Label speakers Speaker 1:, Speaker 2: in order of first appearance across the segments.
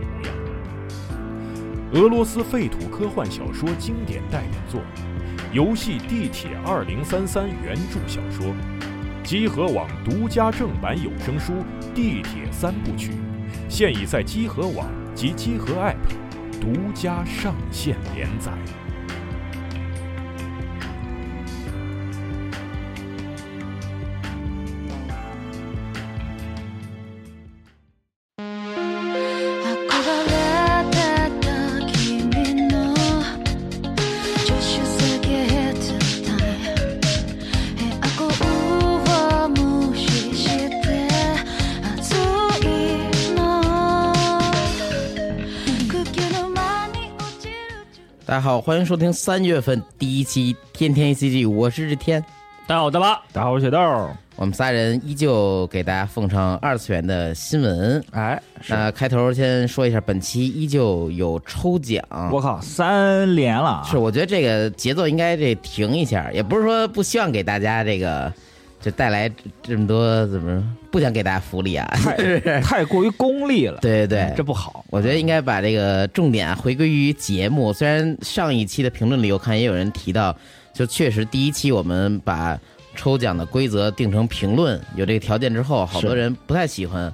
Speaker 1: 模样。俄罗斯废土科幻小说经典代表作，游戏《地铁二零三三》原著小说，集合网独家正版有声书《地铁三部曲》，现已在集合网及集合 App 独家上线连载。
Speaker 2: 大家好，欢迎收听三月份第一期《天天 A C G》，我是日天，
Speaker 3: 大家好，大巴，
Speaker 4: 大家好，我是雪豆。
Speaker 2: 我们仨人依旧给大家奉上二次元的新闻。
Speaker 4: 哎，是
Speaker 2: 那开头先说一下，本期依旧有抽奖。
Speaker 4: 我靠，三连了啊！
Speaker 2: 是，我觉得这个节奏应该这停一下，也不是说不希望给大家这个就带来这么多怎么说不想给大家福利啊， 是不
Speaker 4: 太
Speaker 2: 是
Speaker 4: 太过于功利了，
Speaker 2: 对对对，
Speaker 4: 这不好。
Speaker 2: 我觉得应该把这个重点啊回归于节目。虽然上一期的评论里，我看也有人提到，就确实第一期我们把抽奖的规则定成评论有这个条件之后，好多人不太喜欢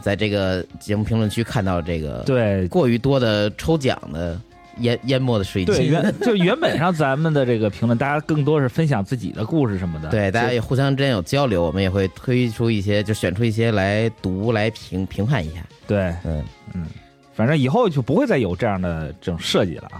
Speaker 2: 在这个节目评论区看到这个
Speaker 4: 对
Speaker 2: 过于多的抽奖的淹淹没的水
Speaker 4: 对，
Speaker 2: 晶。
Speaker 4: 原就原本上咱们的这个评论，大家更多是分享自己的故事什么的。
Speaker 2: 对，大家也互相之间有交流，我们也会推出一些，就选出一些来读、来评评判一下。
Speaker 4: 对，
Speaker 2: 嗯，
Speaker 4: 反正以后就不会再有这样的这种设计了啊。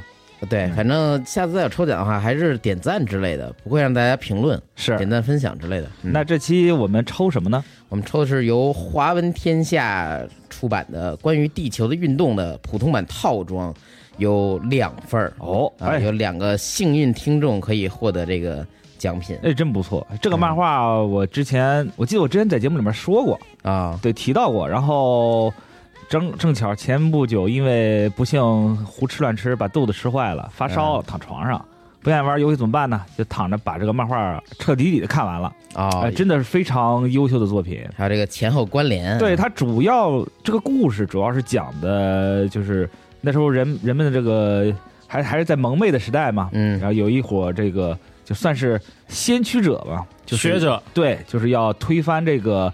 Speaker 2: 对，反正下次再有抽奖的话，还是点赞之类的，不会让大家评论。点
Speaker 4: 是，
Speaker 2: 赞分享之类的。嗯
Speaker 4: 那这期我们抽什么呢？
Speaker 2: 我们抽的是由华文天下出版的关于地球的运动的普通版套装，有两份儿
Speaker 4: 哦，
Speaker 2: 啊，
Speaker 4: 哎，
Speaker 2: 有两个幸运听众可以获得这个奖品
Speaker 4: 那哎真不错。这
Speaker 2: 嗯
Speaker 4: 个漫画我之前我记得我之前在节目里面说过，
Speaker 2: 啊。
Speaker 4: 对，提到过。然后正正巧前不久，因为不幸胡吃乱吃，把肚子吃坏了，发
Speaker 2: 嗯
Speaker 4: 烧了，躺床上，不愿意玩游戏怎么办呢？就躺着把这个漫画彻底底的看完了。哎、
Speaker 2: 哦，
Speaker 4: 真的是非常优秀的作品。
Speaker 2: 还有这个前后关联，
Speaker 4: 对，它主要这个故事主要是讲的就是那时候人人们的这个还还是在蒙昧的时代嘛，
Speaker 2: 嗯
Speaker 4: 然后有一伙这个就算是先驱者吧，就是
Speaker 3: 学者，
Speaker 4: 对，就是要推翻这个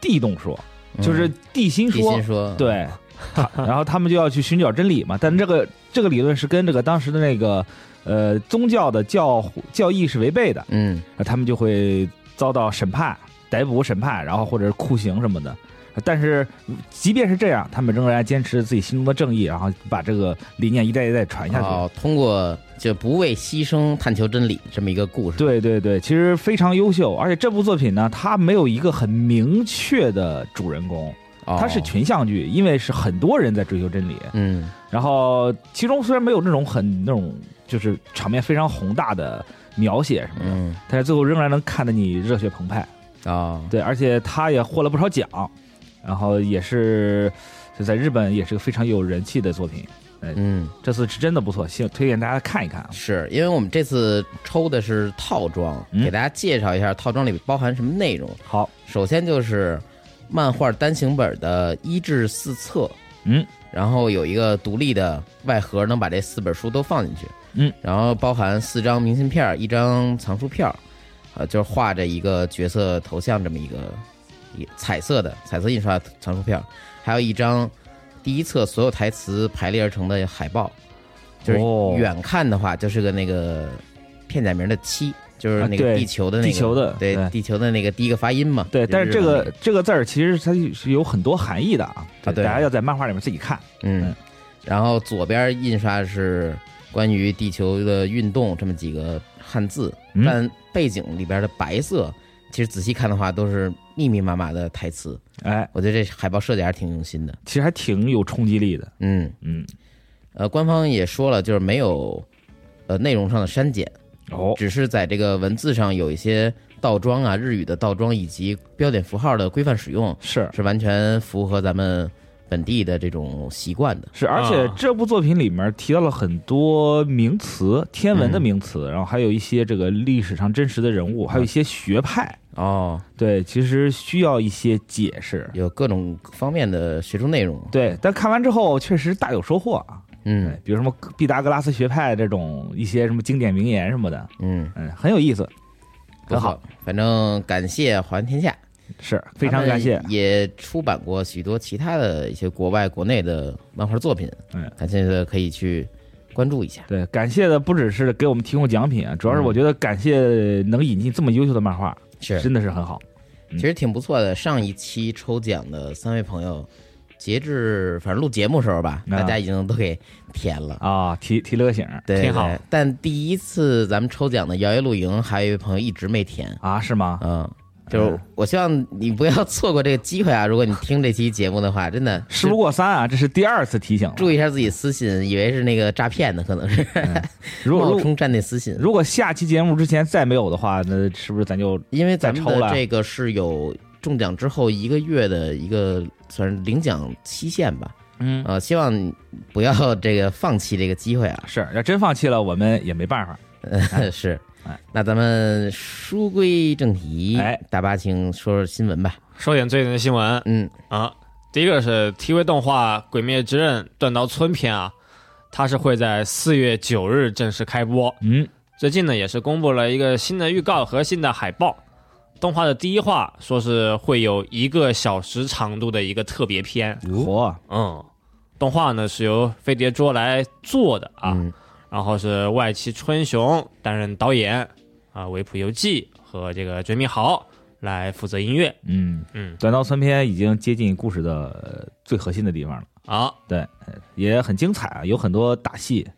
Speaker 4: 地动说，
Speaker 2: 嗯，
Speaker 4: 就是地心
Speaker 2: 地
Speaker 4: 说，
Speaker 2: 心说，
Speaker 4: 对， 他然后他们就要去寻找真理嘛。但这个这个理论是跟这个当时的那个呃宗教的教教义是违背的，
Speaker 2: 嗯
Speaker 4: 啊他们就会遭到审判、逮捕、审判，然后或者是酷刑什么的。但是，即便是这样，他们仍然坚持自己心中的正义，然后把这个理念一代一代传下去。
Speaker 2: 哦，通过就不畏牺牲探求真理这么一个故事，
Speaker 4: 对对对，其实非常优秀，而且这部作品呢，它没有一个很明确的主人公，
Speaker 2: 哦，
Speaker 4: 它是群像剧，因为是很多人在追求真理。
Speaker 2: 嗯
Speaker 4: 然后其中虽然没有那种很那种就是场面非常宏大的描写什么的，
Speaker 2: 嗯
Speaker 4: 但是最后仍然能看得你热血澎湃。
Speaker 2: 哦，
Speaker 4: 对，而且他也获了不少奖，然后也是就在日本也是个非常有人气的作品。
Speaker 2: 嗯。
Speaker 4: 这次是真的不错，希推荐大家看一看啊。
Speaker 2: 是因为我们这次抽的是套装，
Speaker 4: 嗯
Speaker 2: 给大家介绍一下套装里包含什么内容。
Speaker 4: 好，
Speaker 2: 首先就是漫画单行本的一至四册，
Speaker 4: 嗯，
Speaker 2: 然后有一个独立的外盒，能把这四本书都放进去，
Speaker 4: 嗯，
Speaker 2: 然后包含四张明信片、一张藏书票，呃，就是画着一个角色头像这么一个一彩色的彩色印刷藏书票，还有一张第一册所有台词排列而成的海报。就是
Speaker 4: 哦
Speaker 2: 远看的话，就是个那个片假名的“七”，就是
Speaker 4: 啊
Speaker 2: 那个
Speaker 4: 对
Speaker 2: 地球的那个
Speaker 4: 地球的
Speaker 2: 对
Speaker 4: 对
Speaker 2: 地球的那个第一个发音嘛。
Speaker 4: 对，
Speaker 2: 就
Speaker 4: 但是这
Speaker 2: 日
Speaker 4: 个
Speaker 2: 本那
Speaker 4: 这个字儿其实它是有很多含义的啊，
Speaker 2: 啊对
Speaker 4: 大家要在漫画里面自己看。
Speaker 2: 嗯，然后左边印刷是关于地球的运动这么几个汉字，
Speaker 4: 嗯
Speaker 2: 但背景里边的白色，其实仔细看的话都是密密麻麻的台词。
Speaker 4: 哎，
Speaker 2: 我觉得这海报设计还是挺用心的。
Speaker 4: 其实还挺有冲击力的。
Speaker 2: 嗯，
Speaker 4: 嗯，
Speaker 2: 呃，官方也说了，就是没有呃内容上的删减，
Speaker 4: 哦，
Speaker 2: 只是在这个文字上有一些倒装啊，日语的倒装以及标点符号的规范使用，
Speaker 4: 是
Speaker 2: 是完全符合咱们本地的这种习惯的。
Speaker 4: 是，而且
Speaker 3: 啊
Speaker 4: 这部作品里面提到了很多名词，天文的
Speaker 2: 嗯
Speaker 4: 名词，然后还有一些这个历史上真实的人物，还有一些学派。
Speaker 2: 哦，
Speaker 4: 对，其实需要一些解释。
Speaker 2: 有各种方面的学术内容。
Speaker 4: 对，但看完之后确实大有收获啊。
Speaker 2: 嗯
Speaker 4: 对，比如什么毕达哥拉斯学派这种一些什么经典名言什么的，
Speaker 2: 嗯，
Speaker 4: 嗯，很有意思，
Speaker 2: 不错
Speaker 4: 很好，，
Speaker 2: 反正感谢还天下，
Speaker 4: 是非常感谢
Speaker 2: 他。们也出版过许多其他的一些国外、国内的漫画作品，
Speaker 4: 嗯，
Speaker 2: 感兴趣的可以去关注一下。
Speaker 4: 对，感谢的不只是给我们提供奖品啊，主要是
Speaker 2: 嗯
Speaker 4: 我觉得感谢能引进这么优秀的漫画，
Speaker 2: 是，
Speaker 4: 真的是很好。
Speaker 2: 其实挺不错的。上一期抽奖的三位朋友，截至反正录节目时候吧，
Speaker 4: 啊
Speaker 2: 大家已经都给填了。
Speaker 4: 啊，提提了个醒儿
Speaker 2: 对，
Speaker 3: 挺好
Speaker 2: 对但第一次咱们抽奖的摇曳露营，还有一位朋友一直没填，
Speaker 4: 啊，是吗？
Speaker 2: 嗯，就是我希望你不要错过这个机会啊！如果你听这期节目的话，真的
Speaker 4: 事不过三啊，这是第二次提醒了。
Speaker 2: 注意一下自己私信，以为是那个诈骗的，可能是
Speaker 4: 如果
Speaker 2: 冒
Speaker 4: 如
Speaker 2: 充站内私信，
Speaker 4: 如果下期节目之前再没有的话，那是不是咱就
Speaker 2: 因为咱们
Speaker 4: 再抽
Speaker 2: 的
Speaker 4: 了
Speaker 2: 这个是有中奖之后一个月的一个算是领奖期限吧。
Speaker 4: 嗯
Speaker 2: 呃，希望不要这个放弃这个机会啊！
Speaker 4: 是要真放弃了，我们也没办法。
Speaker 2: 是
Speaker 4: 哎，
Speaker 2: 那咱们书归正题，
Speaker 4: 哎，
Speaker 2: 大巴请说说新闻吧。
Speaker 3: 说点最近的新闻
Speaker 2: 嗯，
Speaker 3: 啊，第一个是 TV 动画《鬼灭之刃》断刀村篇啊，它是会在四月九日正式开播。
Speaker 4: 嗯，
Speaker 3: 最近呢，也是公布了一个新的预告和新的海报。动画的第一话说是会有一个小时长度的一个特别篇，
Speaker 4: 火
Speaker 3: 嗯，动画呢是由飞碟桌来做的啊，
Speaker 2: 嗯
Speaker 3: 然后是外崎春雄担任导演，啊，维普游记和这个追命豪来负责音乐，
Speaker 4: 嗯，
Speaker 3: 嗯，
Speaker 4: 短道村篇已经接近故事的呃最核心的地方了，
Speaker 3: 好，
Speaker 4: 也很精彩啊，有很多打戏，嗯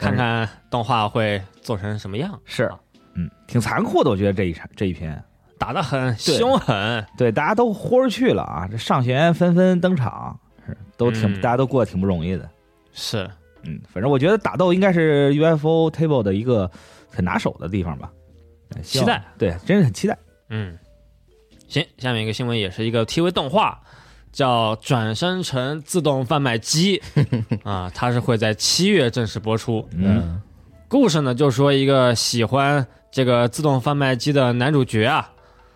Speaker 3: 看啊看动画会做成什么样，
Speaker 4: 是，嗯，挺残酷的，我觉得这一场这一篇。
Speaker 3: 打得很凶狠，
Speaker 4: 对，大家都豁出去了啊！这上学员纷纷登场，是都挺、
Speaker 3: 嗯
Speaker 4: 大家都过得挺不容易的。
Speaker 3: 是，
Speaker 4: 嗯，反正我觉得打斗应该是 UFO Table 的一个很拿手的地方吧。呃希望
Speaker 3: 期待，
Speaker 4: 对，真是很期待。
Speaker 3: 嗯，行，下面一个新闻也是一个 TV 动画，叫《转生成自动贩 卖机》啊，它是会在七月正式播出。
Speaker 4: 嗯，
Speaker 3: 故事呢，就说一个喜欢这个自动贩卖机的男主角啊，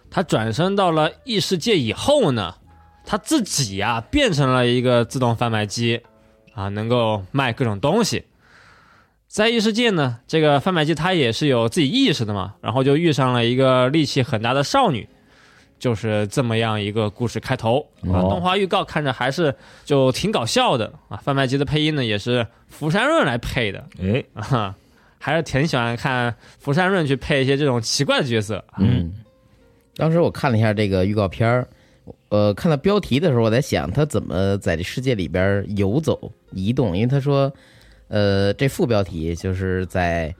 Speaker 3: 他转身到了异世界以后呢，他自己啊变成了一个自动贩卖机啊，能够卖各种东西。在异世界呢，这个贩卖机它也是有自己意识的嘛，然后就遇上了一个力气很大的少女，就是这么样一个故事开头啊。
Speaker 4: 哦
Speaker 3: 动画预告看着还是就挺搞笑的啊，贩卖机的配音呢也是福山润来配的，
Speaker 4: 哎，
Speaker 3: 啊，还是挺喜欢看福山润去配一些这种奇怪的角色。
Speaker 2: 嗯，当时我看了一下这个预告片儿，呃，看到标题的时候，我在想他怎么在这世界里边儿游走、移动，因为他说，呃，这副标题就是在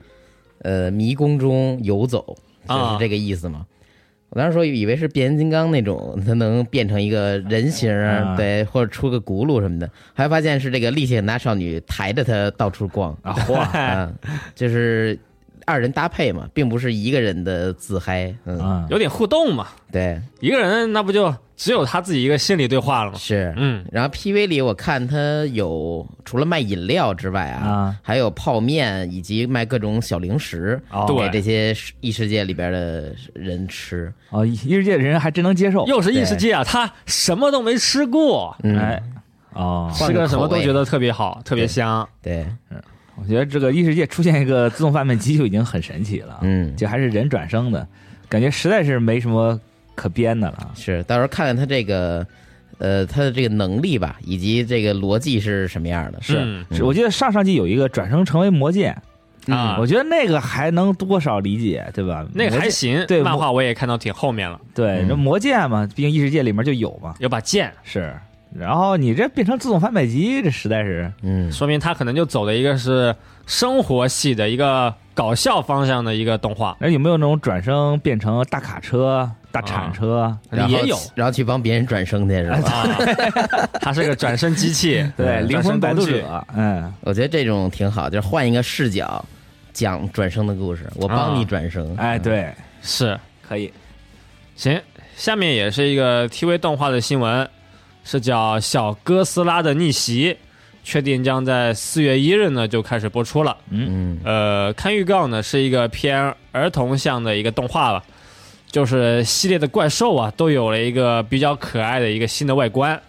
Speaker 2: 呃迷宫中游走，就
Speaker 3: 啊
Speaker 2: 是这个意思嘛。我当时说以为是变形金刚那种，它能变成一个人形儿，
Speaker 4: 啊
Speaker 2: 对，或者出个轱辘什么的，还发现是这个力气很大少女抬着它到处逛。
Speaker 4: 啊， 嚯
Speaker 2: 啊，就是二人搭配嘛，并不是一个人的自嗨。嗯，
Speaker 4: 啊，
Speaker 3: 有点互动嘛，
Speaker 2: 对，
Speaker 3: 一个人那不就只有他自己一个心理对话了吗？
Speaker 2: 是。
Speaker 3: 嗯，
Speaker 2: 然后 PV 里我看他有除了卖饮料之外啊，
Speaker 4: 啊
Speaker 2: 还有泡面以及卖各种小零食。
Speaker 4: 哦
Speaker 3: 对
Speaker 2: 给这些异世界里边的人吃，
Speaker 4: 哦，异世界人还真能接受。
Speaker 3: 又是异世界啊，他什么都没吃过，
Speaker 2: 嗯，
Speaker 4: 哎，哦，
Speaker 2: 换
Speaker 3: 吃
Speaker 2: 个
Speaker 3: 个什么
Speaker 2: 口
Speaker 3: 都
Speaker 2: 味
Speaker 3: 觉得特别好，特别
Speaker 2: 对
Speaker 3: 香。
Speaker 2: 对，
Speaker 4: 我觉得这个异世界出现一个自动贩卖机就已经很神奇了。
Speaker 2: 嗯，
Speaker 4: 这还是人转生的，感觉实在是没什么可编的了。
Speaker 2: 是，到时候看看他这个，呃，他的这个能力吧，以及这个逻辑是什么样的，
Speaker 4: 是
Speaker 3: 嗯嗯
Speaker 4: 是，我记得上上季有一个转生成为魔戒，
Speaker 1: 啊
Speaker 4: 我觉得那个还能多少理解，对吧？
Speaker 3: 那个
Speaker 4: 魔
Speaker 3: 还
Speaker 4: 戒
Speaker 3: 行，
Speaker 4: 对
Speaker 3: 漫
Speaker 4: 魔
Speaker 3: 画我也看到挺后面了，
Speaker 4: 对，
Speaker 2: 嗯
Speaker 4: 这魔戒嘛，毕竟异世界里面就有嘛，
Speaker 3: 有把剑，
Speaker 4: 是。然后你这变成自动翻百集，这实在是
Speaker 2: 嗯
Speaker 3: 说明他可能就走的一个是生活系的一个搞笑方向的一个动画，
Speaker 4: 那有没有那种转生变成大卡车、大铲车？
Speaker 3: 啊
Speaker 2: 然后
Speaker 3: 也 有
Speaker 2: 然后去帮别人转生去是吧？
Speaker 3: 啊，他是个转身机器，
Speaker 4: 对，灵
Speaker 3: 转
Speaker 4: 魂
Speaker 3: 身
Speaker 4: 摆
Speaker 3: 工
Speaker 4: 渡
Speaker 3: 具，
Speaker 4: 者，嗯，
Speaker 2: 我觉得这种挺好，就是换一个视角讲转生的故事，我帮你转生。嗯
Speaker 4: 哎，对，
Speaker 3: 是
Speaker 4: 可以，
Speaker 3: 行。下面也是一个 TV 动画的新闻，是叫《小哥斯拉的逆袭》，确定将在四月一日呢就开始播出了。
Speaker 2: 嗯，
Speaker 3: 呃，看预告呢是一个偏儿童向的一个动画吧，就是系列的怪兽啊都有了一个比较可爱的一个新的外观。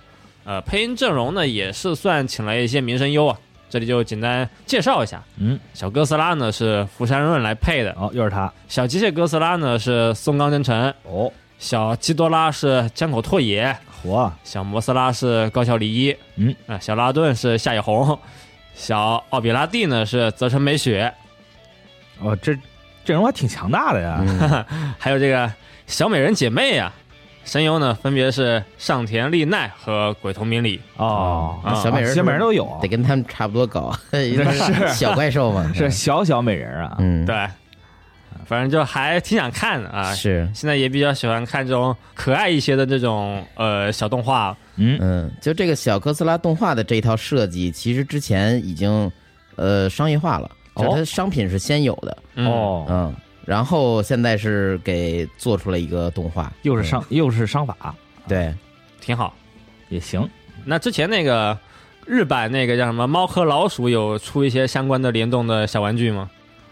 Speaker 3: 呃，配音阵容呢也是算请来一些名声优啊，这里就简单介绍一下。
Speaker 4: 嗯，
Speaker 3: 小哥斯拉呢是福山润来配的，
Speaker 4: 哦，又是他，
Speaker 3: 小机械哥斯拉呢是松冈真诚，
Speaker 4: 哦，
Speaker 3: 小基多拉是江口拓也，
Speaker 4: 火，
Speaker 3: 小摩斯拉是高桥离一，
Speaker 4: 嗯
Speaker 3: 啊、小拉顿是夏野红，小奥比拉蒂呢是泽城美雪，
Speaker 4: 哦，这阵容还挺强大的呀，
Speaker 2: 嗯
Speaker 3: 还有这个小美人姐妹呀、声优呢分别是上田丽奈和鬼头明里。
Speaker 4: 哦，
Speaker 3: 啊
Speaker 2: 小美人
Speaker 4: 小美人都有，
Speaker 2: 得跟他们差不多高， 因 为是小怪兽嘛。
Speaker 4: 是小小美人啊，
Speaker 2: 嗯，
Speaker 3: 对，反正就还挺想看的啊。
Speaker 2: 是。
Speaker 3: 现在也比较喜欢看这种可爱一些的这种呃小动画，
Speaker 4: 嗯，
Speaker 2: 嗯，就这个小哥斯拉动画的这一套设计，其实之前已经呃商业化了，
Speaker 4: 哦
Speaker 2: 就是它商品是先有的，
Speaker 3: 嗯，
Speaker 4: 哦，
Speaker 2: 嗯，然后现在是给做出了一个动画，
Speaker 4: 又是商又是商法，
Speaker 2: 嗯对，
Speaker 3: 挺好。
Speaker 4: 也行，
Speaker 3: 那之前那个日版那个叫什么《猫和老鼠》有出一些相关的联动的小玩具吗？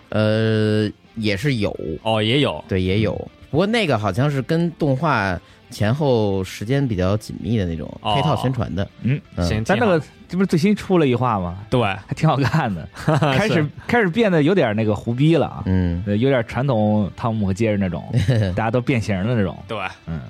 Speaker 2: 呃，也是有，
Speaker 3: 哦，也有。
Speaker 2: 对，也
Speaker 4: 嗯
Speaker 2: 有，不过那个好像是跟动画前后时间比较紧密的那种
Speaker 3: 哦
Speaker 2: 配套宣传的，
Speaker 4: 嗯，
Speaker 2: 嗯
Speaker 3: 行，
Speaker 4: 咱
Speaker 3: 挺
Speaker 4: 那
Speaker 3: 好
Speaker 4: 个这不是最新出了一话吗？
Speaker 3: 对，
Speaker 4: 还挺好 看的，开始
Speaker 3: 是
Speaker 4: 开始变得有点那个胡逼了啊，
Speaker 2: 嗯，
Speaker 4: 呃有点传统汤姆和杰瑞 那种，大家都变形的那种，
Speaker 3: 对。
Speaker 4: 嗯，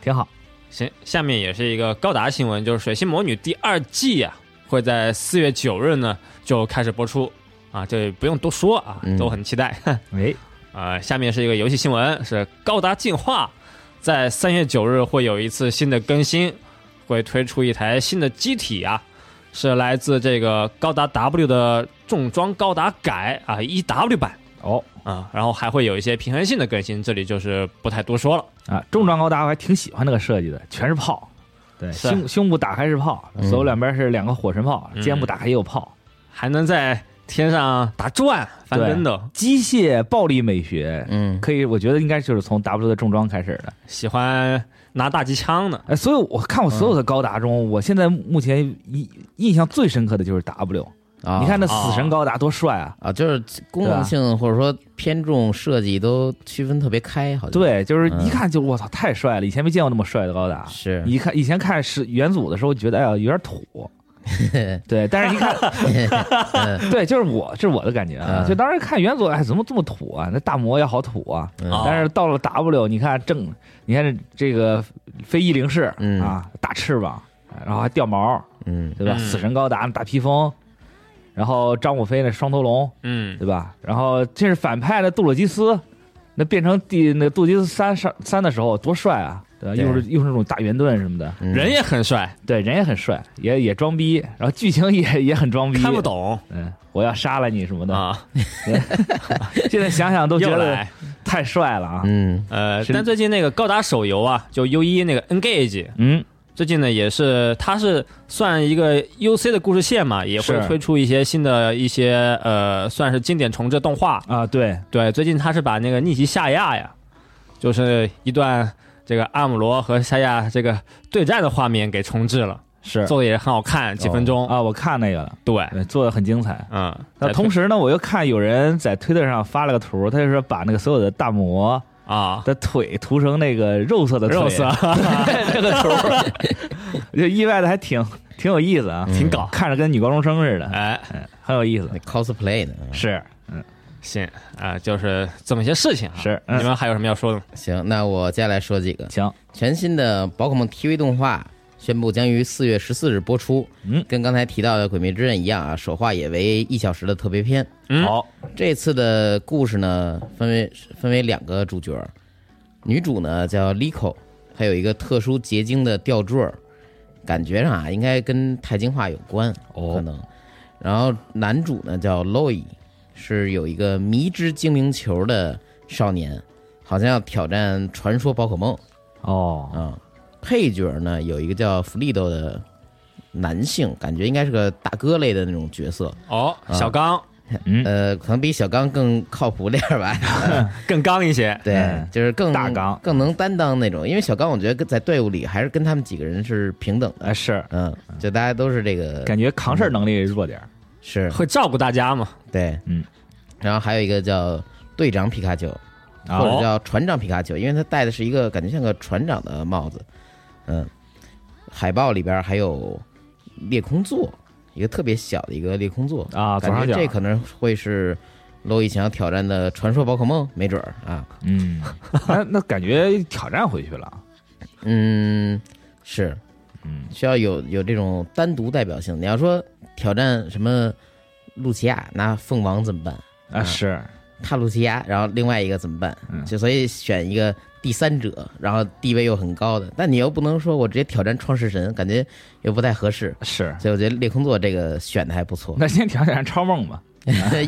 Speaker 4: 挺好。
Speaker 3: 行，下面也是一个高达新闻，就是《水星魔女》第二季啊，会在四月九日呢就开始播出啊，这不用多说啊
Speaker 2: 嗯，
Speaker 3: 都很期待。
Speaker 4: 哎，
Speaker 3: 呃，下面是一个游戏新闻，是《高达进化》在三月九日会有一次新的更新，会推出一台新的机体啊，是来自这个高达 W 的重装高达改啊 EW 版
Speaker 4: 哦
Speaker 3: 啊，然后还会有一些平衡性的更新，这里就是不太多说了。
Speaker 4: 啊，重装高达我还挺喜欢那个设计的，全是炮，对，
Speaker 3: 是
Speaker 4: 胸胸部打开是炮，
Speaker 2: 嗯
Speaker 4: 左右两边是两个火神炮，
Speaker 3: 嗯
Speaker 4: 肩部打开也有炮，
Speaker 3: 还能在天上打转翻跟斗，
Speaker 4: 机械暴力美学。
Speaker 2: 嗯，
Speaker 4: 可以，我觉得应该就是从 W 的重装开始的。
Speaker 3: 喜欢拿大机枪的，
Speaker 4: 哎，所以我看我所有的高达中，
Speaker 2: 嗯
Speaker 4: 我现在目前印印象最深刻的就是 W。
Speaker 2: 啊，
Speaker 4: 你看那死神高达多帅啊！
Speaker 2: 啊，就是功能性或者说偏重设计都区分特别开，好像，
Speaker 4: 对，啊就是
Speaker 2: 嗯
Speaker 4: 一看就我操，太帅了！以前没见过那么帅的高达。
Speaker 2: 是，
Speaker 4: 你 看以前看是元祖的时候，觉得哎呀有点 土，对，但是一看，对，就是我，这是我的感觉啊。
Speaker 2: 嗯
Speaker 4: 就当时看元祖，哎，怎么这么土啊？那大魔也好土啊。
Speaker 3: 哦
Speaker 4: 但是到了 W，你看正，你看这个飞翼零式
Speaker 2: 嗯
Speaker 4: 啊，大翅膀，然后还掉毛，
Speaker 2: 嗯
Speaker 4: 对吧？
Speaker 3: 嗯
Speaker 4: 死神高达大披风，然后张武飞那双头龙，
Speaker 3: 嗯，
Speaker 4: 对吧？然后这是反派的杜鲁基斯，那变成第那杜鲁基斯三上三的时候多帅啊！对吧，
Speaker 2: 对
Speaker 4: 又是又是那种大圆盾什么的，
Speaker 2: 嗯，
Speaker 3: 人也很帅，
Speaker 4: 对，人也很帅，也也装逼，然后剧情也也很装逼，
Speaker 3: 看不，懂
Speaker 4: 嗯，我要杀了你什么的，
Speaker 3: 啊，
Speaker 4: 现在想想都觉
Speaker 3: 又
Speaker 4: 得
Speaker 3: 来。
Speaker 4: 太帅了啊！
Speaker 2: 嗯
Speaker 3: 呃，
Speaker 4: 是
Speaker 3: 但最近那个高达手游啊，就 U 一那个 Engage，
Speaker 4: 嗯，
Speaker 3: 最近呢也是，它是算一个 UC 的故事线嘛，也会
Speaker 4: 是
Speaker 3: 推出一些新的一些呃，算是经典重制动画。
Speaker 4: 啊，对，
Speaker 3: 对，最近它是把那个逆袭夏亚呀，就是一段这个阿姆罗和夏亚这个对战的画面给重置了，
Speaker 4: 是
Speaker 3: 做的也很好看，几分钟。
Speaker 4: 啊，我看那个了，
Speaker 3: 对，
Speaker 2: 哎
Speaker 4: 对，做的很精彩。
Speaker 3: 嗯，
Speaker 4: 那
Speaker 3: 在
Speaker 4: 同时呢，我又看有人在推特上发了个图，他就说把那个所有的大魔
Speaker 3: 啊，
Speaker 4: 的腿涂成那个肉色的腿
Speaker 3: 肉色
Speaker 4: 这个图儿， 就意外的还挺挺有意思啊，
Speaker 2: 嗯挺
Speaker 3: 搞
Speaker 4: 看着跟女高中生似的，
Speaker 3: 哎，
Speaker 4: 很有意思
Speaker 2: 那。，cosplay 呢？嗯
Speaker 4: 是
Speaker 3: 行啊、就是这么些事情啊。
Speaker 4: 是嗯
Speaker 3: 你
Speaker 2: 啊
Speaker 3: 们还有什么要说的吗？
Speaker 2: 行，那我接下来说几个
Speaker 4: 行，
Speaker 2: 全新的宝可梦 TV 动画宣布将于四月十四日播出。
Speaker 4: 嗯
Speaker 2: 跟刚才提到的《鬼灭之刃》一样啊，首话也为一小时的特别篇。
Speaker 3: 嗯
Speaker 4: 好，
Speaker 2: 这次的故事呢，分为分为两个主角儿，女主呢叫 Lico，她有一个特殊结晶的吊坠儿，感觉上啊应该跟钛金化有关，
Speaker 4: 哦
Speaker 2: 可能。然后男主呢叫 Loy，是有一个迷之精灵球的少年，好像要挑战传说宝可梦啊、
Speaker 4: 哦，
Speaker 2: 配角呢有一个叫弗利多的男性，感觉应该是个大哥类的那种角色，
Speaker 3: 哦，
Speaker 2: 啊
Speaker 3: 小刚
Speaker 4: 嗯，
Speaker 2: 呃，可能比小刚更靠谱点 儿吧。
Speaker 3: 更刚一些，
Speaker 2: 对
Speaker 4: 嗯，
Speaker 2: 就是更
Speaker 4: 大纲
Speaker 2: 更能担当那种。因为小刚，我觉得跟在队伍里还是跟他们几个人是平等的
Speaker 4: 哎，，是，
Speaker 2: 嗯，就大家都是这个
Speaker 4: 感觉扛事儿能力弱点儿，
Speaker 2: 是
Speaker 3: 会照顾大家嘛？
Speaker 2: 对，
Speaker 4: 嗯。
Speaker 2: 然后还有一个叫队长皮卡丘，
Speaker 4: 啊
Speaker 2: 嗯或者叫船长皮卡丘，因为他戴的是一个感觉像个船长的帽子，嗯。海报里边还有裂空座，一个特别小的一个裂空座，
Speaker 4: 啊，左
Speaker 2: 感
Speaker 4: 上
Speaker 2: 觉
Speaker 4: 角，
Speaker 2: 这可能会是洛伊想要挑战的传说宝可梦，没准儿啊。
Speaker 4: 嗯，那那感觉挑战回去了，啊
Speaker 2: 嗯，是，
Speaker 4: 嗯，
Speaker 2: 需要有有这种单独代表性。你要说挑战什么露琪亚，那凤王怎么办？
Speaker 4: 啊，是，
Speaker 2: 帕露琪亚，然后另外一个怎么办？
Speaker 4: 嗯
Speaker 2: 就所以选一个第三者，然后地位又很高的，但你又不能说我直接挑战创世神，感觉又不太合适。
Speaker 4: 是，
Speaker 2: 所以我觉得裂空座这个选的还不错，
Speaker 4: 那先挑战超梦吧，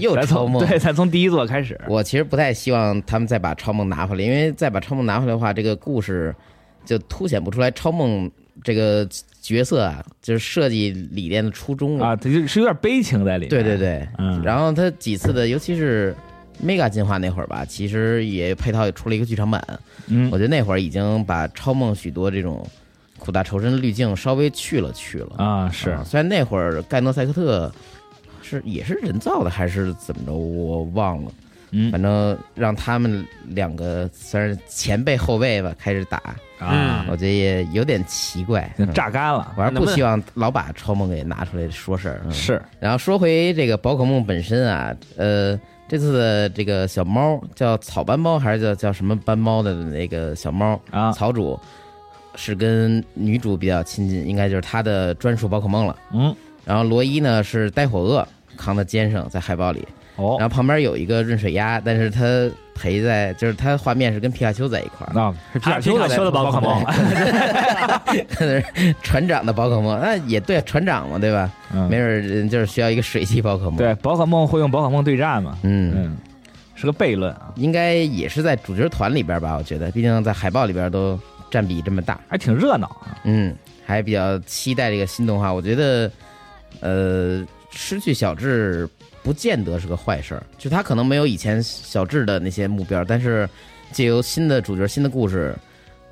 Speaker 2: 又
Speaker 4: 咱
Speaker 2: 超
Speaker 4: 从
Speaker 2: 梦。
Speaker 4: 对，咱从第一座开始，
Speaker 2: 我其实不太希望他们再把超梦拿回来，因为再把超梦拿回来的话，这个故事就凸显不出来超梦这个角色啊，就是设计理念的初衷了。
Speaker 4: 啊，这就是有点悲情在里面，
Speaker 2: 对对，对，
Speaker 4: 嗯
Speaker 2: 然后他几次的，尤其是 Mega 进化那会儿吧，其实也配套也出了一个剧场版，
Speaker 4: 嗯
Speaker 2: 我，觉得那会儿已经把超梦许多这种苦大仇深的滤镜稍微去了去了。
Speaker 4: 啊，是
Speaker 2: 啊，虽然那会儿盖诺塞克特是也是人造的还是怎么着，我忘了。
Speaker 4: 嗯
Speaker 2: 反正让他们两个虽然前辈后辈吧开始打，
Speaker 3: 嗯
Speaker 4: 啊，
Speaker 2: 我觉得也有点奇怪。嗯
Speaker 4: 榨干了，
Speaker 2: 我还是
Speaker 3: 能
Speaker 2: 不
Speaker 3: 不能
Speaker 2: 希望老把超梦给拿出来说事儿。嗯
Speaker 4: 是，
Speaker 2: 然后说回这个宝可梦本身啊，呃，这次的这个小猫叫草斑猫还是叫叫什么斑猫的那个小猫
Speaker 4: 啊
Speaker 2: 草主是跟女主比较亲近，应该就是她的专属宝可梦了。
Speaker 4: 嗯，
Speaker 2: 然后罗伊呢是呆火鳄扛在肩上，在海报里，然
Speaker 4: 哦，
Speaker 2: 后旁边有一个润水鸭，但是它陪在就是它画面是跟皮卡丘在一块儿，
Speaker 4: 那是皮卡丘
Speaker 3: 啊皮卡丘的宝可梦，
Speaker 2: 船长的宝可梦，那也对，船长嘛，对吧？没
Speaker 4: 嗯，
Speaker 2: 准儿人就是需要一个水系宝可梦。
Speaker 4: 对，宝可梦会用宝可梦对战嘛，
Speaker 2: 嗯。
Speaker 4: 嗯，是个悖论啊，
Speaker 2: 应该也是在主角团里边吧，我觉得，毕竟在海报里边都占比这么大，
Speaker 4: 还挺热闹啊，
Speaker 2: 嗯，还比较期待这个新动画。我觉得，呃，失去小智不见得是个坏事儿，就他可能没有以前小智的那些目标，但是借由新的主角、新的故事，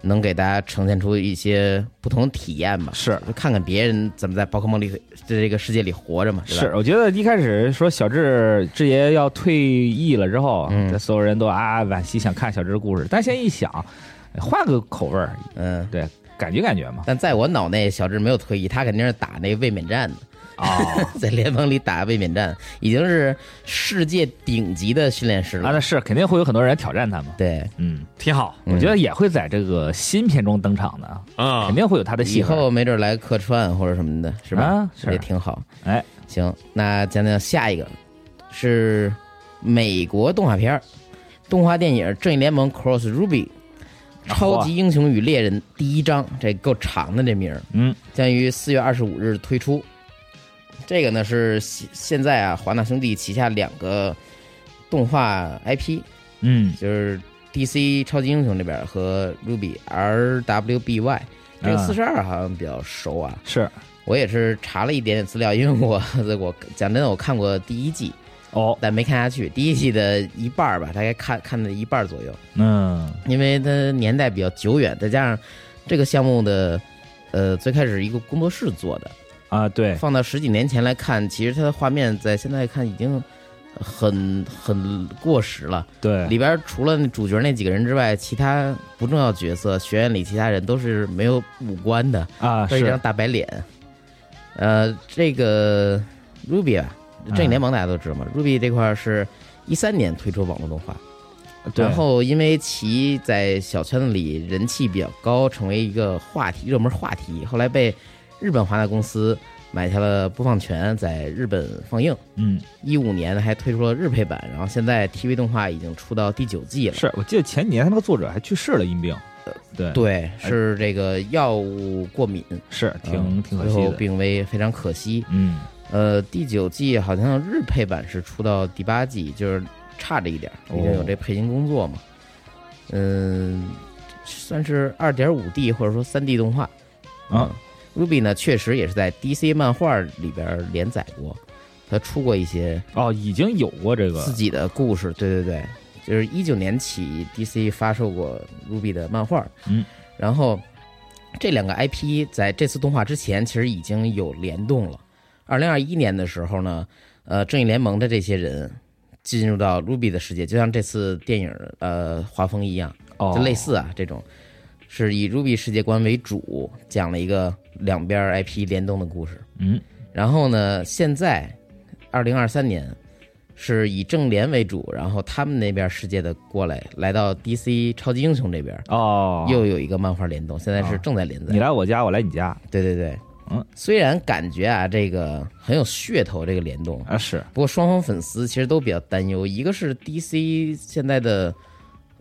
Speaker 2: 能给大家呈现出一些不同的体验吧。
Speaker 4: 是。
Speaker 2: 就看看别人怎么在宝可梦里这这个世界里活着嘛，对吧
Speaker 4: 是，我觉得一开始说小智智爷要退役了之后，
Speaker 2: 嗯
Speaker 4: 这所有人都啊惋惜，想看小智的故事。但现在一想，换个口味儿，
Speaker 2: 嗯。
Speaker 4: 感觉感觉嘛。
Speaker 2: 但在我脑内，小智没有退役，他肯定是打那卫冕战的。
Speaker 4: 啊
Speaker 2: 在联盟里打卫冕战，已经是世界顶级的训练师
Speaker 4: 啊，
Speaker 2: 了。
Speaker 4: 那是肯定会有很多人挑战他嘛。
Speaker 2: 对，
Speaker 4: 嗯，啊
Speaker 3: 挺好，
Speaker 2: 嗯
Speaker 4: 我觉得也会在这个新片中登场的，肯
Speaker 3: 嗯，
Speaker 4: 定会有他的戏
Speaker 2: 以
Speaker 4: 份
Speaker 2: 后没准来客串或者什么的，是吧？
Speaker 4: 啊是
Speaker 2: 也挺好。
Speaker 4: 哎，
Speaker 2: 行，那讲讲下一个是美国动画片儿，动画电影《正义联盟 Cross Ruby》。超
Speaker 4: 啊
Speaker 2: 级英雄与猎人第一章，这够长的这名儿，
Speaker 4: 嗯，
Speaker 2: 将于四月二十五日推出。这个呢是现现在啊，华纳兄弟旗下两个动画 IP，
Speaker 4: 嗯，
Speaker 2: 就是 DC 超级英雄这边和 Ruby RWBY 这个
Speaker 4: 啊
Speaker 2: 四十二好像比较熟啊。
Speaker 4: 是
Speaker 2: 我也是查了一点点资料，因为我 我讲真的，我看过第一季，
Speaker 4: 哦，
Speaker 2: 但没看下去，第一季的一半儿吧，大概看看了一半儿左右，
Speaker 4: 嗯
Speaker 2: 因为它年代比较久远，再加上这个项目的。呃，最开始是一个工作室做的，
Speaker 4: 啊，对，
Speaker 2: 放到十几年前来看，其实它的画面在现在看已经很很过时了。
Speaker 4: 对，
Speaker 2: 里边儿除了那主角那几个人之外，其他不重要角色学院里其他人都是没有五官的，
Speaker 4: 啊
Speaker 2: 都是一张
Speaker 4: 是，
Speaker 2: 大白脸。呃，这个
Speaker 4: 嗯
Speaker 2: Ruby 啊，正义联盟大家都知道嘛、r u b y 这块儿是一三年推出网络动画，
Speaker 4: 对
Speaker 2: 然后因为其在小圈子里人气比较高，成为一个话题热门话题，后来被日本华纳公司买下了播放权，在日本放映。
Speaker 4: 嗯，
Speaker 2: 一五年还推出了日配版，然后现在 TV 动画已经出到第九季了。
Speaker 4: 是我记得前年他那个作者还去世了，因病。呃对，
Speaker 2: 对，是这个药物过敏，
Speaker 4: 是挺
Speaker 2: 嗯
Speaker 4: 挺可
Speaker 2: 最后
Speaker 4: 惜的。
Speaker 2: 病危，非常可惜。
Speaker 4: 嗯，
Speaker 2: 呃，第九季好像日配版是出到第八季，就是差这一点儿，
Speaker 4: 哦
Speaker 2: 毕竟有这配音工作嘛。嗯，算是二点五 D 或者说三 D 动画
Speaker 4: 啊。
Speaker 2: Ruby 呢，确实也是在 DC 漫画里边儿连载过，他出过一些
Speaker 4: 哦，已经有过这个
Speaker 2: 自己的故事。对对对，就是一九年起，DC 发售过 Ruby 的漫画。
Speaker 4: 嗯，
Speaker 2: 然后这两个 IP 在这次动画之前其实已经有联动了。二零二一年的时候呢，呃，正义联盟的这些人进入到 Ruby 的世界，就像这次电影呃画风一样，
Speaker 4: 哦，
Speaker 2: 就类似啊这种，是以 Ruby 世界观为主，讲了一个两边儿 IP 联动的故事。
Speaker 4: 嗯，
Speaker 2: 然后呢，现在二零二三年是以正联为主，然后他们那边世界的过来，来到 DC 超级英雄这边，
Speaker 4: 哦，
Speaker 2: 又有一个漫画联动，现在是
Speaker 4: 哦
Speaker 2: 正在连载。
Speaker 4: 你来我家，我来你家
Speaker 2: 对对对，
Speaker 4: 嗯，
Speaker 2: 虽然感觉啊这个很有噱头，这个联动，
Speaker 4: 啊，是
Speaker 2: 不过双方粉丝其实都比较担忧，一个是 DC 现在的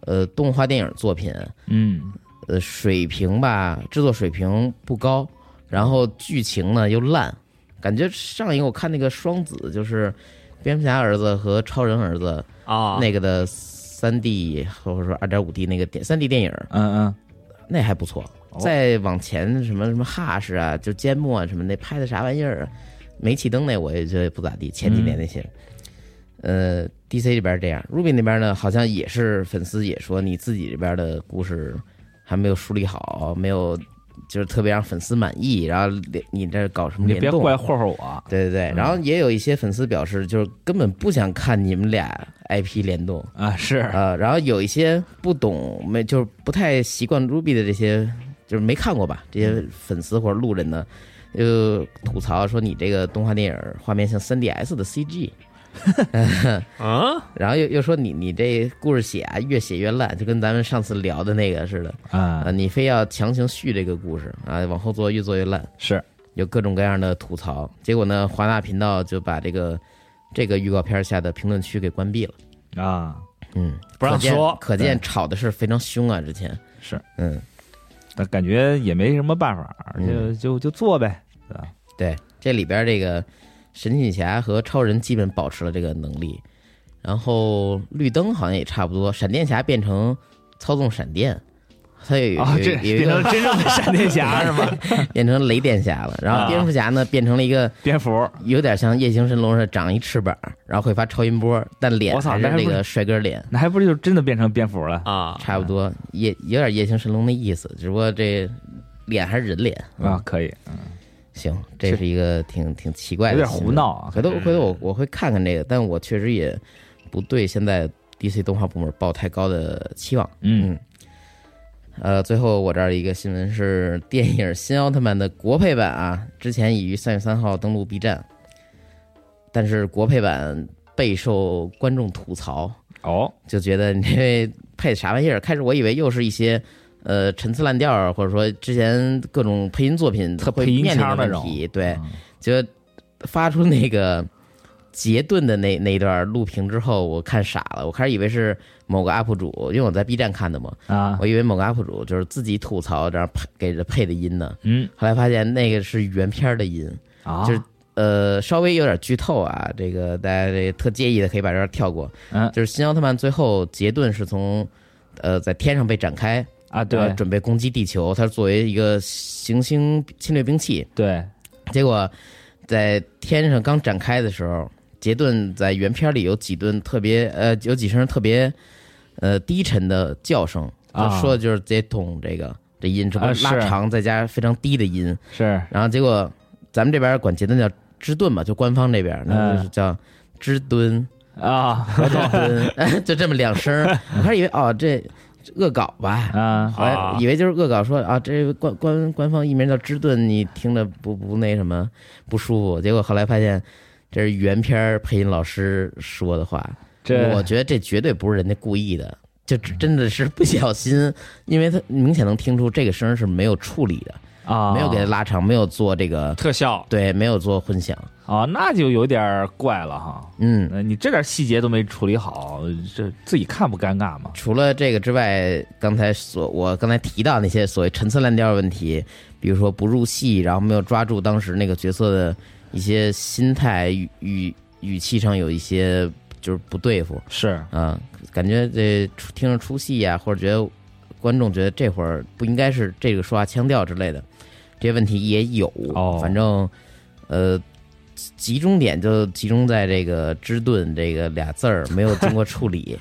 Speaker 2: 呃动画电影作品，
Speaker 4: 嗯，
Speaker 2: 呃水平吧，制作水平不高，然后剧情呢又烂，感觉上一个我看那个双子就是蝙蝠侠儿子和超人儿子、
Speaker 3: 啊，
Speaker 2: 那个的三 D 或者说二点五 D 那个电三 D 电影，
Speaker 4: 嗯
Speaker 2: 那还不错。
Speaker 4: 哦
Speaker 2: 再往前什么什么哈士啊，就缄默啊什么那拍的啥玩意儿啊，煤气灯那我也觉得不咋
Speaker 4: 嗯
Speaker 2: 地。前几年那些，呃，DC 这边这样，Ruby 那边呢，好像也是粉丝也说你自己这边的故事还没有梳理好，没有就是特别让粉丝满意，然后联你这搞什
Speaker 4: 嗯，
Speaker 2: 么
Speaker 4: 你
Speaker 2: 联
Speaker 4: 别
Speaker 2: 动
Speaker 4: 过？来霍霍我。
Speaker 2: 对对对，然后也有一些粉丝表示，就是根本不想看你们俩 IP 联动，
Speaker 4: 啊，是，
Speaker 2: 呃，然后有一些不懂没就是不太习惯 Ruby 的这些，就是没看过吧，这些粉丝或者路人呢，就吐槽说你这个动画电影画面像 3DS 的 CG，
Speaker 3: 嗯，
Speaker 2: 然后又又说你你这故事写啊越写越烂，就跟咱们上次聊的那个似的，啊、
Speaker 4: 嗯，
Speaker 2: 你非要强行续这个故事啊，往后做越做越烂，
Speaker 4: 是，
Speaker 2: 有各种各样的吐槽。结果呢，华纳频道就把这个这个预告片下的评论区给关闭了。
Speaker 4: 啊，
Speaker 2: 嗯，
Speaker 3: 不让
Speaker 2: 可见
Speaker 3: 说
Speaker 2: 可见吵的是非常凶啊。之前
Speaker 4: 是，
Speaker 2: 嗯，
Speaker 4: 但感觉也没什么办法，就
Speaker 2: 嗯
Speaker 4: 就就做呗，对吧？
Speaker 2: 对，这里边这个神奇女侠和超人基本保持了这个能力，然后绿灯好像也差不多，闪电侠变成操纵闪电，他有有
Speaker 4: 啊，这
Speaker 2: 有有一
Speaker 4: 变成
Speaker 2: 个
Speaker 4: 真正的闪电 侠是吗？
Speaker 2: 变成雷电侠了，然
Speaker 4: 啊
Speaker 2: 后蝙蝠侠呢变成了一个
Speaker 4: 蝙蝠，
Speaker 2: 有点像夜行神龙似的长一翅膀，然后会发超音波，但脸
Speaker 4: 我操
Speaker 2: 还是
Speaker 4: 那还
Speaker 2: 那
Speaker 4: 不是
Speaker 2: 个帅哥脸。
Speaker 4: 那还不是就真的变成蝙蝠了？
Speaker 3: 啊，
Speaker 2: 差不多，夜有点夜行神龙的意思，只不过这脸还是人脸
Speaker 4: 啊，。可以，
Speaker 2: 行，这是一个挺挺奇怪
Speaker 4: 有
Speaker 2: 的，
Speaker 4: 点胡。闹啊，
Speaker 2: 回头回头我我会看看这个，但我确实也不对现在 DC 动画部门抱太高的期望。
Speaker 4: 嗯，
Speaker 2: 呃，最后我这儿一个新闻是电影《新奥特曼》的国配版啊，之前已于三月三号登陆 B 站，但是国配版备受观众吐槽，
Speaker 4: 哦，
Speaker 2: 就觉得你这配的啥玩意儿？开始我以为又是一些呃陈词滥调儿，或者说之前各种配音作品
Speaker 4: 特
Speaker 2: 会
Speaker 4: 配音
Speaker 2: 面临
Speaker 4: 腔
Speaker 2: 的
Speaker 4: 那
Speaker 2: 问
Speaker 4: 种
Speaker 2: 题，对，
Speaker 4: 嗯
Speaker 2: 就发出那个杰顿的那那一段录屏之后，我看傻了，我开始以为是某个 UP 主，因为我在 B 站看的嘛，
Speaker 4: 啊，
Speaker 2: 嗯我以为某个 UP 主就是自己吐槽，然后配给着配的音呢，
Speaker 4: 嗯
Speaker 2: 后来发现那个是原片儿的音，
Speaker 4: 啊，
Speaker 2: 就是呃，稍微有点剧透啊，这个大家这特介意的可以把这段跳过。
Speaker 4: 嗯
Speaker 2: 就是新奥特曼最后杰顿是从呃在天上被展开，
Speaker 4: 啊，
Speaker 2: 然
Speaker 4: 对
Speaker 2: 后准备攻击地球，它是作为一个行星侵略兵器，
Speaker 4: 对，
Speaker 2: 结果在天上刚展开的时候，杰顿在原片里有几顿特别呃有几声特别呃低沉的叫声，
Speaker 4: 啊
Speaker 2: 就说的就是杰顿这个这音，只不过
Speaker 4: 啊是
Speaker 2: 拉长再加非常低的音。
Speaker 4: 是
Speaker 2: 然后结果咱们这边管杰顿叫芝顿嘛，就官方这边那
Speaker 4: 嗯
Speaker 2: 就是叫芝敦、
Speaker 4: 啊
Speaker 2: 何总敦， 就这么两声 儿。我开始以为哦这这恶搞吧，
Speaker 4: 啊，
Speaker 2: 后来以为就是恶搞说啊这官官官方艺名叫芝顿，你听着不不那什么不舒服。结果后来发现。这是原片儿配音老师说的话，
Speaker 4: 这
Speaker 2: 我觉得这绝对不是人家故意的，就真的是不小心，因为他明显能听出这个声儿是没有处理的，
Speaker 4: 啊，
Speaker 2: 没有给它拉长，没有做这个，
Speaker 3: 特效，
Speaker 2: 对，没有做混响，
Speaker 4: 啊，那就有点儿怪了哈。
Speaker 2: 嗯。
Speaker 4: 那你这点细节都没处理好，这自己看不尴尬吗？
Speaker 2: 除了这个之外，刚才所我刚才提到那些所谓陈词滥调的问题，比如说不入戏，然后没有抓住当时那个角色的一些心态语语语气上有一些就是不对付，
Speaker 4: 是，
Speaker 2: 嗯，感觉这出听着出戏啊，或者觉得观众觉得这会儿不应该是这个说话腔调之类的，这些问题也有。
Speaker 4: 哦
Speaker 2: 反正呃，集中点就集中在这个“芝顿”这个俩字儿没有经过处理，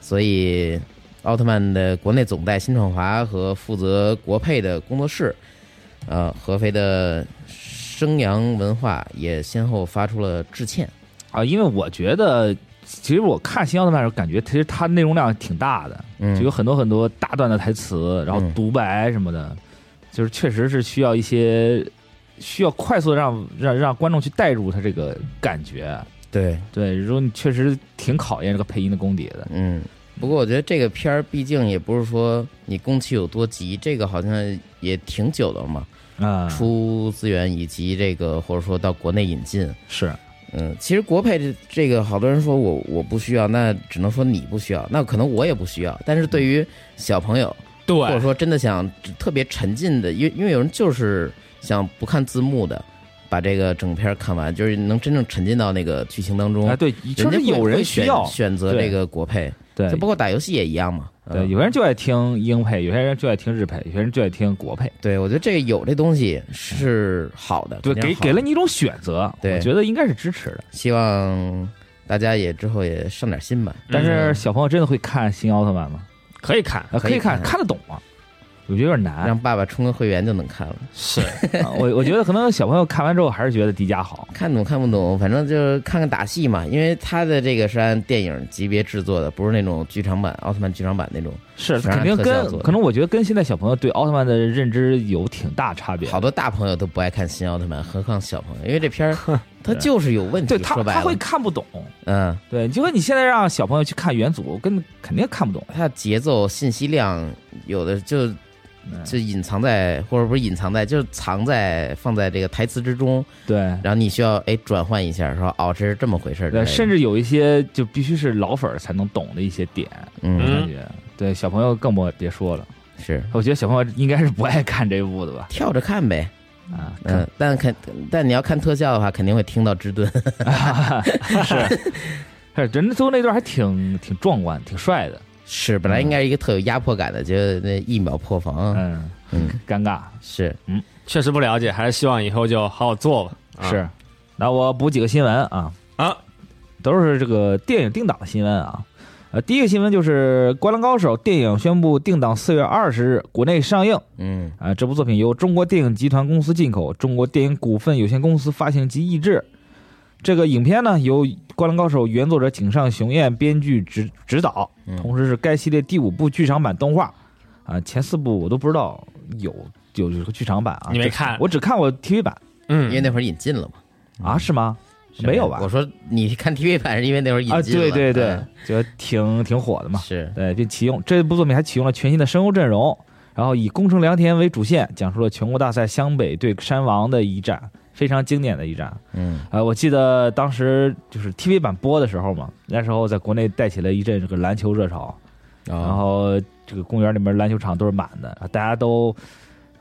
Speaker 2: 所以奥特曼的国内总代新创华和负责国配的工作室，呃，合肥的升阳文化也先后发出了致歉。
Speaker 4: 啊，因为我觉得，其实我看《新奥特曼》的时候，感觉其实它内容量挺大的，
Speaker 2: 嗯，
Speaker 4: 就有很多很多大段的台词，然后
Speaker 2: 嗯
Speaker 4: 独白什么的，就是确实是需要一些需要快速地让让让观众去带入他这个感觉。
Speaker 2: 对，
Speaker 4: 对，如果你确实挺考验这个配音的功底的。
Speaker 2: 嗯，不过我觉得这个片儿毕竟也不是说你工期有多急，这个好像也挺久的嘛，
Speaker 4: 啊，
Speaker 2: 嗯出资源以及这个或者说到国内引进。
Speaker 4: 是
Speaker 2: 嗯，其实国配这这个，好多人说我我不需要，那只能说你不需要，那可能我也不需要。但是对于小朋友，
Speaker 4: 嗯
Speaker 2: 或者
Speaker 3: 对，
Speaker 2: 说真的想特别沉浸的，因为因为有人就是想不看字幕的，把这个整片儿看完，就是能真正沉浸到那个剧情当中
Speaker 4: 啊，。对，
Speaker 2: 人家
Speaker 4: 就是
Speaker 2: 会
Speaker 4: 有
Speaker 2: 会
Speaker 4: 人需
Speaker 2: 选
Speaker 4: 要，
Speaker 2: 选择
Speaker 4: 对
Speaker 2: 这个国配，
Speaker 4: 对
Speaker 2: 就包括打游戏也一样嘛。嗯
Speaker 4: 对，有些人就爱听英配，有些人就爱听日配，有些人就爱听国配。
Speaker 2: 对，我觉得这个有这东西是好的，
Speaker 4: 对，
Speaker 2: 肯定
Speaker 4: 给
Speaker 2: 好
Speaker 4: 给了，你一种选择，
Speaker 2: 对
Speaker 4: 我觉得应该是支持的。
Speaker 2: 希望大家也之后也上点心吧。
Speaker 4: 但是
Speaker 3: 嗯
Speaker 4: 小朋友真的会看新奥特曼吗？
Speaker 3: 可以看，
Speaker 4: 啊，
Speaker 2: 可
Speaker 4: 可
Speaker 2: 以
Speaker 4: 以看，
Speaker 2: 看
Speaker 4: 看得懂吗？我觉得有点难。
Speaker 2: 让爸爸充个会员就能看了，
Speaker 3: 是
Speaker 4: 啊我我觉得可能小朋友看完之后还是觉得迪迦好。
Speaker 2: 看懂看不懂，反正就是看看打戏嘛。因为他的这个是按电影级别制作的，不是那种剧场版奥特曼剧场版那种，
Speaker 4: 是，
Speaker 2: 全是
Speaker 4: 肯定
Speaker 2: 特效做
Speaker 4: 跟
Speaker 2: 的
Speaker 4: 可能我觉得跟现在小朋友对奥特曼的认知有挺大差别。
Speaker 2: 好多大朋友都不爱看新奥特曼，何况小朋友，因为这片儿它就是有问题。
Speaker 4: 对他
Speaker 2: 说白
Speaker 4: 他
Speaker 2: 了
Speaker 4: 会，看不懂，
Speaker 2: 嗯，
Speaker 4: 对，就跟你现在让小朋友去看元祖，跟肯定看不懂。
Speaker 2: 它节奏信息量有的就
Speaker 4: 嗯
Speaker 2: 就隐藏在，或者不是隐藏在，就是藏在放在这个台词之中，
Speaker 4: 对
Speaker 2: 然后你需要哎转换一下，说哦，这是这么回事儿之类
Speaker 4: 对，
Speaker 2: 的，
Speaker 4: 甚至有一些就必须是老粉儿才能懂的一些点，我
Speaker 2: 嗯
Speaker 3: 嗯
Speaker 4: 感觉。对，小朋友更不别说了。
Speaker 2: 是
Speaker 4: 我觉得小朋友应该是不爱看这一部的吧？
Speaker 2: 跳着看呗，
Speaker 4: 啊，
Speaker 2: 嗯、
Speaker 4: 看
Speaker 2: 但肯但你要看特效的话，肯定会听到之盾，
Speaker 4: 是人家最后那段还挺挺壮观，挺帅的。
Speaker 2: 是本来应该是一个特有压迫感的，就那一秒破防，
Speaker 4: 嗯
Speaker 2: 嗯，
Speaker 4: 尴尬
Speaker 2: 是
Speaker 3: 确实不了解，还是希望以后就好好做吧。啊
Speaker 4: 是。那我补几个新闻啊
Speaker 3: 啊，
Speaker 4: 都是这个电影定档的新闻啊。呃，第一个新闻就是《灌篮高手》电影宣布定档四月二十日国内上映。
Speaker 2: 嗯
Speaker 4: 啊，这部作品由中国电影集团公司进口，中国电影股份有限公司发行及译制。这个影片呢，由《灌篮高手》原作者井上雄彦编剧执执导，
Speaker 2: 嗯
Speaker 4: 同时是该系列第五部剧场版动画。啊，前四部我都不知道有有这个剧场版啊，
Speaker 3: 你没
Speaker 4: 这
Speaker 3: 看
Speaker 4: 我只看过 TV 版
Speaker 3: 嗯，
Speaker 2: 因为那会儿引进了嘛，
Speaker 4: 啊，是吗？
Speaker 2: 嗯是
Speaker 4: 没有吧
Speaker 2: 我？说你看 TV 版是因为那会儿引
Speaker 4: 啊，
Speaker 2: 进了，
Speaker 4: 对对对
Speaker 2: 嗯，
Speaker 4: 就挺挺火的嘛。
Speaker 2: 是
Speaker 4: 对，并启用这部作品还启用了全新的声优阵容，然后以宫城良田为主线，讲述了全国大赛湘北对山王的一战，非常经典的一战。
Speaker 2: 嗯
Speaker 4: 呃，我记得当时就是 TV 版播的时候嘛，那时候在国内带起了一阵这个篮球热潮，然
Speaker 2: 哦
Speaker 4: 后这个公园里面篮球场都是满的，大家都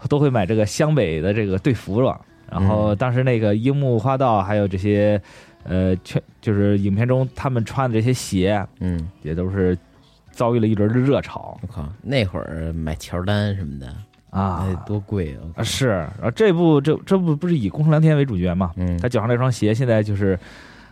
Speaker 4: 都会买这个湘北的这个队服了。然
Speaker 2: 嗯
Speaker 4: 后当时那个樱木花道还有这些，呃，全就是影片中他们穿的这些鞋，
Speaker 2: 嗯，
Speaker 4: 也都是遭遇了一轮的热潮
Speaker 2: 我靠，那会儿买乔丹什么的
Speaker 4: 啊
Speaker 2: 那多贵啊我靠
Speaker 4: 啊！是，然后这部这这部不是以宫城良田为主角嘛？
Speaker 2: 嗯
Speaker 4: 他脚上那双鞋现在就是，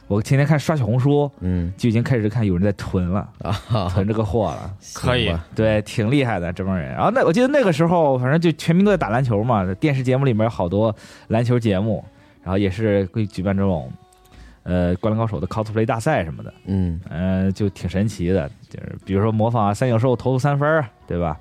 Speaker 4: 我前天看刷小红书
Speaker 2: 嗯
Speaker 4: 就已经开始看有人在囤了，
Speaker 2: 啊，
Speaker 4: 囤这个货了。
Speaker 2: 行
Speaker 3: 可以
Speaker 2: 吧
Speaker 4: 对，挺厉害的这帮人。然后那我记得那个时候，反正就全民都在打篮球嘛，电视节目里面有好多篮球节目，然后也是会举办这种，呃，灌篮高手的 cosplay 大赛什么的。
Speaker 2: 嗯
Speaker 4: 嗯，就挺神奇的，就是比如说模仿三井寿投三分儿，对吧？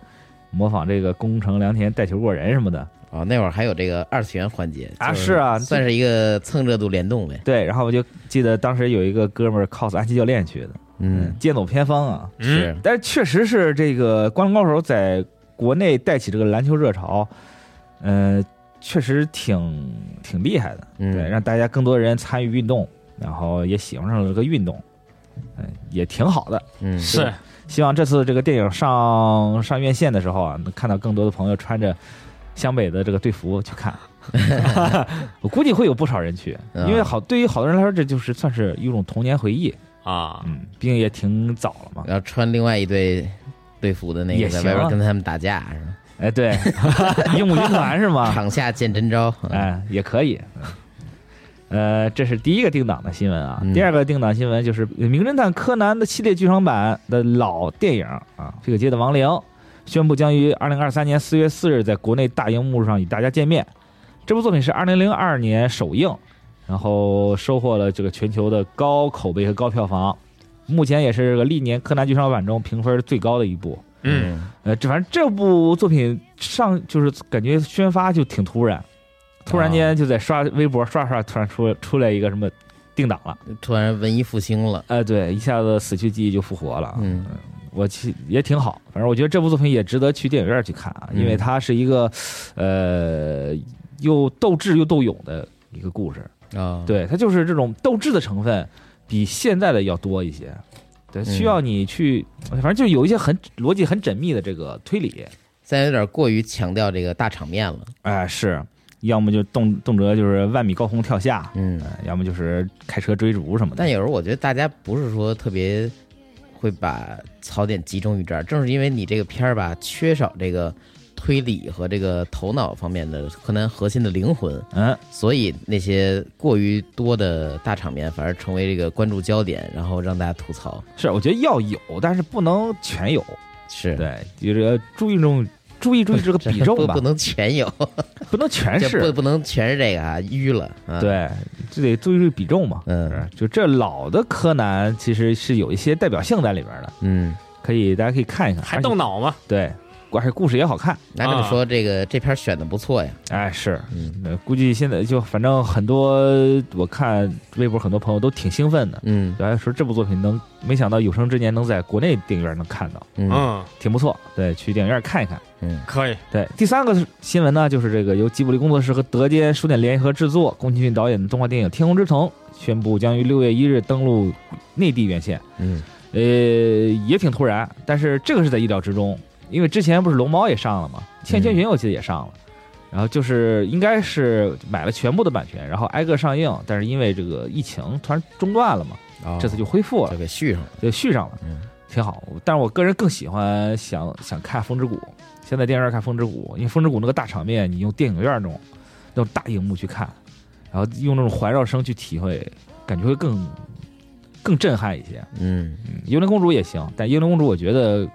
Speaker 4: 模仿这个宫城良田带球过人什么的，
Speaker 2: 哦，那会儿还有这个二次元环节
Speaker 4: 啊
Speaker 2: 就是
Speaker 4: 啊
Speaker 2: 算是一个蹭热度联动呗。
Speaker 4: 对。然后我就记得当时有一个哥们儿 cos 安西教练去的，
Speaker 2: 嗯，
Speaker 4: 剑走偏锋啊。
Speaker 3: 嗯，
Speaker 2: 是，
Speaker 4: 但是确实是这个《灌篮高手》在国内带起这个篮球热潮，呃，确实挺挺厉害的，
Speaker 2: 嗯
Speaker 4: 对，让大家更多人参与运动，然后也喜欢上了这个运动，嗯、也挺好的。
Speaker 2: 嗯
Speaker 3: 是
Speaker 4: 希望这次这个电影上上院线的时候啊，能看到更多的朋友穿着湘北的这个队服去看。我估计会有不少人去，因为好对于好多人来说，这就是算是一种童年回忆。
Speaker 3: 啊，
Speaker 4: 嗯，毕竟也挺早了嘛。
Speaker 2: 然后穿另外一队队服的那
Speaker 4: 也
Speaker 2: 个在
Speaker 4: 行
Speaker 2: 外边
Speaker 4: 啊
Speaker 2: 跟他们打架，是吧
Speaker 4: 哎，对，用武军团是吗？
Speaker 2: 场下见真招。
Speaker 4: 啊
Speaker 2: 啊
Speaker 4: 哎，也可以。呃，这是第一个定档的新闻啊。
Speaker 2: 嗯
Speaker 4: 第二个定档新闻就是《名侦探柯南》的系列剧场版的老电影啊，《这个街的亡灵》宣布将于二零二三年四月四日在国内大荧幕上与大家见面。这部作品是二零零二年首映，然后收获了这个全球的高口碑和高票房，目前也是这个历年柯南剧场版中评分最高的一部。
Speaker 3: 嗯，
Speaker 4: 呃，这反正这部作品上就是感觉宣发就挺突然，突
Speaker 2: 啊
Speaker 4: 然间就在刷微博刷刷，突然出出来一个什么定档了，
Speaker 2: 嗯，突然文艺复兴了。
Speaker 4: 呃，对，一下子死去记忆就复活了。
Speaker 2: 嗯
Speaker 4: 我其也挺好，反正我觉得这部作品也值得去电影院去看啊，因
Speaker 2: 嗯
Speaker 4: 为它是一个呃又斗智又斗勇的一个故事，
Speaker 2: 啊，，
Speaker 4: 对，它就是这种斗智的成分比现在的要多一些。对，
Speaker 2: 嗯
Speaker 4: 需要你去，反正就有一些很逻辑很缜密的这个推理，
Speaker 2: 现在有点过于强调这个大场面了。
Speaker 4: 哎，是，要么就动动辄就是万米高空跳下，
Speaker 2: 嗯，
Speaker 4: 呃要么就是开车追逐什么的。
Speaker 2: 但有时候我觉得大家不是说特别会把槽点集中于这儿，正是因为你这个片儿吧，缺少这个推理和这个头脑方面的柯南核心的灵魂，
Speaker 4: 嗯，
Speaker 2: 所以那些过于多的大场面反而成为这个关注焦点，然后让大家吐槽。
Speaker 4: 是，我觉得要有，但是不能全有。
Speaker 2: 是，
Speaker 4: 对，就是要注意这种注意注意这个比重
Speaker 2: 不
Speaker 4: 吧
Speaker 2: 不，能全 有，
Speaker 4: 不 能全
Speaker 2: 这不
Speaker 4: 是。
Speaker 2: 不能全是这个啊，淤了啊。，
Speaker 4: 对，就得注意注意比重嘛。
Speaker 2: 嗯
Speaker 4: 是，就这老的柯南其实是有一些代表性在里边的，
Speaker 2: 嗯。
Speaker 4: 可以大家可以看一看。
Speaker 3: 还
Speaker 4: 而且
Speaker 3: 动脑吗？
Speaker 4: 对，而且故事也好看。
Speaker 2: 那这么说，这个这片儿选的不错呀。
Speaker 4: 哎，是，
Speaker 2: 嗯
Speaker 4: 呃估计现在就反正很多，我看微博很多朋友都挺兴奋的。
Speaker 2: 嗯
Speaker 4: 然后说这部作品能没想到有生之年能在国内电影院能看到，
Speaker 2: 嗯
Speaker 3: 嗯，
Speaker 4: 挺不错。对，去电影院看一看。
Speaker 2: 嗯
Speaker 3: 可以，
Speaker 4: 对，第三个新闻呢，就是这个由吉卜力工作室和德间书店联合制作、宫崎骏导演的动画电影《天空之城》宣布将于六月一日登陆内地院线。
Speaker 2: 嗯
Speaker 4: 呃，也挺突然，但是这个是在意料之中，因为之前不是龙猫也上了嘛，《千与千寻》我记得也上了。然后就是应该是买了全部的版权，然后挨个上映，但是因为这个疫情突然中断了嘛，
Speaker 2: 哦
Speaker 4: 这次就恢复了
Speaker 2: 就。给续上了。
Speaker 4: 就续上了，
Speaker 2: 嗯
Speaker 4: 挺好。但是我个人更喜欢想想看《风之谷》，先在电影院看《风之谷》，因为《风之谷》那个大场面，你用电影院那种那种大荧幕去看，然后用那种环绕声去体会，感觉会更更震撼一些。
Speaker 2: 嗯
Speaker 4: 嗯，幽灵公主也行，但幽灵公主我觉得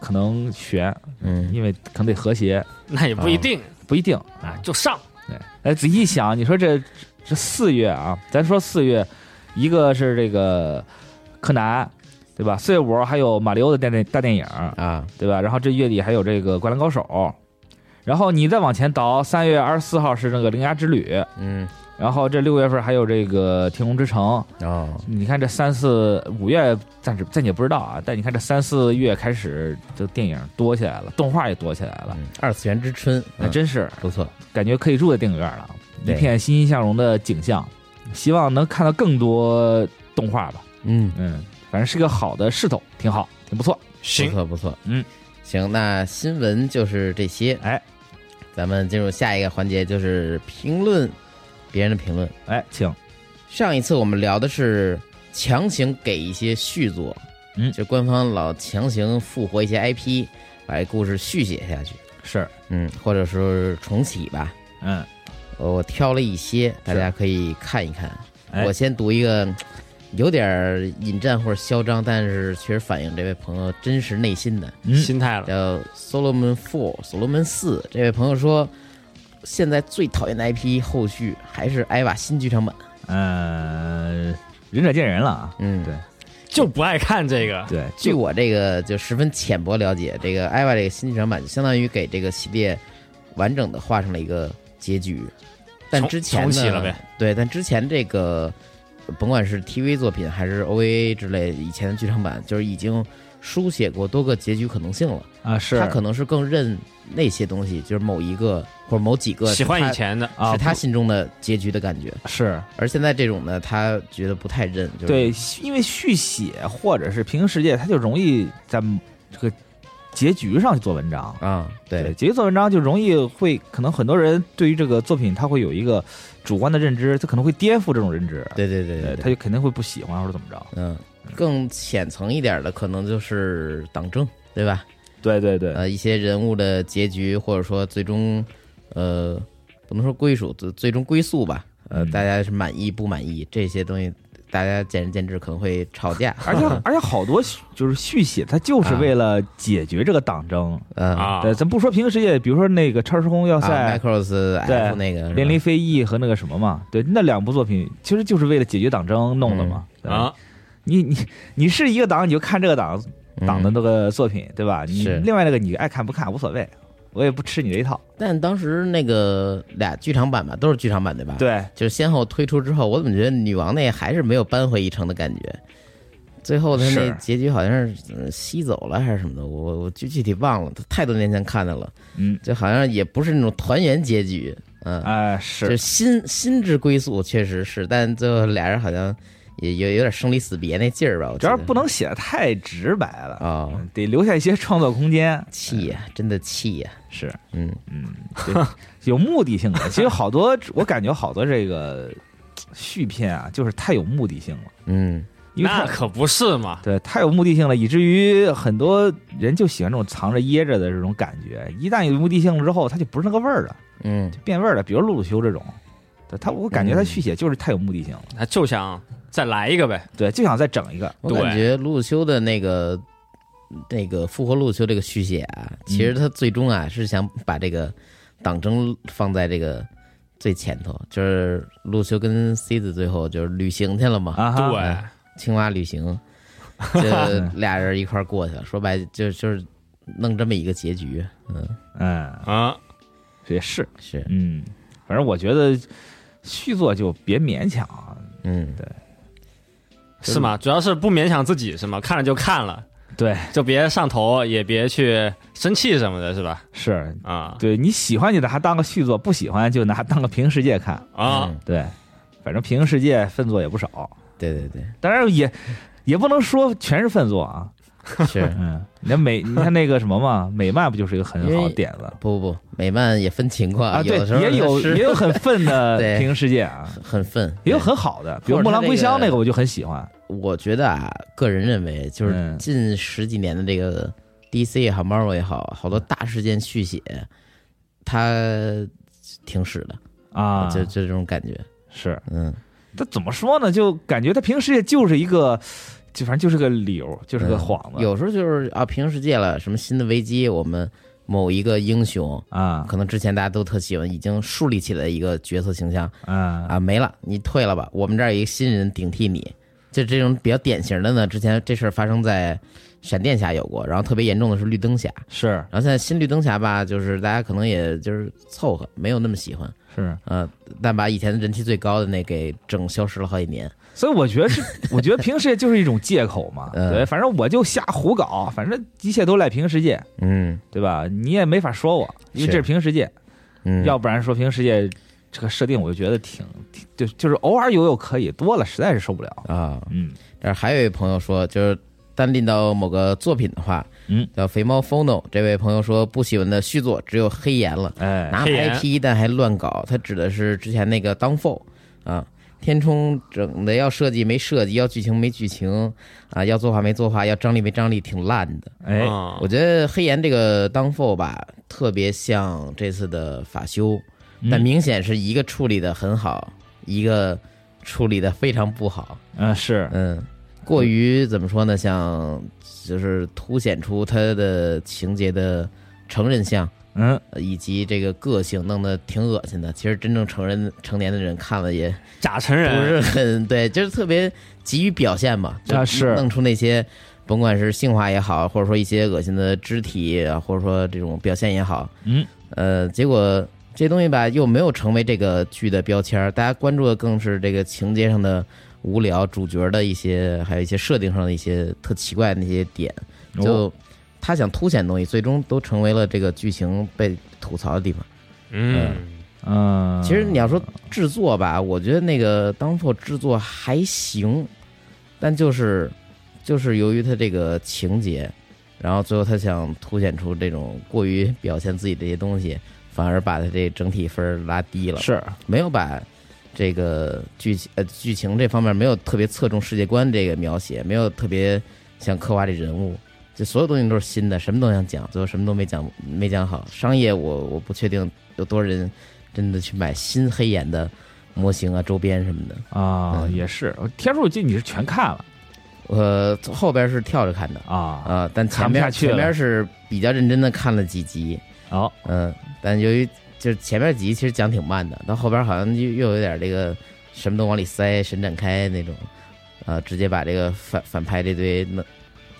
Speaker 4: 可能悬，
Speaker 2: 嗯
Speaker 4: 因为可能得和谐，
Speaker 3: 那也不一定，
Speaker 4: 不一定啊。
Speaker 3: 就上
Speaker 4: 对，哎，仔细想，你说这这四月啊，咱说四月，一个是这个柯南，对吧？四月五号还有马里奥的电电大电影，
Speaker 2: 啊，
Speaker 4: 对吧？然后这月底还有这个《灌篮高手》，然后你再往前倒，三月二十四号是那个《铃芽之旅》，
Speaker 2: 嗯
Speaker 4: 然后这六月份还有这个《天空之城》。
Speaker 2: 哦，
Speaker 4: 你看这三四五月暂时暂且不知道啊，但你看这三四月开始，这电影多起来了，动画也多起来了，
Speaker 2: 嗯二次元之春，
Speaker 4: 那
Speaker 2: 嗯
Speaker 4: 真是
Speaker 2: 不错。
Speaker 4: 感觉可以住在电影院了，一
Speaker 2: 对
Speaker 4: 片欣欣向荣的景象，希望能看到更多动画吧。
Speaker 2: 嗯，
Speaker 4: 嗯，反正是个好的势头，挺好，挺不错。
Speaker 2: 不
Speaker 3: 行，
Speaker 2: 错不错。
Speaker 4: 嗯，
Speaker 2: 行，那新闻就是这些。
Speaker 4: 哎，
Speaker 2: 咱们进入下一个环节，就是评论别人的评论。
Speaker 4: 哎，请，
Speaker 2: 上一次我们聊的是强行给一些续作，
Speaker 4: 嗯
Speaker 2: 就官方老强行复活一些 IP，把故事续写下去，
Speaker 4: 是，
Speaker 2: 嗯，或者是重启吧。
Speaker 4: 嗯，
Speaker 2: 呃我挑了一些，大家可以看一看。
Speaker 4: 哎
Speaker 2: 我先读一个，嗯有点儿引战或者嚣张，但是确实反映这位朋友真实内心的，
Speaker 4: 嗯
Speaker 3: 心态了，
Speaker 2: 叫 Solomon Four 所罗门四。这位朋友说，现在最讨厌的 IP 后续还是艾娃新剧场版。
Speaker 4: 呃，仁者见仁了啊。
Speaker 2: 嗯，
Speaker 4: 对
Speaker 3: 就不爱看这个，
Speaker 4: 对，
Speaker 2: 据我这个就十分浅薄了解，这个艾娃这个新剧场版就相当于给这个系列完整的画上了一个结局。但
Speaker 3: 重
Speaker 2: 之前
Speaker 3: 重启
Speaker 2: 呢
Speaker 3: 了呗，
Speaker 2: 对，但之前这个甭管是 TV 作品还是 OVA 之类以前的剧场版，就是已经书写过多个结局可能性了。
Speaker 4: 啊，是
Speaker 2: 他可能是更认那些东西，就是某一个或者某几个
Speaker 3: 喜欢
Speaker 2: 是他
Speaker 3: 以前的，
Speaker 4: 啊
Speaker 2: 是他心中的结局的感觉。
Speaker 4: 是
Speaker 2: 而现在这种呢，他觉得不太认。就是、
Speaker 4: 对，因为续写或者是平行世界，它就容易在这个结局上去做文章。
Speaker 2: 啊、对，
Speaker 4: 结局做文章就容易会，可能很多人对于这个作品，他会有一个主观的认知，他可能会颠覆这种认知，
Speaker 2: 对对对
Speaker 4: 呃
Speaker 2: 对
Speaker 4: 他
Speaker 2: 对，
Speaker 4: 就肯定会不喜欢或者怎么着。
Speaker 2: 嗯，更浅层一点的可能就是党争，对吧？
Speaker 4: 对对对，
Speaker 2: 呃，一些人物的结局，或者说最终，呃，不能说归属，最最终归宿吧。呃，
Speaker 4: 嗯
Speaker 2: 大家是满意不满意这些东西，大家见仁见智，可能会吵架。
Speaker 4: 而且而且好多续就是续写，它
Speaker 2: 啊
Speaker 4: 就是为了解决这个党争。
Speaker 2: 嗯
Speaker 3: 啊
Speaker 4: 对，咱不说平行世界，比如说那个超时空要
Speaker 2: 啊
Speaker 4: 塞、
Speaker 2: ，Macross F
Speaker 4: 对
Speaker 2: 那个是吧
Speaker 4: 连离非议和那个什么嘛，对，那两部作品其实就是为了解决党争弄的
Speaker 2: 嗯
Speaker 4: 嘛。对吧，
Speaker 3: 啊，
Speaker 4: 你你你是一个党，你就看这个党党的
Speaker 2: 嗯
Speaker 4: 那个作品，对吧？你
Speaker 2: 是
Speaker 4: 另外那个你爱看不看无所谓，我也不吃你这一套。
Speaker 2: 但当时那个俩剧场版吧，都是剧场版对吧？，
Speaker 4: 对，
Speaker 2: 就是先后推出之后，我怎么觉得女王那还是没有扳回一城的感觉？最后他那
Speaker 4: 是
Speaker 2: 结局好像是呃吸走了还是什么的，我我具具体忘了，太多年前看的了，
Speaker 4: 嗯，
Speaker 2: 就好像也不是那种团圆结局，嗯，
Speaker 4: 哎、，
Speaker 2: 就是心心之归宿确实是，但最后俩人好像也有有点生离死别那劲儿吧，我
Speaker 4: 主
Speaker 2: 觉
Speaker 4: 要
Speaker 2: 得
Speaker 4: 是不能写的太直白了，嗯
Speaker 2: 哦，
Speaker 4: 得留下一些创作空间。
Speaker 2: 气呀，真的气呀，
Speaker 4: 是，
Speaker 2: 嗯
Speaker 4: 嗯，对 有目的性的。其实好多，我感觉好多这个续片啊，就是太有目的性了，
Speaker 2: 嗯，
Speaker 4: 因为
Speaker 3: 那
Speaker 4: 它
Speaker 3: 可不是嘛，
Speaker 4: 对，太有目的性了，以至于很多人就喜欢这种藏着掖着的这种感觉。一旦有目的性了之后，它就不是那个味儿了，
Speaker 2: 嗯，
Speaker 4: 就变味儿了。比如鲁鲁修这种，对他，我感觉他
Speaker 2: 嗯
Speaker 4: 续写就是太有目的性了，
Speaker 3: 他就想再来一个呗，
Speaker 4: 对，就想再整一个。
Speaker 2: 我
Speaker 3: 对
Speaker 2: 感觉鲁鲁修的那个那个复活鲁鲁修这个续写啊，其
Speaker 4: 嗯
Speaker 2: 实他最终啊是想把这个党争放在这个最前头，就是鲁鲁修跟 C 子最后就是旅行去了嘛，
Speaker 4: 啊哈，
Speaker 3: 对，
Speaker 2: 青蛙旅 行，这俩人一块儿过去了，说白了就就是弄这么一个结局，嗯，
Speaker 4: 嗯，
Speaker 3: 啊，
Speaker 4: 也是，
Speaker 2: 是，
Speaker 4: 嗯，反正我觉得续作就别勉强啊。
Speaker 2: 嗯，
Speaker 3: 是吗？主要是不勉强自己是吗？看了就看了，
Speaker 4: 对，
Speaker 3: 就别上头，也别去生气什么的，是吧？
Speaker 4: 是
Speaker 3: 啊
Speaker 4: 对你喜欢就拿它当个续作，不喜欢就拿它当个平行世界看。
Speaker 3: 啊，
Speaker 2: 嗯
Speaker 4: 对，反正平行世界分作也不少，
Speaker 2: 对对对，
Speaker 4: 当然也也不能说全是分作啊。
Speaker 2: 是
Speaker 4: 嗯，你看美，你看那个什么嘛，美漫不就是一个很好的点子
Speaker 2: 不不不，美漫也分情况，
Speaker 4: 啊？对
Speaker 2: 有的时，候
Speaker 4: 也有
Speaker 2: 是
Speaker 4: 也有很愤的
Speaker 2: 对
Speaker 4: 平行世界啊，
Speaker 2: 很愤，
Speaker 4: 也有
Speaker 2: 对
Speaker 4: 很好的，比如
Speaker 2: 或者
Speaker 4: 《木兰
Speaker 2: 它
Speaker 4: 归
Speaker 2: 这
Speaker 4: 乡》
Speaker 2: 个
Speaker 4: 那个我就很喜欢。
Speaker 2: 我觉得啊，个人认为，就是
Speaker 4: 嗯
Speaker 2: 近十几年的这个 DC 也好，Marvel 也好，好多
Speaker 4: 嗯
Speaker 2: 大事件续写，它挺屎的，
Speaker 4: 啊，
Speaker 2: 就就这种感觉。
Speaker 4: 是，
Speaker 2: 嗯，
Speaker 4: 他怎么说呢？就感觉他平行世界就是一个，就反正就是个理由，就是个
Speaker 2: 嗯
Speaker 4: 幌子。
Speaker 2: 有时候就是啊，平行世界了，什么新的危机，我们某一个英雄，
Speaker 4: 啊
Speaker 2: 可能之前大家都特喜欢，已经树立起来一个角色形象
Speaker 4: 啊
Speaker 2: 啊，没了，你退了吧，我们这儿有一个新人顶替你。就这种比较典型的呢，之前这事儿发生在闪电侠有过，然后特别严重的是绿灯侠。
Speaker 4: 是
Speaker 2: 然后现在新绿灯侠吧，就是大家可能也就是凑合，没有那么喜欢，
Speaker 4: 是，
Speaker 2: 呃，但把以前人气最高的那给整消失了好几年。
Speaker 4: 所以我觉得是，我觉得平行世界就是一种借口 嘛。
Speaker 2: 嗯
Speaker 4: 对，反正我就瞎胡搞，反正一切都赖平行世界，
Speaker 2: 嗯
Speaker 4: 对吧？你也没法说我，因为这是
Speaker 2: 是
Speaker 4: 平行世界，
Speaker 2: 嗯，
Speaker 4: 要不然说平行世界这个设定，我就觉得挺挺就就是偶尔有有可以，多了实在是受不了。
Speaker 2: 啊，
Speaker 4: 嗯
Speaker 2: 这还有一位朋友说，就是单拎到某个作品的话，
Speaker 4: 嗯，
Speaker 2: 叫肥猫 Fono 这位朋友说不喜欢的续作只有黑岩了，
Speaker 4: 哎
Speaker 2: 拿
Speaker 3: 黑岩
Speaker 2: IP 但还乱搞，他指的是之前那个 Downfall 啊。天冲整的要设计没设计，要剧情没剧情，啊，要作画没作画，要张力没张力，挺烂的。
Speaker 4: 哎
Speaker 3: 嗯
Speaker 2: 我觉得黑岩这个当 f o 吧，特别像这次的法修，但
Speaker 4: 嗯
Speaker 2: 明显是一个处理的很好，一个处理的非常不好。
Speaker 4: 嗯是
Speaker 2: 嗯，过于怎么说呢？像就是凸显出他的情节的成人像。
Speaker 4: 嗯
Speaker 2: 呃以及这个个性弄得挺恶心的，其实真正成人成年的人看了也
Speaker 3: 假成
Speaker 2: 不是
Speaker 3: 人
Speaker 2: 很对，就是特别急于表现嘛，就
Speaker 4: 啊是
Speaker 2: 弄出那些，甭管是性化也好，或者说一些恶心的肢体啊，或者说这种表现也好，
Speaker 4: 嗯
Speaker 2: 呃，结果这东西吧又没有成为这个剧的标签儿，大家关注的更是这个情节上的无聊主角的一些，还有一些设定上的一些特奇怪的那些点，
Speaker 4: 哦
Speaker 2: 就他想凸显的东西，最终都成为了这个剧情被吐槽的地方。
Speaker 3: 嗯，
Speaker 4: 嗯，
Speaker 2: 其实你要说制作吧，我觉得那个《当破》制作还行，但就是就是由于他这个情节，然后最后他想凸显出这种过于表现自己这些东西，反而把他这整体分儿拉低了，
Speaker 4: 是
Speaker 2: 没有把这个剧情呃剧情这方面没有特别侧重世界观这个描写，没有特别想刻画这人物。就所有东西都是新的，什么都想讲，最后什么都没讲，没讲好。商业我我不确定有多少人真的去买新黑眼的模型啊、周边什么的。
Speaker 4: 啊，
Speaker 2: 嗯
Speaker 4: 也是天数这你是全看了
Speaker 2: 呃，后边是跳着看的
Speaker 4: 啊？
Speaker 2: 啊、但前
Speaker 4: 看不下
Speaker 2: 面
Speaker 4: 去了
Speaker 2: 前面是比较认真的看了几集，
Speaker 4: 哦，
Speaker 2: 嗯、但由于就是前面几集其实讲挺慢的，到后边好像又又有点这个什么都往里塞、神展开那种，啊，直接把这个反反派这堆弄，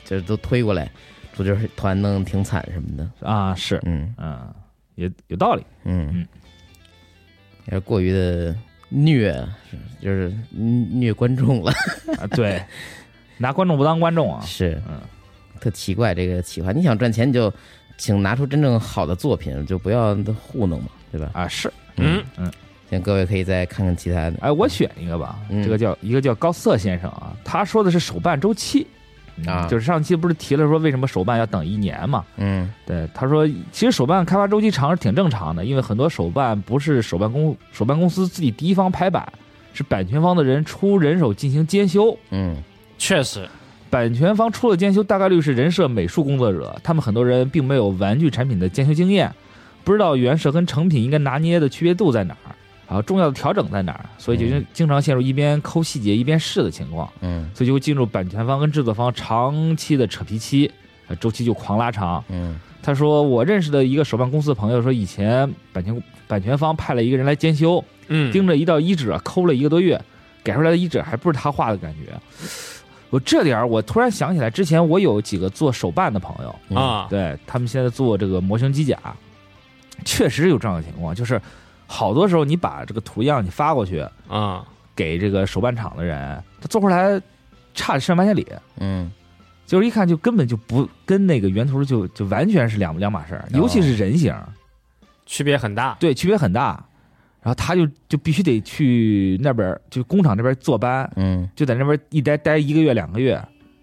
Speaker 2: 就是都推过来，主角团弄得挺惨什么的，
Speaker 4: 啊是，
Speaker 2: 嗯
Speaker 4: 嗯，也有道理。
Speaker 2: 嗯
Speaker 4: 嗯，
Speaker 2: 有点过于的虐，就是虐观众了。
Speaker 4: 啊， 对，拿观众不当观众啊。
Speaker 2: 是，
Speaker 4: 嗯，
Speaker 2: 特奇怪这个企划。你想赚钱，你就请拿出真正好的作品，就不要糊弄嘛，对吧？
Speaker 4: 啊是，
Speaker 3: 嗯
Speaker 2: 像各位可以再看看其他的。
Speaker 4: 哎，我选一个吧，
Speaker 2: 嗯
Speaker 4: 这个叫一个叫高瑟先生啊，他说的是手办周期
Speaker 2: 啊
Speaker 4: 就是上期不是提了说为什么手办要等一年嘛？
Speaker 2: 嗯
Speaker 4: 对，他说其实手办开发周期长是挺正常的，因为很多手办不是手办公手办公司自己第一方拍板，是版权方的人出人手进行监修，
Speaker 2: 嗯
Speaker 3: 确实，
Speaker 4: 版权方出了监修，大概率是人设美术工作者，他们很多人并没有玩具产品的监修经验，不知道原设跟成品应该拿捏的区别度在哪儿，啊，重要的调整在哪儿，所以就
Speaker 2: 嗯
Speaker 4: 经常陷入一边抠细节一边试的情况，
Speaker 2: 嗯
Speaker 4: 所以就会进入版权方跟制作方长期的扯皮期，呃周期就狂拉长。
Speaker 2: 嗯
Speaker 4: 他说，我认识的一个手办公司的朋友说，以前版权版权方派了一个人来监修，
Speaker 3: 嗯，
Speaker 4: 盯着一道衣纸抠了一个多月，改出来的衣纸还不是他画的感觉。我这点儿我突然想起来，之前我有几个做手办的朋友，
Speaker 2: 嗯
Speaker 3: 啊，
Speaker 4: 对他们现在做这个模型机甲，确实有这样的情况，就是好多时候你把这个图样你发过去
Speaker 3: 啊，
Speaker 4: 给这个手办厂的人，他做出来差上半天里，
Speaker 2: 嗯
Speaker 4: 就是一看就根本就不跟那个原图就就完全是两两码事儿，
Speaker 3: 哦
Speaker 4: 尤其是人形，
Speaker 3: 区别很大。
Speaker 4: 对，区别很大。然后他就就必须得去那边儿，就工厂那边儿坐班，
Speaker 2: 嗯
Speaker 4: 就在那边一待待一个月两个月，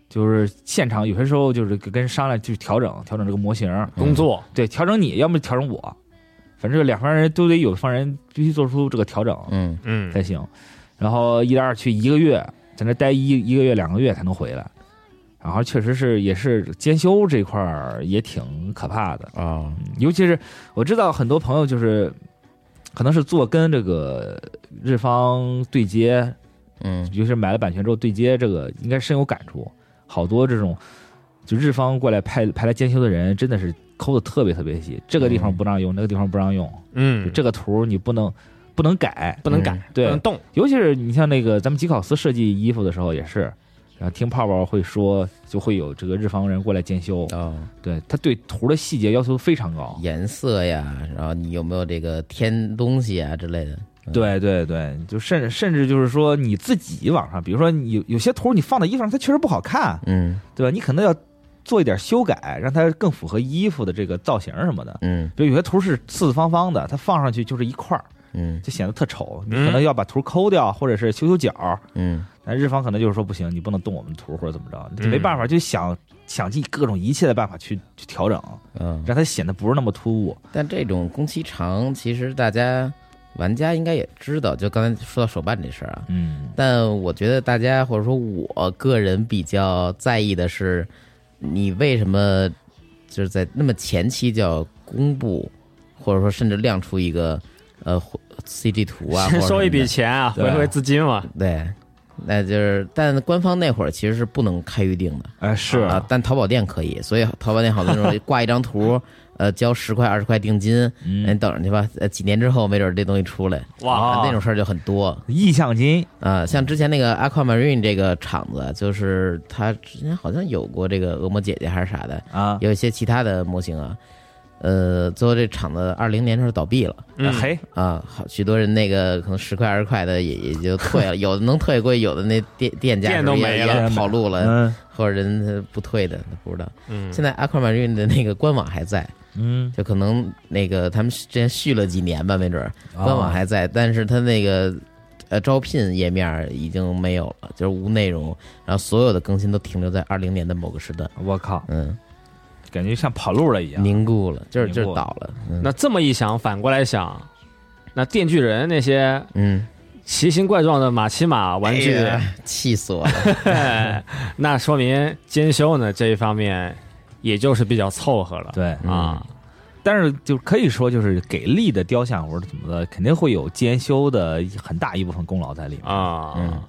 Speaker 4: 就是现场有些时候就是跟商量去调整调整这个模型，
Speaker 3: 工作，
Speaker 4: 对，调整你，要么调整我，反正两方人都得有方人必须做出这个调整
Speaker 2: 嗯
Speaker 3: 嗯
Speaker 4: 才行。然后一来二去一个月，在那待一一个月两个月才能回来，然后确实是也是监修这块儿也挺可怕的，
Speaker 2: 啊
Speaker 4: 尤其是我知道很多朋友就是。可能是做跟这个日方对接，
Speaker 2: 嗯
Speaker 4: 尤其是买了版权之后对接这个，应该深有感触。好多这种就日方过来派派来监修的人，真的是抠的特别特别细，这个地方不让用，那个地方不让用，就
Speaker 3: 嗯，
Speaker 4: 这个图你不能不能改。
Speaker 3: 不能改，不
Speaker 4: 对
Speaker 3: 能动。
Speaker 4: 尤其是你像那个咱们吉考斯设计衣服的时候也是，然后听泡泡会说，就会有这个日方人过来监修，
Speaker 3: 嗯
Speaker 2: 哦，
Speaker 4: 对他对图的细节要求非常高。
Speaker 2: 颜色呀，然后你有没有这个添东西啊之类的？
Speaker 4: 对对对，就甚至甚至就是说你自己往上，比如说你有有些图你放在衣服上，它确实不好看，
Speaker 2: 嗯
Speaker 4: 对吧？你可能要做一点修改，让它更符合衣服的这个造型什么的。
Speaker 2: 嗯
Speaker 4: 比如有些图是四四方方的，它放上去就是一块儿，
Speaker 2: 嗯
Speaker 4: 就显得特丑。你
Speaker 3: 嗯
Speaker 4: 可能要把图抠掉，或者是修修角。
Speaker 2: 嗯
Speaker 4: 但日方可能就是说不行，你不能动我们图或者怎么着，
Speaker 3: 嗯
Speaker 4: 就没办法，就想想尽各种一切的办法去去调整，
Speaker 2: 嗯，
Speaker 4: 让它显得不是那么突兀。嗯
Speaker 2: 但这种工期长，其实大家玩家应该也知道。就刚才说到手办这事儿啊，
Speaker 4: 嗯
Speaker 2: 但我觉得大家或者说我个人比较在意的是，你为什么就是在那么前期就要公布，或者说甚至亮出一个呃或 CG 图啊，
Speaker 3: 先
Speaker 2: 或者
Speaker 3: 收一笔
Speaker 2: 什
Speaker 3: 钱啊，
Speaker 4: 对
Speaker 3: 回回资金
Speaker 2: 么
Speaker 3: 嘛。
Speaker 2: 的，对，那就是但官方那会儿其实是不能开预定的，
Speaker 4: 哎、是
Speaker 2: 啊，但淘宝店可以，所以淘宝店好多时候挂一张 图，呃，交十块二十块定金，你
Speaker 4: 嗯，
Speaker 2: 等着去吧，呃，几年之后没准这东西出来，
Speaker 3: 哇，
Speaker 2: 啊，那种事儿就很多。
Speaker 4: 意象金
Speaker 2: 啊，像之前那个 Aquamarine 这个厂子，就是他之前好像有过这个恶魔姐姐还是啥的，
Speaker 4: 啊，
Speaker 2: 有一些其他的模型啊，呃，最后这厂子二零年的时候倒闭了
Speaker 3: 嗯，
Speaker 4: 嘿，
Speaker 2: 啊，好许多人那个可能十块二十块的也也就退了，有的能退过去，有的那店店家
Speaker 3: 店
Speaker 2: 是
Speaker 3: 都
Speaker 2: 不是
Speaker 3: 没
Speaker 2: 也
Speaker 3: 了
Speaker 2: 也跑路了，
Speaker 4: 嗯
Speaker 2: 或者人家不退的不知道。
Speaker 3: 嗯，
Speaker 2: 现在 Aquamarine 的那个官网还在，
Speaker 4: 嗯，
Speaker 2: 就可能那个他们之前续了几年吧，没准儿官
Speaker 4: 哦
Speaker 2: 网啊还在，但是他那个呃招聘页面儿已经没有了，就是无内容，然后所有的更新都停留在二零年的某个时段，
Speaker 4: 我靠，
Speaker 2: 嗯，
Speaker 4: 感觉像跑路了一样。
Speaker 2: 凝固了，就是
Speaker 4: 凝
Speaker 2: 就是
Speaker 4: 固
Speaker 2: 倒了，嗯
Speaker 3: 那这么一想，反过来想，那电锯人那些
Speaker 2: 嗯，
Speaker 3: 奇形怪状的马奇马玩具，
Speaker 2: 哎
Speaker 4: 啊
Speaker 2: 呀气死我 了，
Speaker 4: 哎
Speaker 3: 那说明监修呢这一方面，也就是比较凑合了。
Speaker 4: 对，
Speaker 2: 嗯
Speaker 3: 啊，
Speaker 4: 但是就可以说，就是给力的雕像或者怎么的，肯定会有监修的很大一部分功劳在里面。
Speaker 3: 啊，
Speaker 2: 嗯，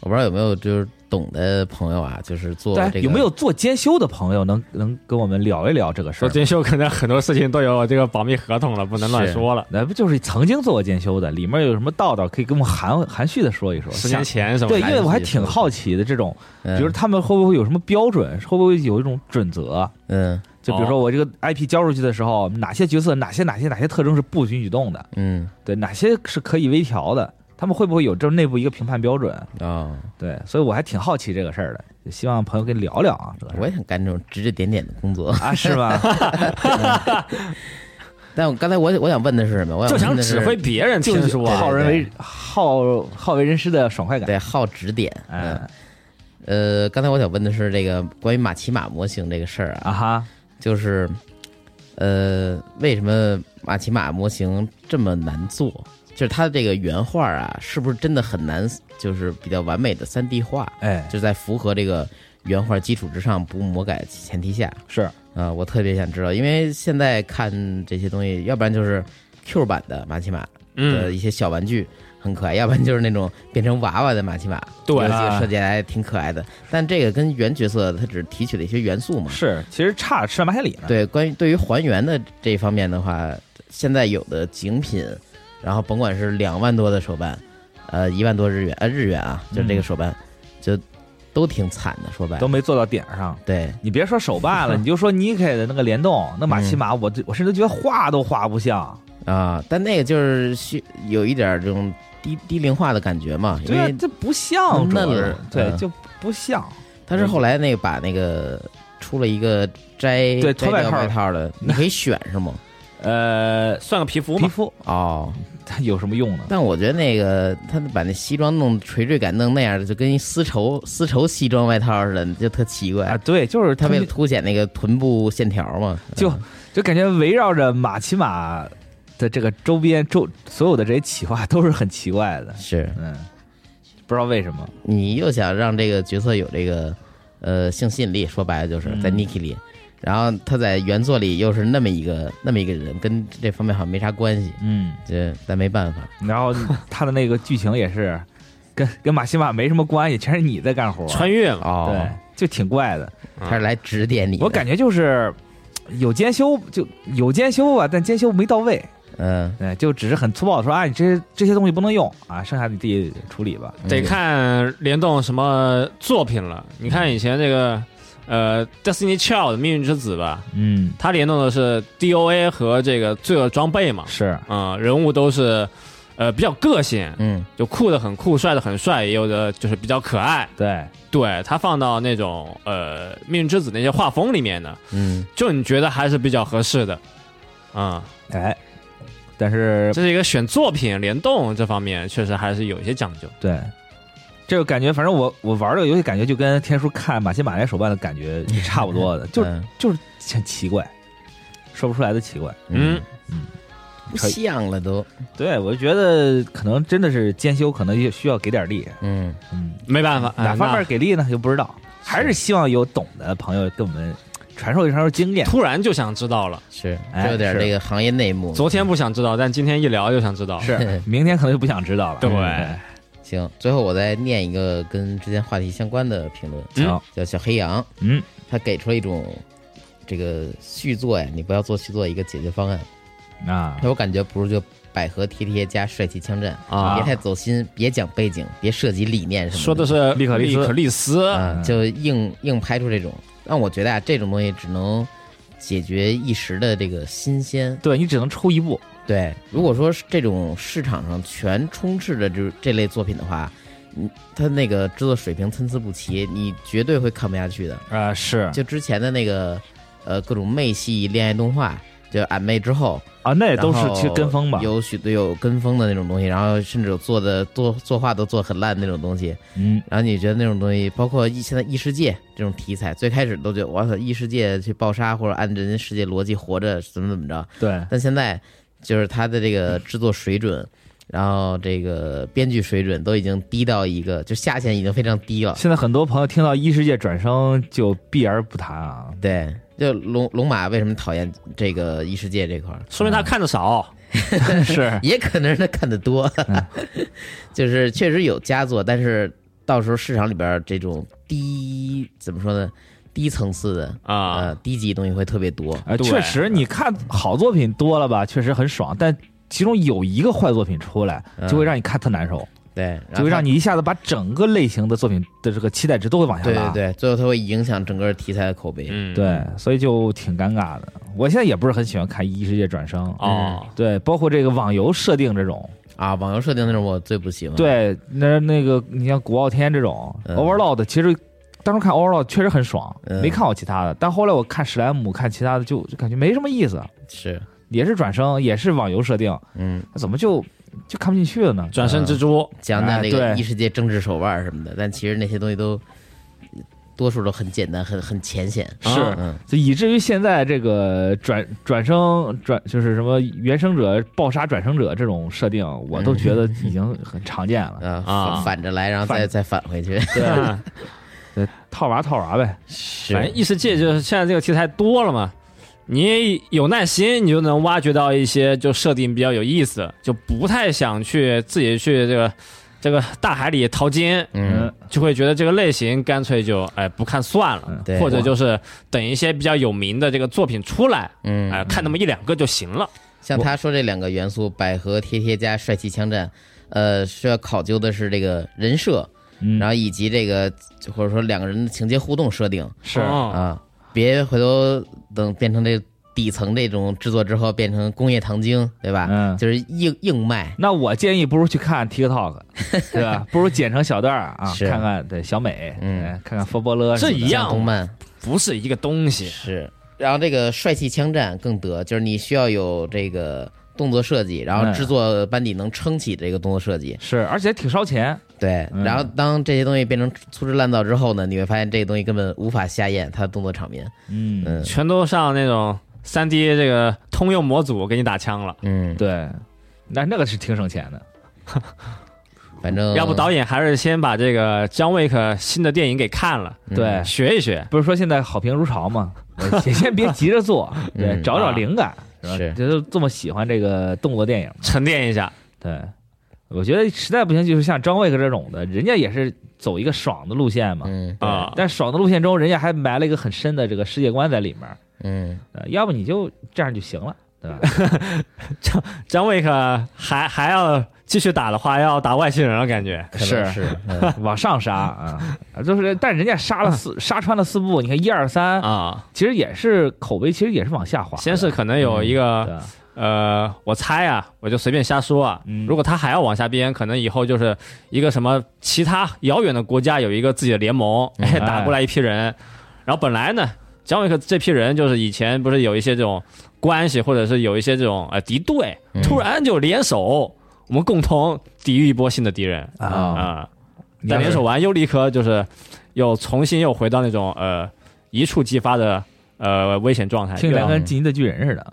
Speaker 2: 我不知道有没有就是懂的朋友啊，就是做
Speaker 4: 对，
Speaker 2: 这个
Speaker 4: 有没有做监修的朋友能能跟我们聊一聊这个事
Speaker 3: 说
Speaker 4: 儿吗？
Speaker 3: 监修可能很多事情都有这个保密合同了，不能乱
Speaker 2: 是
Speaker 3: 说了。
Speaker 4: 那不就是曾经做过监修的，里面有什么道道可以跟我 们含含蓄的说一说？
Speaker 3: 十年前什么
Speaker 4: 对，因
Speaker 3: 的？
Speaker 4: 为我还挺好奇的，这种，比
Speaker 2: 嗯
Speaker 4: 如他们会不会有什么标准，会不会有一种准则？
Speaker 2: 嗯
Speaker 4: 就比如说我这个 IP 交出去的时候，哪些角色、哪些哪些哪些特征是不允许动的，
Speaker 2: 嗯
Speaker 4: 对，哪些是可以微调的，他们会不会有这内部一个评判标准？
Speaker 2: 哦，
Speaker 4: 对，所以我还挺好奇这个事儿的，就希望朋友跟你聊聊啊，这个事
Speaker 2: 我
Speaker 4: 儿
Speaker 2: 也想干这种指指点点的工作，
Speaker 4: 啊，是吗？
Speaker 2: 但我刚才我我想问的是什么？我
Speaker 3: 就
Speaker 2: 想
Speaker 3: 想
Speaker 4: 嗯
Speaker 2: 问的是
Speaker 3: 指挥别人听
Speaker 4: 就是
Speaker 3: 说
Speaker 2: 对
Speaker 4: 好
Speaker 3: 啊，
Speaker 4: 人为好好为人师的爽快感，
Speaker 2: 对好指点，嗯。
Speaker 4: 哎
Speaker 2: 呃，刚才我想问的是这个关于马奇马模型这个事儿啊，
Speaker 4: 啊哈，
Speaker 2: 就是，呃，为什么马奇马模型这么难做？就是它这个原画啊，是不是真的很难？就是比较完美的三 D 画，
Speaker 4: 哎，
Speaker 2: 就在符合这个原画基础之上不魔改前提下啊、
Speaker 4: 是
Speaker 2: 我特别想知道，因为现在看这些东西，要不然就是 Q 版的马奇马的
Speaker 3: 嗯，
Speaker 2: 一些小玩具。很可爱，要不然就是那种变成娃娃的马奇马，
Speaker 3: 对
Speaker 2: 有几
Speaker 4: 啊
Speaker 2: 个设计还挺可爱的。但这个跟原角色它只提取了一些元素嘛。
Speaker 4: 是，其实差吃完马千里呢。
Speaker 2: 对，关于对于还原的这方面的话，现在有的精品，然后甭管是两万多的手办，呃，一万多日元，呃，日元啊，就这个手办，就都挺惨的，说白
Speaker 4: 嗯都
Speaker 2: 了。
Speaker 4: 没做到点儿上。
Speaker 2: 对，
Speaker 4: 你别说手 办了，你就说尼克的那个联动，那马奇马，我这我甚至觉得画都画不像。
Speaker 2: 啊、但那个就是需有一点儿这种低低龄化的感觉嘛，因
Speaker 4: 对啊
Speaker 2: 为，
Speaker 4: 这不像，主要
Speaker 2: 嫩
Speaker 4: 是
Speaker 2: 了
Speaker 4: 对，
Speaker 2: 嗯
Speaker 4: 就不像。
Speaker 2: 他是后来那个把那个出了一个摘
Speaker 4: 对
Speaker 2: 摘
Speaker 4: 脱外
Speaker 2: 掉
Speaker 4: 套
Speaker 2: 外套 的，你可以选是吗？
Speaker 4: 呃，
Speaker 3: 算个皮肤
Speaker 4: 皮
Speaker 3: 嘛。
Speaker 4: 肤
Speaker 2: 哦，
Speaker 4: 它有什么用呢？
Speaker 2: 但我觉得那个他把那西装弄垂坠感弄那样的，就跟一丝绸丝绸西装外套似的，就特奇怪。
Speaker 4: 啊，对，就是
Speaker 2: 他为
Speaker 4: 们
Speaker 2: 了凸显那个臀部线条嘛，啊
Speaker 4: 就就感觉围绕着马奇马的这个周边周所有的这些企划都是很奇怪的，
Speaker 2: 是
Speaker 4: 嗯，不知道为什么。
Speaker 2: 你又想让这个角色有这个呃性吸引力，说白了就是在
Speaker 4: 嗯
Speaker 2: Niki 里，然后他在原作里又是那么一个那么一个人，跟这方面好像没啥关系，
Speaker 4: 嗯，
Speaker 2: 这但没办法，
Speaker 4: 然 后他的那个剧情也是跟跟马奇马没什么关系，全是你在干活，
Speaker 3: 穿越嘛，
Speaker 2: 哦，
Speaker 4: 对，就挺怪的。
Speaker 2: 他是来指点你的，
Speaker 4: 我感觉就是有监修，就有监修吧，但监修没到位，
Speaker 2: 嗯，
Speaker 4: 哎，就只是很粗暴地说啊，你这些这些东西不能用啊，剩下你自己处理吧。
Speaker 3: 得
Speaker 2: 嗯
Speaker 3: 看联动什么作品了。你看以前这个，呃，《Destiny Child》命运之子吧，
Speaker 4: 嗯，
Speaker 3: 它联动的是 DOA 和这个罪恶装备嘛，
Speaker 4: 是，
Speaker 3: 嗯、人物都是，呃，比较个性，
Speaker 2: 嗯
Speaker 3: 就酷的很酷，帅的很帅，也有的就是比较可爱。
Speaker 4: 对，
Speaker 3: 对，它放到那种呃命运之子那些画风里面呢，
Speaker 2: 嗯，
Speaker 3: 就你觉得还是比较合适的，啊、
Speaker 4: 哎，但是
Speaker 3: 这是一个选作品联动这方面确实还是有一些讲究。
Speaker 4: 对。这个感觉，反正我我玩这个游戏，感觉就跟天叔看马戏马来手办的感觉是差不 多的，就
Speaker 2: 嗯
Speaker 4: 就是很奇怪，说不出来的奇怪。
Speaker 3: 嗯
Speaker 2: 不像了都，
Speaker 4: 对，我就觉得可能真的是监修，可能也需要给点力。
Speaker 2: 嗯。
Speaker 4: 嗯，
Speaker 3: 没办法，哎
Speaker 4: 哪方
Speaker 3: 那
Speaker 4: 面给力呢？又不知道，还是希望有懂的朋友跟我们传授一传授经验。
Speaker 3: 突然就想知道了。
Speaker 2: 是，
Speaker 4: 哎
Speaker 2: 这有点
Speaker 4: 是
Speaker 2: 这个行业内幕。
Speaker 3: 昨天不想知道，但今天一聊就想知道。
Speaker 4: 是，明天可能就不想知道了。
Speaker 3: 对
Speaker 4: 嗯
Speaker 2: 行，最后我再念一个跟之前话题相关的评论，
Speaker 3: 嗯
Speaker 4: 行，
Speaker 2: 叫小黑羊，
Speaker 4: 嗯，
Speaker 2: 他给出了一种这个续作呀，你不要做续作一个解决方案。
Speaker 4: 啊，
Speaker 2: 那我感觉不如就百合贴贴加帅气枪战
Speaker 3: 啊
Speaker 2: 别太走心，别讲背景，别涉及理念什么
Speaker 3: 说的是
Speaker 4: 利可利斯
Speaker 3: 利可利斯，
Speaker 2: 啊，
Speaker 4: 嗯
Speaker 2: 就硬硬拍出这种。但我觉得啊，这种东西只能解决一时的这个新鲜。
Speaker 4: 对你只能出一部，
Speaker 2: 对，如果说是这种市场上全充斥着就是这类作品的话，嗯，它那个制作水平参差不齐，你绝对会看不下去的。
Speaker 4: 啊，是
Speaker 2: 就之前的那个呃各种妹系恋爱动画，就俺妹之后，
Speaker 4: 啊，那也都是
Speaker 2: 然后
Speaker 4: 其实跟风吧，
Speaker 2: 有许多有跟风的那种东西，然后甚至有做的做作画都做很烂的那种东西，
Speaker 4: 嗯，
Speaker 2: 然后你觉得那种东西，包括异现在异世界这种题材，最开始都觉得我操异世界去爆杀或者按人家世界逻辑活着怎么怎么着，
Speaker 4: 对，
Speaker 2: 但现在就是它的这个制作水准，然后这个编剧水准都已经低到一个就下限已经非常低了，
Speaker 4: 现在很多朋友听到异世界转生就避而不谈啊，
Speaker 2: 对。就龙龙马为什么讨厌这个异世界这块儿？
Speaker 3: 说明他看的少，
Speaker 4: 是，嗯
Speaker 2: 也可能是他看的多， 就是确实有佳作，但是到时候市场里边儿这种低怎么说呢，低层次的
Speaker 3: 啊
Speaker 2: 呃低级东西会特别多。
Speaker 4: 呃，
Speaker 3: 对
Speaker 4: 确实，你看好作品多了吧，确实很爽，但其中有一个坏作品出来，就会让你看特难受，
Speaker 2: 嗯对，然后
Speaker 4: 就会
Speaker 2: 它
Speaker 4: 让你一下子把整个类型的作品的这个期待值都会往下
Speaker 2: 对
Speaker 4: 拉
Speaker 2: 对，对，最后它会影响整个题材的口碑。
Speaker 3: 嗯，
Speaker 4: 对，所以就挺尴尬的。我现在也不是很喜欢看异世界转生，嗯
Speaker 3: 哦，
Speaker 4: 对，包括这个网游设定这种，
Speaker 2: 啊，网游设定那种我最不喜欢。，
Speaker 4: 对，那那个你像古傲天这种、
Speaker 2: 嗯
Speaker 4: Overlord，其实当时看 Overlord 确实很爽，
Speaker 2: 嗯
Speaker 4: 没看过其他的，但后来我看史莱姆，看其他的就就感觉没什么意思，
Speaker 2: 是，
Speaker 4: 也是转生，也是网游设定，
Speaker 2: 嗯，
Speaker 4: 那怎么就就看不进去了呢？
Speaker 3: 转身蜘蛛，
Speaker 2: 讲讲那
Speaker 4: 哎
Speaker 2: 个
Speaker 4: 对
Speaker 2: 异世界政治手腕什么的，但其实那些东西都多数都很简单，很很浅显。
Speaker 4: 是
Speaker 3: 啊
Speaker 2: 嗯，
Speaker 4: 就以至于现在这个转转生转就是什么原生者爆杀转生者这种设定，我都觉得已经很常见了。
Speaker 2: 啊，
Speaker 3: 啊
Speaker 2: 反反着来，然后再
Speaker 4: 反
Speaker 2: 再返回去。
Speaker 3: 对，
Speaker 4: 对，套娃套娃呗。
Speaker 2: 是
Speaker 3: 反正异世界就是现在这个题材多了嘛，你有耐心，你就能挖掘到一些就设定比较有意思，就不太想去自己去这个这个大海里淘金，
Speaker 2: 嗯，
Speaker 3: 就会觉得这个类型干脆就哎不看算了
Speaker 4: 嗯，
Speaker 2: 对
Speaker 3: 或者就是等一些比较有名的这个作品出来，
Speaker 2: 嗯，
Speaker 3: 哎看那么一两个就行了。
Speaker 2: 像他说这两个元素，百合贴贴加帅气枪战，呃，需要考究的是这个人设，
Speaker 4: 嗯，
Speaker 2: 然后以及这个或者说两个人的情节互动设定
Speaker 4: 是
Speaker 3: 哦
Speaker 2: 啊，别回头等变成这底层这种制作之后变成工业糖精，对吧？
Speaker 4: 嗯
Speaker 2: 就是硬硬卖。
Speaker 4: 那我建议不如去看 TikTok，对吧？不如剪成小段儿啊，
Speaker 2: 是
Speaker 4: 看看对小美，
Speaker 2: 嗯
Speaker 4: 哎，看看佛波勒什么的，
Speaker 3: 这一样
Speaker 2: 像动漫
Speaker 3: 不是一个东西，
Speaker 2: 是，然后这个帅气枪战更得，就是你需要有这个动作设计，然后
Speaker 4: 嗯
Speaker 2: 制作班底能撑起这个动作设计。
Speaker 4: 是，而且挺烧钱，
Speaker 2: 对，
Speaker 4: 嗯
Speaker 2: 然后当这些东西变成粗制滥造之后呢，你会发现这个东西根本无法下咽它的动作场面。
Speaker 4: 嗯，
Speaker 2: 嗯
Speaker 3: 全都上那种三 D 这个通用模组给你打枪了，
Speaker 2: 嗯，
Speaker 4: 对，那那个是挺省钱的，
Speaker 2: 反正
Speaker 3: 要不导演还是先把这个姜维克新的电影给看了，
Speaker 2: 嗯
Speaker 4: 对，
Speaker 3: 学一学。
Speaker 4: 不是说现在好评如潮吗？也先别急着做，对，
Speaker 2: 嗯
Speaker 4: 找找灵感，吧
Speaker 2: 是
Speaker 4: 就是这么喜欢这个动作电影，
Speaker 3: 沉淀一下，
Speaker 4: 对，我觉得实在不行就是像张卫克这种的，人家也是走一个爽的路线嘛，
Speaker 2: 嗯
Speaker 4: 对
Speaker 3: 啊
Speaker 4: 但爽的路线中，人家还埋了一个很深的这个世界观在里面，
Speaker 2: 嗯
Speaker 4: 呃，要不你就这样就行了，对吧？
Speaker 3: 张卫克还还要继续打的话，要打外星人了，感觉。
Speaker 2: 可能
Speaker 4: 是
Speaker 2: 是嗯
Speaker 4: 往上杀啊，啊就是，但人家杀了四，杀穿了四部，你看一二三，
Speaker 3: 啊，
Speaker 4: 其实也是口碑，其实也是往下滑的。
Speaker 3: 先是可能有一
Speaker 4: 对
Speaker 3: 个、
Speaker 4: 吧，
Speaker 3: 呃，我猜啊，我就随便瞎说啊。
Speaker 4: 嗯
Speaker 3: 如果他还要往下编，可能以后就是一个什么其他遥远的国家有一个自己的联盟，
Speaker 2: 嗯
Speaker 3: 哎，打过来一批人，然后本来呢，姜维克这批人就是以前不是有一些这种关系，或者是有一些这种呃敌对，
Speaker 2: 嗯
Speaker 3: 突然就联手，我们共同抵御一波新的敌人
Speaker 4: 啊
Speaker 3: 啊。
Speaker 4: 你要
Speaker 3: 但
Speaker 4: 是
Speaker 3: 联手完，又立刻就是又重新又回到那种呃一触即发的呃危险状态。
Speaker 4: 听起来
Speaker 3: 对吧
Speaker 4: 跟进击的巨人似的，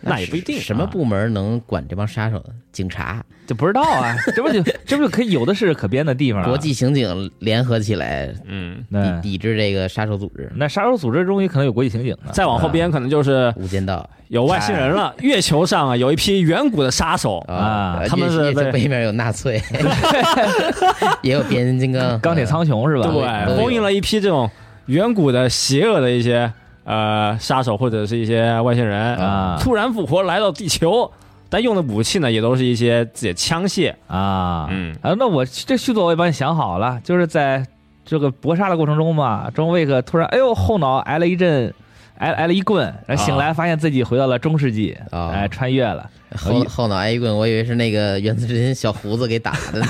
Speaker 3: 那也不一定啊
Speaker 2: 什么部门能管这帮杀手呢？警察、
Speaker 4: 就不知道 啊，这不就这不就可以有的是可编的地方了。
Speaker 2: 国际刑警联合起来
Speaker 3: 啊嗯，
Speaker 4: 那
Speaker 2: 抵抵制这个杀手组织，
Speaker 4: 那杀手组织中也可能有国际刑警的，
Speaker 3: 再往后边可能就是
Speaker 2: 无间道
Speaker 3: 有外星人了。月球上啊有一批远古的杀手，
Speaker 4: 啊
Speaker 2: 呃
Speaker 3: 他们
Speaker 2: 越
Speaker 3: 是
Speaker 2: 越
Speaker 3: 被
Speaker 2: 这背面有纳 粹，也有变形金刚、嗯
Speaker 4: 钢铁苍穹是吧？
Speaker 2: 对
Speaker 3: 对，哎
Speaker 2: 都有
Speaker 3: 封印了一批这种远古的邪恶的一些呃杀手或者是一些外星人
Speaker 4: 啊
Speaker 3: 突然复活来到地球，但用的武器呢也都是一些自己的枪械。
Speaker 4: 啊，
Speaker 3: 嗯
Speaker 4: 啊，那我这续作我也帮你想好了，就是在这个搏杀的过程中嘛，中卫克突然哎呦后脑挨了一阵挨挨了一棍，然后醒来发现自己回到了中世纪，
Speaker 2: 啊
Speaker 4: 哎，穿越了，
Speaker 2: 后后脑挨一棍，我以为是那个原子之心小胡子给打的呢，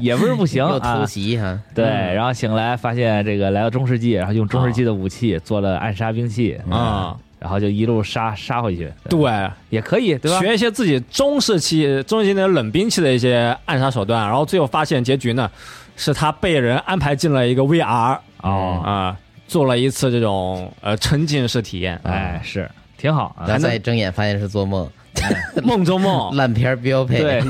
Speaker 4: 也不是不 行
Speaker 2: 又偷
Speaker 4: 啊。
Speaker 2: 袭哈。
Speaker 4: 对，
Speaker 3: 嗯
Speaker 4: 然后醒来发现这个来到中世纪，然后用中世纪的武器做了暗杀兵器，
Speaker 2: 嗯
Speaker 3: 啊，
Speaker 4: 然后就一路杀杀回去，对
Speaker 3: 对，
Speaker 4: 也可以，对吧？
Speaker 3: 学一些自己中世纪、中世纪那种冷兵器的一些暗杀手段，然后最后发现结局呢，是他被人安排进了一个 VR 啊、
Speaker 4: 哦，
Speaker 3: 做了一次这种呃沉浸式体
Speaker 2: 嗯
Speaker 3: 验，
Speaker 4: 哎，是挺好啊。
Speaker 2: 然后再睁眼发现是做梦，
Speaker 3: 梦中梦，
Speaker 2: 烂片儿标配。
Speaker 4: 对，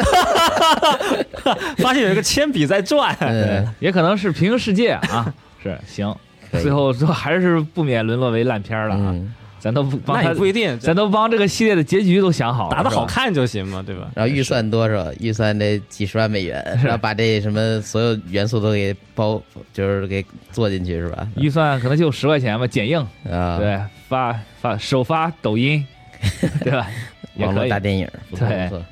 Speaker 3: 发现有一个铅笔在转，
Speaker 2: 嗯，
Speaker 4: 也可能是平行世界 啊，是行。
Speaker 2: 可以
Speaker 4: 最后最后还是不免沦落为烂片儿了啊！
Speaker 2: 嗯，
Speaker 4: 咱都不帮
Speaker 3: 那
Speaker 4: 他
Speaker 3: 也，不一定，
Speaker 4: 咱都帮这个系列的结局都想好了，
Speaker 3: 打的
Speaker 4: 是吧
Speaker 3: 好看就行嘛，对吧？
Speaker 2: 然后预算多少？预算这几十万美元，然后把这什么所有元素都给包，就是给做进去是吧？
Speaker 4: 预算可能就十块钱吧，剪映，
Speaker 2: 啊，，
Speaker 4: 对，发发首发 抖音，对吧？也
Speaker 2: 网
Speaker 4: 可
Speaker 2: 络
Speaker 4: 以
Speaker 2: 大，电影，不错
Speaker 4: 对
Speaker 2: 不错。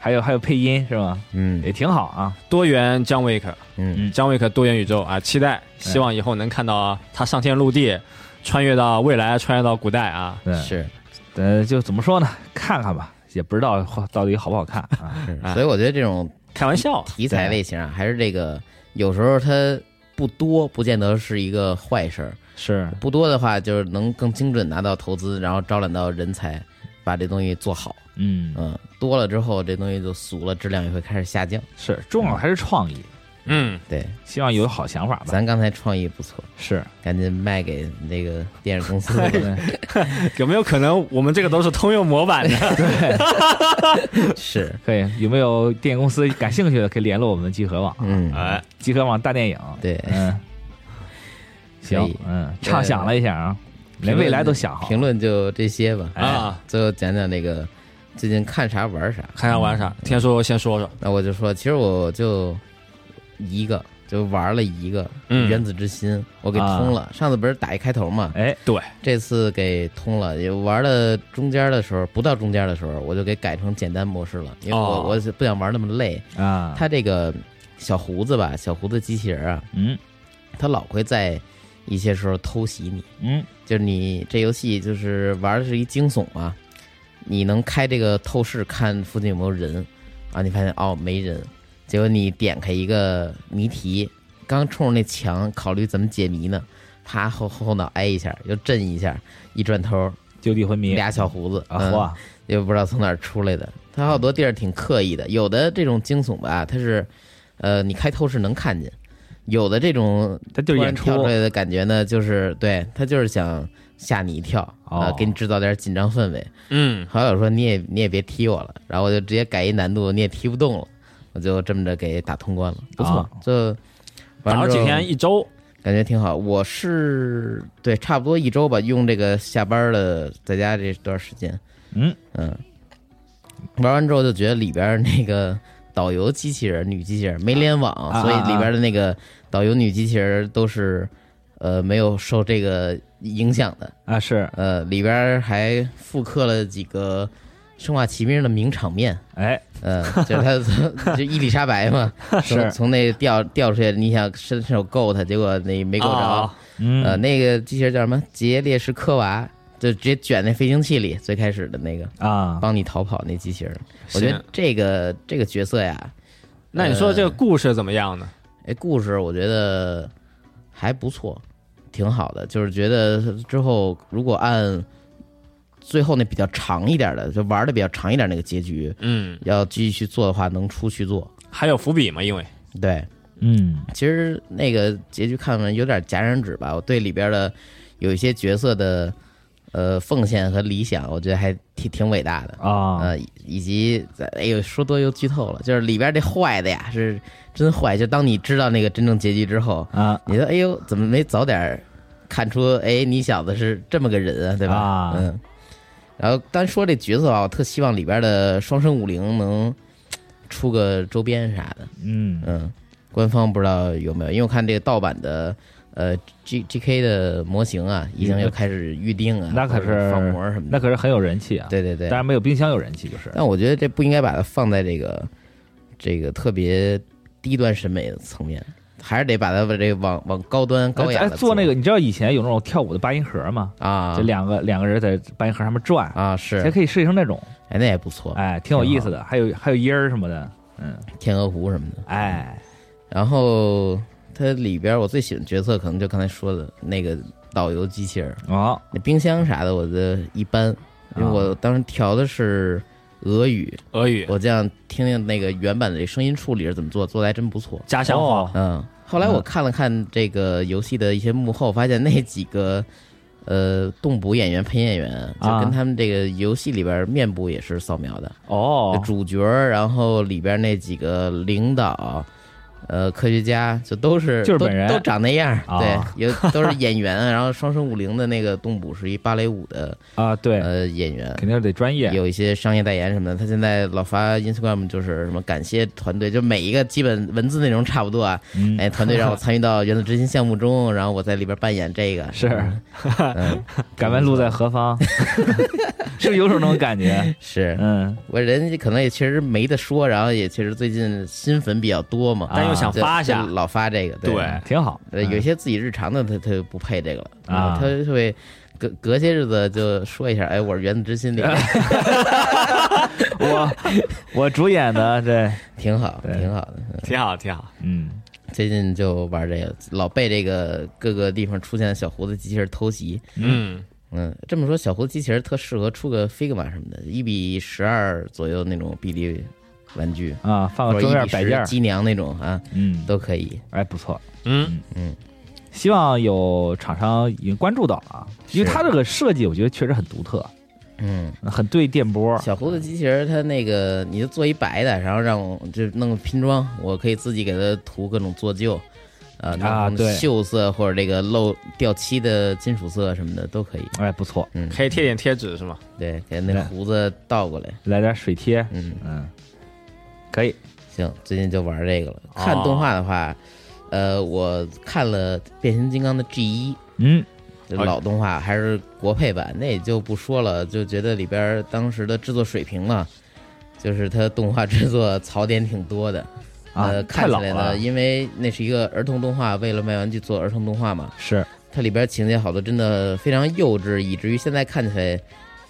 Speaker 4: 还有还有配音是吧？
Speaker 2: 嗯
Speaker 4: 也挺好啊。
Speaker 3: 多元姜维克，
Speaker 2: 嗯，
Speaker 3: 姜维克多元宇宙啊，期待，希望以后能看到他上天入地，穿越到未来，穿越到古代啊。
Speaker 4: 对，
Speaker 2: 是，
Speaker 4: 呃，就怎么说呢？看看吧，也不知道到底好不好看 啊。
Speaker 2: 是
Speaker 3: 哎
Speaker 2: 所以我觉得这种
Speaker 3: 开玩笑，
Speaker 2: 题材类型啊，还是这个有时候它不多，不见得是一个坏事儿。
Speaker 4: 是，
Speaker 2: 不多的话，就是能更精准拿到投资，然后招揽到人才，把这东西做好。
Speaker 4: 嗯，
Speaker 2: 嗯，多了之后，这东西就俗了，质量也会开始下降。
Speaker 4: 是，重要还是创意，
Speaker 3: 嗯，
Speaker 2: 对，
Speaker 4: 希望有好想法吧。
Speaker 2: 咱刚才创意不错，
Speaker 4: 是，
Speaker 2: 赶紧卖给那个电影公司。
Speaker 3: 有没有可能我们这个都是通用模板的？
Speaker 2: 是，
Speaker 4: 可以，有没有电影公司感兴趣的，可以联络我们集合网，
Speaker 2: 嗯，
Speaker 3: 哎，
Speaker 4: 集合网大电影。
Speaker 2: 对，
Speaker 4: 嗯，
Speaker 2: 可
Speaker 4: 行
Speaker 2: 以，
Speaker 4: 嗯，畅想了一下啊，连未来都想好了。
Speaker 2: 评论就这些吧。
Speaker 4: 哎
Speaker 3: 啊，
Speaker 2: 最后讲讲那个最近看啥玩啥。
Speaker 3: 看下玩啥，天叔先说说，
Speaker 2: 那我就说，其实我就一个就玩了一个
Speaker 3: 嗯
Speaker 2: 原子之心，我给通了。上次不是打一开头嘛，
Speaker 4: 哎，
Speaker 3: 对，
Speaker 2: 这次给通了。也玩了中间的时候，不到中间的时候，我就给改成简单模式了，因为我、
Speaker 3: 哦
Speaker 2: 我不想玩那么累。
Speaker 4: 啊，
Speaker 2: 他这个小胡子吧，小胡子机器人啊，
Speaker 4: 嗯
Speaker 2: 他老会在一些时候偷袭你。
Speaker 4: 嗯
Speaker 2: 就是你这游戏就是玩的是一惊悚嘛，你能开这个透视看附近有没有人，啊，你发现哦没人，结果你点开一个谜题，刚冲着那墙考虑怎么解谜呢，啪后后脑挨一下，又震一下，一转头
Speaker 4: 就地昏迷
Speaker 2: 俩小胡子
Speaker 4: 啊，
Speaker 2: 嗯
Speaker 4: 嚯，
Speaker 2: 也不知道从哪儿出来的。它好多地儿挺刻意的，有的这种惊悚吧，它是，呃，你开透视能看见；有的这种
Speaker 4: 他就是
Speaker 2: 突然
Speaker 4: 演出
Speaker 2: 跳出来的感觉呢，就是对他就是想吓你一跳
Speaker 4: 哦
Speaker 2: 啊、给你制造点紧张氛围。
Speaker 3: 嗯，
Speaker 2: 好友说你也你也别踢我了，然后我就直接改一难度，你也踢不动了，我就这么着给打通关了，
Speaker 4: 不错
Speaker 2: 啊就玩
Speaker 3: 打了几天，一周，
Speaker 2: 感觉挺好。我是对差不多一周吧，用这个下班了在家这段时间，
Speaker 4: 嗯
Speaker 2: 嗯，玩完之后就觉得里边那个导游机器人女机器人没联网，
Speaker 4: 啊啊
Speaker 2: 所以里边的那个导游女机器人都是呃没有受这个影响的。
Speaker 4: 啊，是，
Speaker 2: 呃，里边还复刻了几个《生化奇兵》的名场面。
Speaker 4: 哎，
Speaker 2: 呃，就是他 从就伊丽莎白嘛，从
Speaker 4: 是，
Speaker 2: 从那掉掉出去，你想伸伸手够他，结果那没够着，
Speaker 3: 啊
Speaker 2: 呃，
Speaker 4: 嗯
Speaker 2: 那个机器人叫什么？杰列什科娃，就直接卷那飞行器里，最开始的那个
Speaker 4: 啊，
Speaker 2: 帮你逃跑那机器人。我
Speaker 3: 是
Speaker 2: 觉得这个这个角色呀，
Speaker 3: 那你说这个故事怎么样呢？
Speaker 2: 哎，故事我觉得还不错，挺好的。就是觉得之后如果按最后那比较长一点的，就玩的比较长一点那个结局，
Speaker 3: 嗯，
Speaker 2: 要继续做的话，能出去做。
Speaker 3: 还有伏笔嘛，因为
Speaker 2: 对，
Speaker 4: 嗯
Speaker 2: 其实那个结局看完有点戛然止吧，我对里边的有一些角色的呃奉献和理想，我觉得还挺挺伟大的。
Speaker 4: 啊，
Speaker 2: 呃，以以及在哎呦，说多又剧透了，就是里边这坏的呀，是真坏。就当你知道那个真正结局之后，
Speaker 4: 啊，
Speaker 2: 你说哎呦，怎么没早点看出哎你小子是这么个人啊，对吧？
Speaker 4: 啊
Speaker 2: 嗯。然后单说这角色啊，我特希望里边的双生武灵能出个周边啥的，
Speaker 4: 嗯
Speaker 2: 嗯，官方不知道有没有，因为我看这个盗版的呃 G G K 的模型啊，已经又开始预定啊，
Speaker 4: 那可
Speaker 2: 或者
Speaker 4: 是
Speaker 2: 是仿模什么
Speaker 4: 那
Speaker 2: 的，
Speaker 4: 可是很有人气啊，
Speaker 2: 对对对
Speaker 4: 当。然没有冰箱有人气，就是
Speaker 2: 但我觉得这不应该把它放在这个这个特别低端审美的层面，还是得把它把这个往往高端高雅
Speaker 4: 哎
Speaker 2: 的
Speaker 4: 做那个，你知道以前有那种跳舞的八音盒吗？
Speaker 2: 啊，
Speaker 4: 这两个两个人在八音盒上面转，
Speaker 2: 啊
Speaker 4: 还
Speaker 2: 是，
Speaker 4: 可以设计成那种，
Speaker 2: 哎那也不错，
Speaker 4: 哎，挺有意思的。还有还有音儿什么的，嗯，
Speaker 2: 天鹅湖什么的。
Speaker 4: 哎，
Speaker 2: 然后它里边我最喜欢角色可能就刚才说的那个导游机器人，
Speaker 4: 哦，
Speaker 2: 那冰箱啥的我的一般，因为
Speaker 4: 啊
Speaker 2: 我当时调的是俄语，
Speaker 3: 俄语
Speaker 2: 我这样听听那个原版的声音处理是怎么做，做的还真不错。
Speaker 3: 家乡话，
Speaker 4: 哦
Speaker 2: 嗯，后来我看了看这个游戏的一些幕后，发现那几个呃动捕演员、配音演员，就
Speaker 4: 啊
Speaker 2: 跟他们这个游戏里边面部也是扫描的，
Speaker 4: 哦，
Speaker 2: 主角儿，然后里边那几个领导。呃，科学家就都是
Speaker 4: 就是本人
Speaker 2: 都都长那样，
Speaker 4: 啊
Speaker 2: 对，有都是演员。啊 然后《双生武灵》的那个动捕是一芭蕾舞的
Speaker 4: 啊，对，
Speaker 2: 呃演员，
Speaker 4: 肯定是得专业，
Speaker 2: 有一些商业代言什么的。他现在老发 Instagram 就是什么感谢团队，就每一个基本文字内容差不多啊。
Speaker 4: 嗯，
Speaker 2: 哎，团队让我参与到原子之心项目中，然后我在里边扮演这个。
Speaker 4: 是
Speaker 2: 嗯，
Speaker 4: 敢问路在 何方？是不是有种那种感觉？
Speaker 2: 是
Speaker 4: 嗯，
Speaker 2: 我人家可能也确实没得说，然后也确实最近新粉比较多
Speaker 4: 啊
Speaker 2: 嘛，
Speaker 3: 但又想
Speaker 2: 就
Speaker 3: 发一下
Speaker 2: 就，老发这个。
Speaker 3: 对
Speaker 4: 挺好。
Speaker 2: 呃，有一些自己日常的他他就不配这个了
Speaker 4: 嗯啊
Speaker 2: 他就会隔隔些日子就说一下，哎，我是原子之心里面
Speaker 4: 啊我我主演的这，
Speaker 2: 挺好，
Speaker 4: 对
Speaker 2: 挺好的。
Speaker 3: 挺好，挺好。
Speaker 4: 嗯，
Speaker 2: 最近就玩这个，老被这个各个地方出现的小胡子机器人偷袭。
Speaker 3: 嗯，
Speaker 2: 嗯，这么说，小胡子机器人特适合出个 Figma 什么的，一比十二左右那种比例玩具，
Speaker 4: 啊，放
Speaker 2: 或者
Speaker 4: 个桌
Speaker 2: 一
Speaker 4: 面
Speaker 2: 比
Speaker 4: 摆件
Speaker 2: 十
Speaker 4: 儿，
Speaker 2: 机娘那种啊，
Speaker 4: 嗯，
Speaker 2: 都可以。
Speaker 4: 哎，不错。
Speaker 3: 嗯，
Speaker 4: 希望有厂商已经关注到了啊，因为
Speaker 2: 是
Speaker 4: 它这个设计，我觉得确实很独特，
Speaker 2: 嗯，
Speaker 4: 很对电波。
Speaker 2: 小胡子机器人它那个，你就做一白的，然后让我就弄个拼装，我可以自己给它涂各种做旧。呃，弄
Speaker 4: 啊
Speaker 2: 成
Speaker 4: 对
Speaker 2: 锈色或者这个漏掉漆的金属色什么的都可以。
Speaker 4: 哎，不错，
Speaker 2: 嗯，
Speaker 3: 可以贴点贴纸是吗？
Speaker 2: 对，给那胡子倒过来。
Speaker 4: 来点水贴，
Speaker 2: 嗯，
Speaker 4: 嗯，可以
Speaker 2: 行，最近就玩这个了。
Speaker 3: 哦
Speaker 2: 看动画的话，呃，我看了《变形金刚》的 G 一，
Speaker 4: 嗯，
Speaker 2: 就
Speaker 3: 哦
Speaker 2: 老动画还是国配版，那也就不说了，就觉得里边儿当时的制作水平呢，就是它动画制作槽点挺多的。
Speaker 4: 啊
Speaker 2: 呃，，
Speaker 4: 太
Speaker 2: 看起
Speaker 4: 老
Speaker 2: 来呢，
Speaker 4: 了，
Speaker 2: 因为那是一个儿童动画，为了卖玩具做儿童动画嘛，
Speaker 4: 是
Speaker 2: 它里边情节好多真的非常幼稚，以至于现在看起来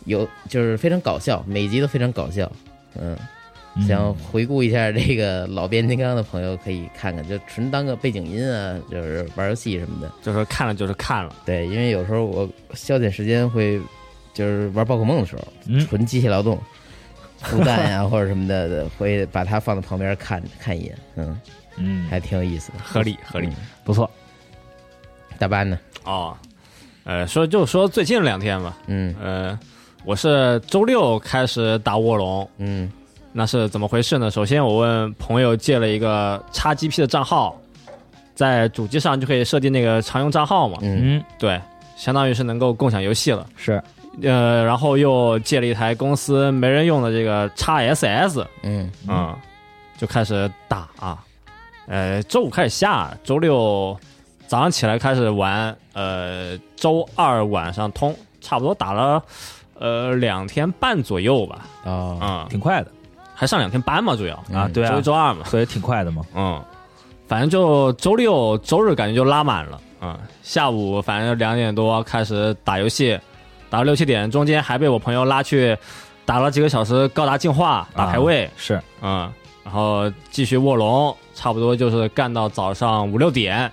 Speaker 2: 有就是非常搞笑，每集都非常搞笑。嗯，
Speaker 4: 嗯
Speaker 2: 想回顾一下这个老变形金刚的朋友可以看看，就纯当个背景音啊，就是玩游戏什么的。
Speaker 3: 就是看了就是看了，
Speaker 2: 对，因为有时候我消遣时间会就是玩宝可梦的时候，
Speaker 4: 嗯
Speaker 2: 纯机械劳动，孵蛋呀、或者什么的，会把它放在旁边看 看一眼，嗯，
Speaker 4: 嗯，
Speaker 2: 还挺有意思的。
Speaker 3: 合理合理。
Speaker 4: 不错，
Speaker 2: 大班呢？
Speaker 3: 哦，呃，说就说最近两天吧，
Speaker 2: 嗯
Speaker 3: 呃，我是周六开始打卧龙，
Speaker 2: 嗯
Speaker 3: 那是怎么回事呢？首先我问朋友借了一个 XGP 的账号，在主机上就可以设定那个常用账号嘛，
Speaker 2: 嗯
Speaker 4: 嗯，
Speaker 3: 对，相当于是能够共享游戏了。
Speaker 4: 是
Speaker 3: 呃，然后又借了一台公司没人用的这个 XSS，
Speaker 2: 嗯
Speaker 3: 嗯，就开始打啊。呃，周五开始下，周六早上起来开始玩，呃，周二晚上通，差不多打了呃两天半左右吧，
Speaker 2: 哦
Speaker 3: 嗯，
Speaker 4: 啊挺快的
Speaker 3: 还上两天班嘛，主要
Speaker 2: 嗯
Speaker 4: 啊，对
Speaker 3: 周
Speaker 4: 啊
Speaker 3: 一，周二嘛，
Speaker 4: 所以挺快的嘛，
Speaker 3: 嗯，反正就周六周日感觉就拉满了，嗯，下午反正两点多开始打游戏，打到六七点，中间还被我朋友拉去打了几个小时高达进化打排位，
Speaker 4: 是
Speaker 3: 嗯，然后继续卧龙，差不多就是干到早上五六点，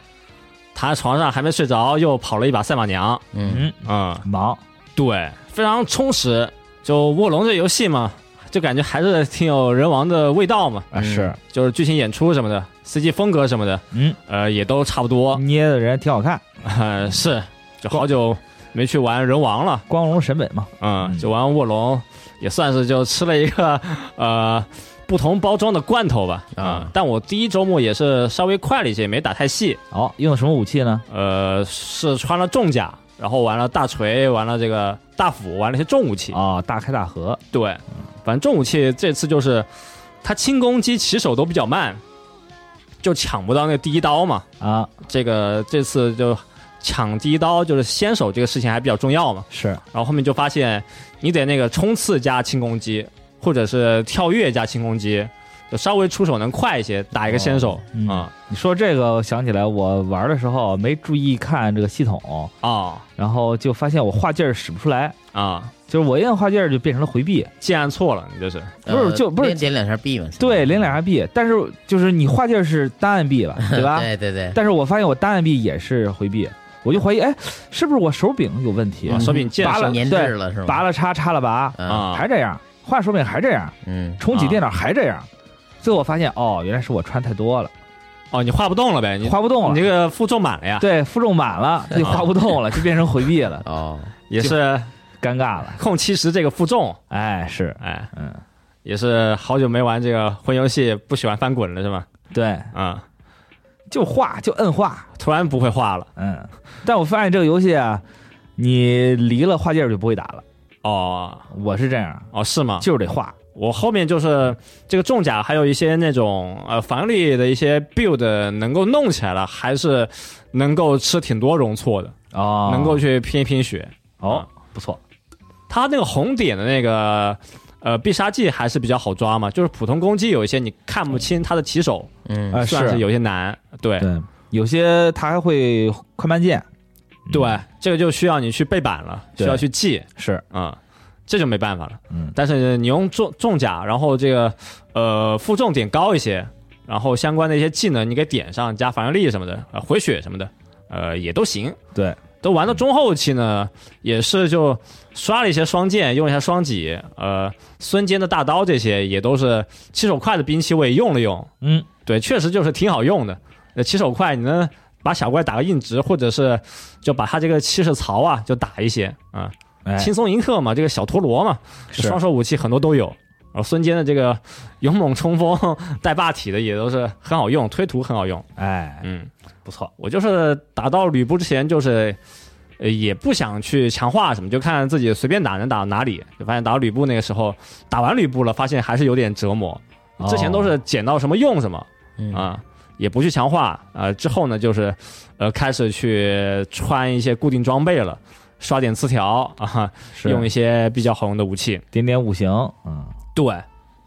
Speaker 3: 躺在床上还没睡着，又跑了一把赛马娘。
Speaker 2: 嗯
Speaker 4: 嗯，
Speaker 3: 嗯，
Speaker 4: 忙
Speaker 3: 对，非常充实。就卧龙这游戏嘛，就感觉还是挺有人王的味道嘛，
Speaker 4: 啊是，
Speaker 3: 就是剧情演出什么的，CG 风格什么的，
Speaker 4: 嗯，
Speaker 3: 呃，也都差不多。
Speaker 4: 捏的人挺好看，
Speaker 3: 呃， 是，就好久没去玩人王了。
Speaker 4: 光荣审美嘛，
Speaker 3: 嗯，就玩卧龙，也算是就吃了一个 呃不同包装的罐头吧。
Speaker 2: 啊
Speaker 3: 嗯，但我第一周末也是稍微快了一些，没打太细。
Speaker 4: 哦，用的什么武器呢？
Speaker 3: 呃，是穿了重甲，然后玩了大锤，玩了这个大斧，玩了一些重武器。
Speaker 4: 哦，大开大合，
Speaker 3: 对，反正重武器这次就是它轻攻击起手都比较慢，就抢不到那个第一刀嘛。
Speaker 4: 啊，
Speaker 3: 这个这次就抢第一刀，就是先手这个事情还比较重要嘛。
Speaker 4: 是
Speaker 3: 然后后面就发现你得那个冲刺加轻攻击，或者是跳跃加轻攻击，就稍微出手能快一些，打一个先手
Speaker 4: 嗯
Speaker 3: 啊
Speaker 4: 你说这个，我想起来我玩的时候没注意看这个系统，
Speaker 3: 啊
Speaker 4: 然后就发现我画劲儿使不出来，
Speaker 3: 啊！
Speaker 4: 就是我一按画劲儿就变成了回避，
Speaker 3: 键按错了，你这是
Speaker 4: 不是
Speaker 2: 呃
Speaker 4: 就不是
Speaker 2: 连点两下 B 嘛？
Speaker 4: 对，连两下 B，但是就是你画劲儿是单按 B 了，对吧？
Speaker 2: 对对对，
Speaker 4: 但是我发现我单按 B 也是回避，我就怀疑，哎，是不是我手柄有问题
Speaker 2: 嗯
Speaker 3: 啊？手柄键
Speaker 4: 拔了
Speaker 2: 粘滞了是吗？
Speaker 4: 拔了叉，叉了拔，
Speaker 2: 啊，
Speaker 3: 啊
Speaker 4: 还这样，换手柄还这样，
Speaker 2: 嗯，
Speaker 4: 重启
Speaker 3: 啊
Speaker 4: 电脑还这样。最后我发现，哦，原来是我穿太多了，
Speaker 3: 哦，你画不动了呗？你
Speaker 4: 滑不动
Speaker 3: 你
Speaker 4: 了。
Speaker 3: 这个负重满了呀，
Speaker 4: 对，负重满了，就滑不动了，就变成回避了，
Speaker 2: 哦，
Speaker 3: 也是
Speaker 4: 尴尬了。
Speaker 3: 控七十这个负重，
Speaker 4: 哎，是，
Speaker 3: 哎，
Speaker 4: 嗯，
Speaker 3: 也是好久没玩这个魂游戏，不喜欢翻滚了是吗？
Speaker 4: 对，
Speaker 3: 啊，
Speaker 4: 就画，就摁画，
Speaker 3: 突然不会画了
Speaker 4: 嗯。但我发现这个游戏啊，你离了画界儿就不会打了，
Speaker 3: 哦
Speaker 4: 我是这样，
Speaker 3: 哦是吗？
Speaker 4: 就是得画。
Speaker 3: 我后面就是这个重甲，还有一些那种呃防御力的一些 build 能够弄起来了，还是能够吃挺多容错的，
Speaker 4: 哦
Speaker 3: 能够啊去拼一拼血。
Speaker 4: 哦，不错，
Speaker 3: 它那个红点的那个呃必杀技还是比较好抓嘛，就是普通攻击有一些你看不清它的起手，
Speaker 2: 嗯，
Speaker 4: 呃，
Speaker 3: 算是有些难。对
Speaker 4: 对，哎有些他还会快慢键，
Speaker 3: 对，这个就需要你去背板了，需
Speaker 4: 对
Speaker 3: 要去记，
Speaker 4: 是，
Speaker 3: 嗯，这就没办法了。
Speaker 4: 嗯，
Speaker 3: 但是你用重重甲，然后这个呃负重点高一些，然后相关的一些技能你给点上，加防御力什么的，呃回血什么的，呃也都行。
Speaker 4: 对，
Speaker 3: 都玩到中后期呢，也是就刷了一些双剑，用一下双戟，呃，孙坚的大刀这些也都是起手快的兵器，我也用了用，
Speaker 4: 嗯，
Speaker 3: 对，确实就是挺好用的。呃，起手快，你能把小怪打个硬直，或者是就把他这个气势槽啊，就打一些啊、
Speaker 4: 哎，
Speaker 3: 轻松迎客嘛，这个小陀螺嘛，
Speaker 4: 是
Speaker 3: 双手武器很多都有。然后孙坚的这个勇猛冲锋带霸体的也都是很好用，推图很好用。
Speaker 4: 哎，
Speaker 3: 嗯，
Speaker 4: 不错，
Speaker 3: 我就是打到吕布之前，就是呃也不想去强化什么，就看自己随便打能打到哪里。就发现打到吕布那个时候，打完吕布了，发现还是有点折磨。
Speaker 4: 哦
Speaker 3: 之前都是捡到什么用什么
Speaker 2: 嗯
Speaker 3: 啊、也不去强化啊、之后呢，就是呃开始去穿一些固定装备了，刷点词条啊，
Speaker 4: 哦是
Speaker 3: 用一些比较好用的武器。
Speaker 4: 点点五行，嗯，
Speaker 3: 对，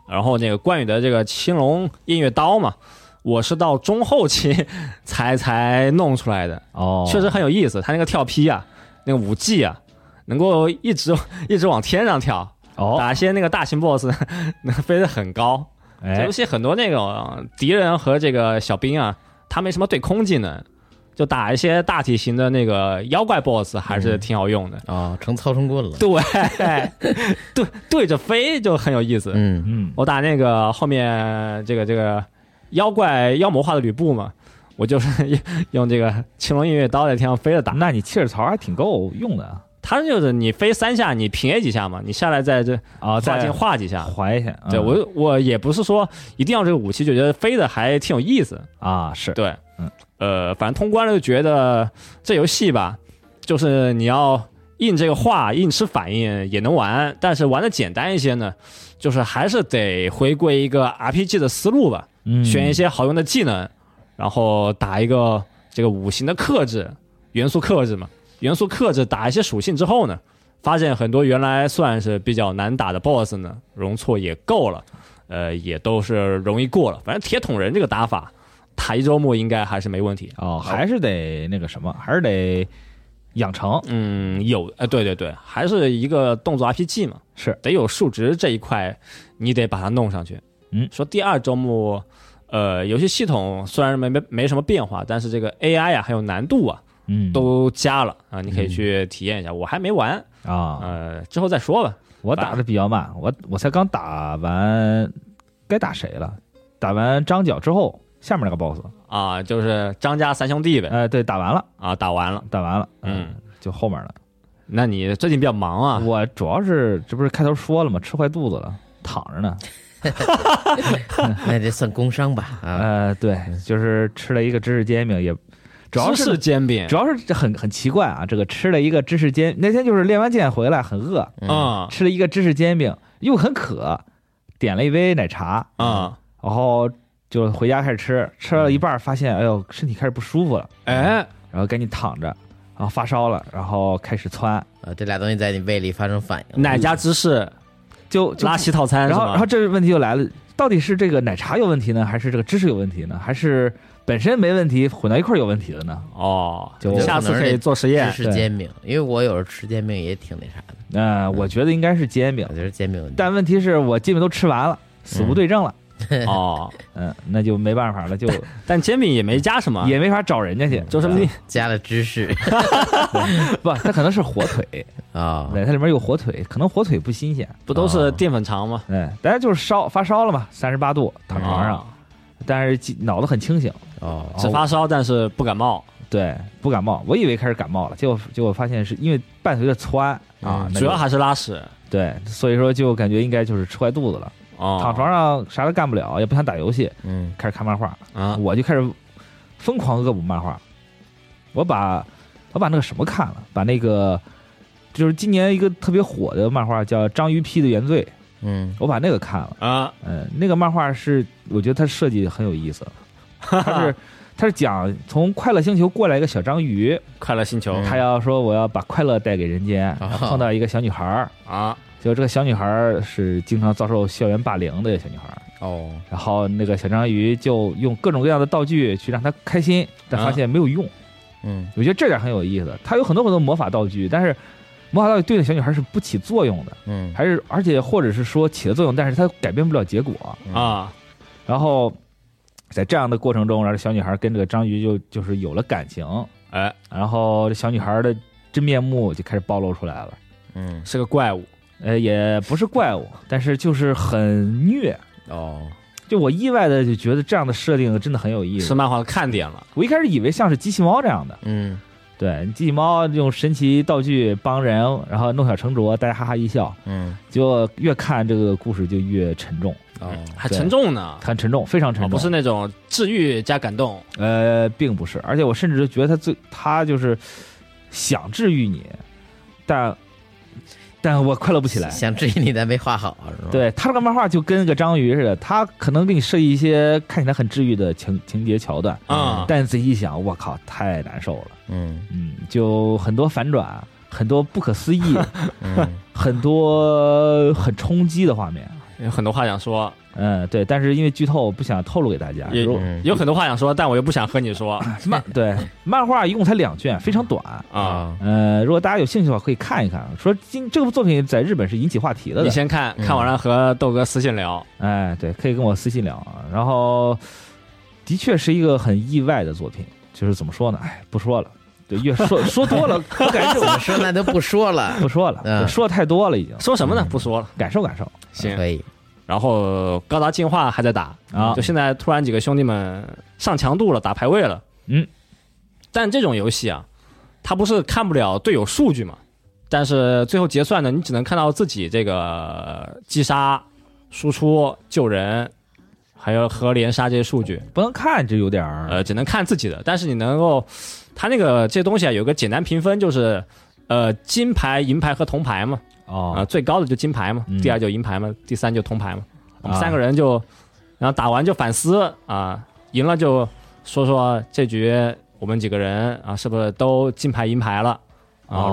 Speaker 3: 然后那个关羽的这个青龙偃月刀嘛，我是到中后期 才才弄出来的，
Speaker 4: 哦，
Speaker 3: 确实很有意思。他那个跳劈啊，那个舞技啊，能够一直一直往天上跳，
Speaker 4: 哦，
Speaker 3: 打一些那个大型 BOSS 能飞得很高。这
Speaker 4: 哎
Speaker 3: 游，戏很多那种呃敌人和这个小兵啊，他没什么对空技能。就打一些大体型的那个妖怪 BOSS 还是挺好用的，
Speaker 2: 哦，成操成棍了，
Speaker 3: 对，对对着飞就很有意思。
Speaker 2: 嗯，
Speaker 4: 嗯，
Speaker 3: 我打那个后面这个这个妖怪妖魔化的吕布嘛，我就是用这个青龙偃月刀在天上飞着打。
Speaker 4: 那你气势槽还挺够用的啊
Speaker 3: 他就是你飞三下，你平 A 几下嘛，你下来在这
Speaker 4: 啊，
Speaker 3: 画
Speaker 4: 再
Speaker 3: 镜画几下。
Speaker 4: 怀一下，嗯
Speaker 3: 对我我也不是说一定要这个武器，就觉得飞的还挺有意思。
Speaker 4: 啊是，
Speaker 3: 对，
Speaker 4: 嗯，
Speaker 3: 呃，反正通关了就觉得这游戏吧，就是你要硬这个话，硬吃反应也能玩，但是玩的简单一些呢，就是还是得回归一个 RPG 的思路吧。
Speaker 4: 嗯
Speaker 3: 选一些好用的技能，然后打一个这个五行的克制，元素克制嘛，元素克制打一些属性之后呢，发现很多原来算是比较难打的 BOSS 呢，容错也够了，呃，也都是容易过了。反正铁桶人这个打法，打一周目应该还是没问题。
Speaker 4: 哦，还是得那个什么，还是得养成，
Speaker 3: 嗯，有，呃，对对对，还是一个动作 RPG 嘛，
Speaker 4: 是
Speaker 3: 得有数值这一块，你得把它弄上去。
Speaker 4: 嗯
Speaker 3: 说第二周目，呃，游戏系统虽然没没没什么变化，但是这个 AI 啊，还有难度啊，
Speaker 4: 嗯，
Speaker 3: 都加了啊，你可以去体验一下。我还没玩，
Speaker 4: 啊，
Speaker 3: 呃，之后再说吧。
Speaker 4: 我打的比较慢，我我才刚打完，该打谁了？打完张角之后，下面那个 boss，
Speaker 3: 啊，就是张家三兄弟呗，
Speaker 4: 哎，对，打完了，
Speaker 3: 啊，打完了。
Speaker 4: 打完了，
Speaker 3: 嗯，
Speaker 4: 就后面了。
Speaker 3: 那你最近比较忙啊，
Speaker 4: 我主要是这不是开头说了吗？吃坏肚子了，躺着呢。
Speaker 2: 那这算工伤吧？啊，
Speaker 4: 呃，对，就是吃了一个芝士煎饼，也主要
Speaker 3: 芝士
Speaker 4: 是
Speaker 3: 煎饼
Speaker 4: 主，要是很很奇怪啊，这个吃了一个芝士煎，那天就是练完剑回来很饿，
Speaker 3: 嗯
Speaker 4: 吃了一个芝士煎饼，又很渴，点了一杯奶茶，
Speaker 3: 嗯，
Speaker 4: 然后就回家开始吃，吃了一半儿发现哎呦身体开始不舒服了，
Speaker 3: 哎，
Speaker 4: 然后赶紧躺着，然后发烧了，然后开始窜，
Speaker 2: 啊，这俩东西在你胃里发生反应了，
Speaker 3: 哪家芝士
Speaker 4: 就就
Speaker 3: 拉稀套餐是
Speaker 4: 然后，
Speaker 3: 吗
Speaker 4: 然后这问题就来了，到底是这个奶茶有问题呢，还是这个芝士有问题呢，还是本身没问题混到一块儿有问题的呢？
Speaker 3: 哦
Speaker 4: 就，
Speaker 3: 下次可以做实 验
Speaker 2: 芝。士煎饼，因为我有时候吃煎饼也挺那啥的，
Speaker 3: 嗯
Speaker 4: 呃，我觉得应该是煎饼
Speaker 2: 我，觉得煎饼有点，
Speaker 4: 但问题是我煎饼都吃完了，死无对证了，
Speaker 3: 哦，
Speaker 4: 嗯，那就没办法了，就
Speaker 3: 但煎饼也没加什么，
Speaker 4: 也呃没法找人家去，
Speaker 3: 啊嗯
Speaker 4: 嗯
Speaker 3: 就这么地。
Speaker 2: 加了芝士
Speaker 4: 不，它可能是火腿，
Speaker 2: 啊，
Speaker 4: 对，它里面有火腿，可能火腿不新鲜，
Speaker 3: 不都是淀粉肠吗？
Speaker 4: 嗯，大家就是烧发烧了嘛，三十八度躺床上，
Speaker 3: 啊
Speaker 4: 但是记脑子很清醒，
Speaker 2: 哦，
Speaker 3: 只发烧，但是不感冒，
Speaker 4: 对，不感冒，我以为开始感冒了，结果结果发现是因为伴随着窜啊，那
Speaker 3: 嗯主要
Speaker 4: 就
Speaker 3: 还是拉屎。
Speaker 4: 对，所以说就感觉应该就是吃坏肚子了，
Speaker 3: 哦，
Speaker 4: 躺床上啥都干不了，也不想打游戏，
Speaker 2: 嗯，
Speaker 4: 开始看漫画，
Speaker 3: 啊，
Speaker 4: 我就开始疯狂恶补漫画，我把我把那个什么看了，把那个就是今年一个特别火的漫画叫《章鱼 P 的原罪》，
Speaker 2: 嗯，
Speaker 4: 我把那个看了，
Speaker 3: 啊，
Speaker 4: 嗯，那个漫画是我觉得它设计很有意思，它 是。它是讲从快乐星球过来一个小章鱼，
Speaker 3: 快乐星球
Speaker 2: 嗯
Speaker 4: 他要说我要把快乐带给人间，
Speaker 2: 哦
Speaker 4: 然后碰到一个小女孩儿，
Speaker 3: 啊，
Speaker 4: 就这个小女孩儿是经常遭受校园霸凌的小女孩儿，
Speaker 2: 哦，
Speaker 4: 然后那个小章鱼就用各种各样的道具去让她开心，但发现没有用。
Speaker 2: 嗯，
Speaker 4: 我觉得这点很有意思，它有很多很多魔法道具，但是魔法道具对那小女孩是不起作用的，
Speaker 2: 嗯，
Speaker 4: 还是而且或者是说起了作用，但是它改变不了结果。嗯
Speaker 3: 啊，
Speaker 4: 然后在这样的过程中，然后这小女孩跟这个章鱼就就是有了感情，
Speaker 3: 哎，
Speaker 4: 然后这小女孩的真面目就开始暴露出来了。
Speaker 2: 嗯，
Speaker 3: 是个怪物
Speaker 4: 呃，也不是怪物，但是就是很虐。
Speaker 2: 哦，
Speaker 4: 就我意外的就觉得这样的设定真的很有意
Speaker 3: 是
Speaker 4: 思。
Speaker 3: 漫画的看点了。
Speaker 4: 我一开始以为像是机器猫这样的，
Speaker 2: 嗯，
Speaker 4: 对，机器猫用神奇道具帮人，然后弄巧成拙，大家哈哈一笑。
Speaker 2: 嗯，
Speaker 4: 结果越看这个故事就越沉重，
Speaker 2: 哦，
Speaker 3: 还
Speaker 4: 对
Speaker 3: 沉重呢，
Speaker 4: 很沉重，非常沉
Speaker 3: 哦
Speaker 4: 重。
Speaker 3: 不是那种治愈加感动
Speaker 4: 呃，并不是，而且我甚至觉得他最他就是想治愈你，但但我快乐不起来。
Speaker 2: 想治愈你，但没画好是吧？，
Speaker 4: 对他这个漫画就跟个章鱼似的，他可能给你设计一些看起来很治愈的情情节桥段，
Speaker 3: 啊。
Speaker 4: 但仔细一想，我靠，太难受了。
Speaker 2: 嗯
Speaker 4: 嗯，就很多反转，很多不可思议，
Speaker 2: 嗯，
Speaker 4: 很多很冲击的画面。
Speaker 3: 有很多话想说，
Speaker 4: 嗯，对，但是因为剧透，我不想透露给大家。
Speaker 3: 也
Speaker 4: 如
Speaker 2: 嗯
Speaker 3: 有很多话想说，但我又不想和你说
Speaker 4: 漫对漫画一共才两卷，非常短。
Speaker 3: 啊。，
Speaker 4: 呃，如果大家有兴趣的话，可以看一看。说今这部作品在日本是引起话题了
Speaker 3: 你
Speaker 4: 的，
Speaker 3: 先看
Speaker 2: 嗯
Speaker 3: 看完了和豆哥私信聊。
Speaker 4: 哎，对，可以跟我私信聊啊。然后，的确是一个很意外的作品，就是怎么说呢？哎，不说了，对，越说说多了，哎我感觉
Speaker 2: 怎么说那都不说 了，
Speaker 4: 不说了，
Speaker 2: 嗯
Speaker 4: 我说的太多了已经，
Speaker 3: 说什么呢
Speaker 2: 嗯？
Speaker 3: 不说了。
Speaker 4: 感受感受
Speaker 3: 行，
Speaker 2: 可以，
Speaker 3: 然后高达进化还在打，
Speaker 4: 啊
Speaker 3: 就。现在突然几个兄弟们上强度了，打排位了。
Speaker 4: 嗯，
Speaker 3: 但这种游戏啊，它不是看不了队友数据嘛，但是最后结算呢，你只能看到自己这个呃击杀、输出、救人，还有和连杀这些数据，
Speaker 4: 不能看，这有点儿
Speaker 3: 呃，只能看自己的。但是你能够，它那个这些东西啊，有个简单评分，就是呃金牌、银牌和铜牌嘛。啊、
Speaker 4: 哦，
Speaker 3: 最高的就金牌嘛
Speaker 4: 嗯，
Speaker 3: 第二就银牌嘛，第三就铜牌嘛。我们
Speaker 4: 啊
Speaker 3: 三个人就，然后打完就反思啊、赢了就说说这局我们几个人啊，是不是都金牌银牌了啊？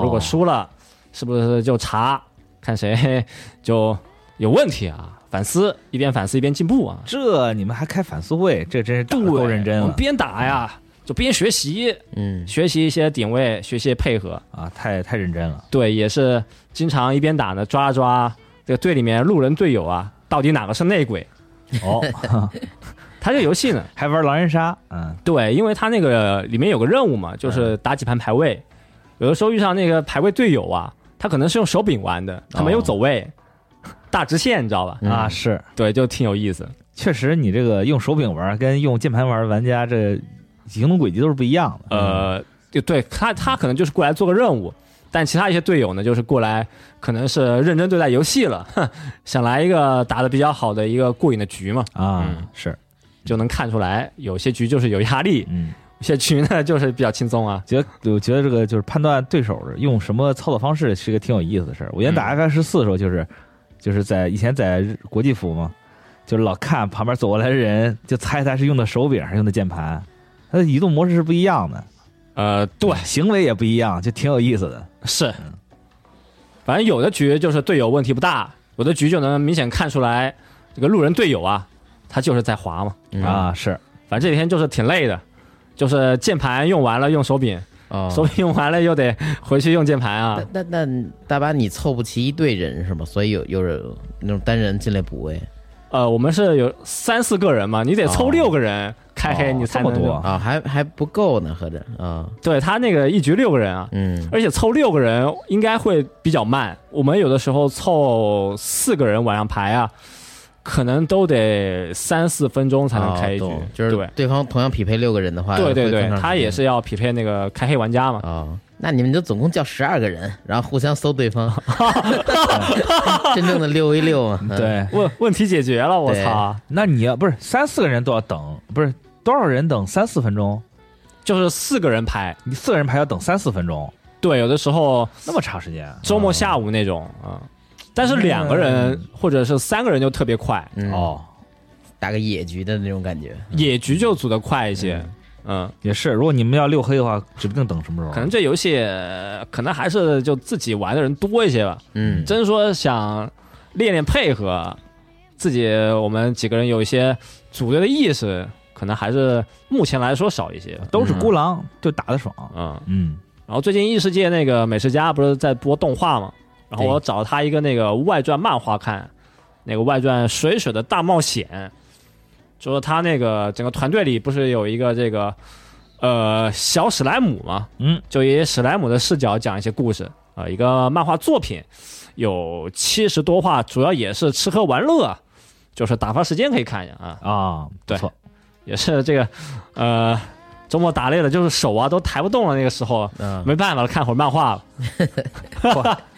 Speaker 4: 哦
Speaker 3: 如果输了，是不是就查看谁就有问题啊？反思，一边反思一边进步啊。
Speaker 4: 这你们还开反思会，这真是打
Speaker 3: 对，
Speaker 4: 得够认真啊
Speaker 3: 我
Speaker 4: 了
Speaker 3: 们边打呀，就边学习，
Speaker 2: 嗯
Speaker 3: 学习一些点位，学习配合。
Speaker 4: 啊！太太认真了，
Speaker 3: 对，也是经常一边打呢抓啊抓这个队里面路人队友啊，到底哪个是内鬼？
Speaker 4: 哦，
Speaker 3: 他这游戏呢，
Speaker 4: 还玩狼人杀，嗯，
Speaker 3: 对，因为他那个里面有个任务嘛，就是打几盘排位，有的时候遇上那个排位队友啊，他可能是用手柄玩的，他没有走位，大直线你知道吧？
Speaker 2: 嗯
Speaker 4: 啊是，
Speaker 3: 对，就挺有意思。
Speaker 4: 确实你这个用手柄玩跟用键盘玩玩家这行动轨迹都是不一样的，
Speaker 3: 呃，就对他，他可能就是过来做个任务，但其他一些队友呢，就是过来可能是认真对待游戏了，哼，想来一个打的比较好的一个过瘾的局嘛，
Speaker 4: 啊
Speaker 3: 嗯
Speaker 4: 是，
Speaker 3: 就能看出来，有些局就是有压力，
Speaker 4: 嗯。
Speaker 3: 选群呢就是比较轻松啊。
Speaker 4: 觉得我觉得这个就是判断对手用什么操作方式是一个挺有意思的事儿。我原来
Speaker 3: 嗯
Speaker 4: 打 F 十四的时候，就是、就是在以前在日国际服嘛，就是老看旁边走过来的人，就猜他是用的手柄还是用的键盘，他的移动模式是不一样的，
Speaker 3: 呃，对，
Speaker 4: 行为也不一样，就挺有意思的。
Speaker 3: 是，反正有的局就是队友问题不大，我的局就能明显看出来，这个路人队友啊，他就是在滑嘛。
Speaker 2: 嗯
Speaker 4: 啊，是
Speaker 3: 反正这几天就是挺累的，就是键盘用完了用手柄，
Speaker 2: 哦
Speaker 3: 手柄用完了又得回去用键盘啊。
Speaker 2: 那那那大巴，你凑不齐一队人是吗？所以有有人那种单人进来补位
Speaker 3: 呃，我们是有三四个人嘛，你得
Speaker 2: 哦
Speaker 3: 凑六个人开黑，
Speaker 4: 哦
Speaker 3: 你才能
Speaker 4: 这么多
Speaker 2: 啊，还还不够呢，合着啊，
Speaker 3: 对他那个一局六个人啊，
Speaker 2: 嗯
Speaker 3: 而且凑六个人应该会比较慢。我们有的时候凑四个人往上排啊，可能都得三四分钟才能开一
Speaker 2: 哦
Speaker 3: 局，
Speaker 2: 懂就是
Speaker 3: 对
Speaker 2: 对方同样匹配六个人的话，
Speaker 3: 对对
Speaker 2: 会更
Speaker 3: 对，
Speaker 2: 长
Speaker 3: 他
Speaker 2: 时间
Speaker 3: 也是要匹配那个开黑玩家嘛。
Speaker 2: 哦，那你们就总共叫十二个人，然后互相搜对 方，真正的六 v 六嘛。嗯，
Speaker 4: 对。
Speaker 3: 问问题解决了，我
Speaker 2: 对
Speaker 3: 操！
Speaker 4: 那你要不是三四个人都要等，不是多少人等三四分钟？
Speaker 3: 就是四个人排，
Speaker 4: 你四个人排要等三四分钟，
Speaker 3: 对，有的时候
Speaker 4: 那么长时间？啊
Speaker 3: 周末下午那种啊、但是两个人或者是三个人就特别快，
Speaker 2: 嗯，
Speaker 4: 哦，
Speaker 2: 打个野局的那种感觉。
Speaker 3: 野局就组得快一些。嗯，
Speaker 4: 也是。如果你们要六黑的话，指不定等什么时候。
Speaker 3: 可能这游戏呃可能还是就自己玩的人多一些吧。
Speaker 2: 嗯，
Speaker 3: 真说想练练配合，自己我们几个人有一些组队的意识，可能还是目前来说少一些。
Speaker 4: 都是孤狼，就打得爽。
Speaker 3: 嗯，
Speaker 4: 嗯，
Speaker 3: 然后最近异世界那个美食家不是在播动画嘛，然后我找他一个那个外传漫画看，那个外传《水水的大冒险》，就是他那个整个团队里不是有一个这个呃小史莱姆嘛，
Speaker 4: 嗯，
Speaker 3: 就以史莱姆的视角讲一些故事啊、呃一个漫画作品有七十多话，主要也是吃喝玩乐，就是打发时间可以看一下啊，
Speaker 4: 啊，不
Speaker 3: 对
Speaker 4: 错，
Speaker 3: 也是这个呃周末打累了，就是手啊都抬不动了，那个时候
Speaker 2: 啊，
Speaker 3: 没办法了，看会儿漫画吧。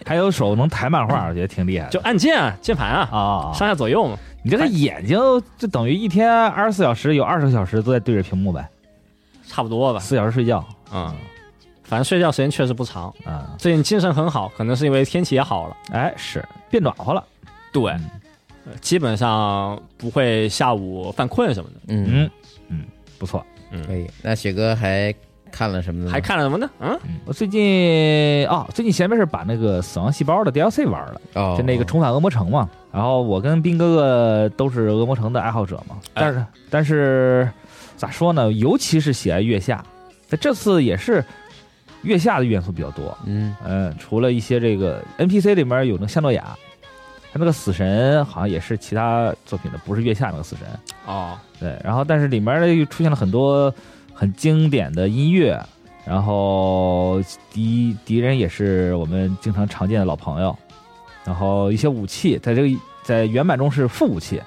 Speaker 4: 还有手能抬漫画，我觉得挺厉害的。
Speaker 3: 就按键啊，键盘啊，
Speaker 4: 啊，
Speaker 3: 上下左右嘛。
Speaker 4: 你这个眼睛就等于一天二十四小时有二十个小时都在对着屏幕呗，
Speaker 3: 差不多吧。
Speaker 4: 四小时睡觉
Speaker 3: 嗯，反正睡觉时间确实不长。
Speaker 4: 啊。
Speaker 3: 最近精神很好，可能是因为天气也好了。
Speaker 4: 哎，是变暖和了。
Speaker 3: 对
Speaker 4: 嗯
Speaker 3: 基本上不会下午犯困什么的。
Speaker 2: 嗯，
Speaker 4: 嗯嗯，不错。
Speaker 2: 可以。那雪哥还看了什么呢？
Speaker 3: 还看了什么呢？嗯，
Speaker 4: 嗯我最近哦，最近闲没事把那个《死亡细胞》的 DLC 玩了，
Speaker 2: 哦，
Speaker 4: 就那个重返恶魔城嘛。然后我跟斌哥哥都是恶魔城的爱好者嘛，
Speaker 3: 哎
Speaker 4: 但是但是咋说呢？尤其是喜爱月下，那这次也是月下的元素比较多。
Speaker 2: 嗯
Speaker 4: 嗯，除了一些这个 NPC 里面有那个夏诺亚，他那个死神好像也是其他作品的，不是月下那个死神。
Speaker 3: 哦，
Speaker 4: 对，然后但是里面呢又出现了很多很经典的音乐，然后敌敌人也是我们经常常见的老朋友，然后一些武器，在这个在原版中是副武器，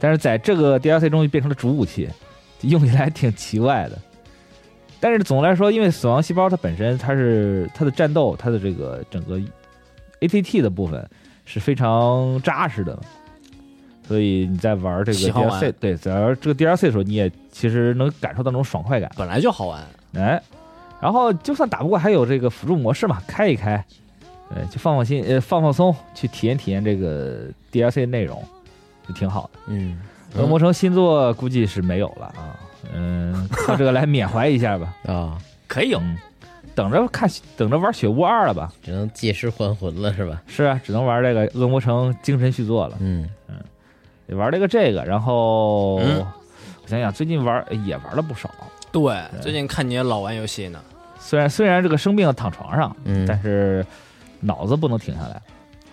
Speaker 4: 但是在这个 DLC 中就变成了主武器，用起来挺奇怪的。但是总的来说，因为死亡细胞它本身它是它的战斗，它的这个整个 ATT 的部分是非常扎实的，所以你在玩这个
Speaker 3: 喜欢玩
Speaker 4: DLC 对，在玩这个 DLC 的时候，你也其实能感受到那种爽快感。
Speaker 3: 本来就好玩。
Speaker 4: 哎，然后就算打不过，还有这个辅助模式嘛，开一开，呃，就放放心，呃，放放松，去体验体验这个 DLC 的内容，就挺好的。
Speaker 2: 嗯，
Speaker 4: 恶魔城新作估计是没有了啊， 嗯，靠这个来缅怀一下吧。
Speaker 2: 哦，
Speaker 3: 可以有，
Speaker 4: 嗯，等着看，等着玩《雪屋二》了吧？
Speaker 2: 只能借尸还魂了是吧？
Speaker 4: 是啊，只能玩这个恶魔城精神续作了。
Speaker 2: 嗯
Speaker 4: 玩这个这个，然后、
Speaker 3: 嗯
Speaker 4: 我想想，最近玩也玩了不少，
Speaker 3: 对，最近看你也老玩游戏呢，
Speaker 4: 虽然虽然这个生病躺床上，
Speaker 2: 嗯，
Speaker 4: 但是脑子不能停下来。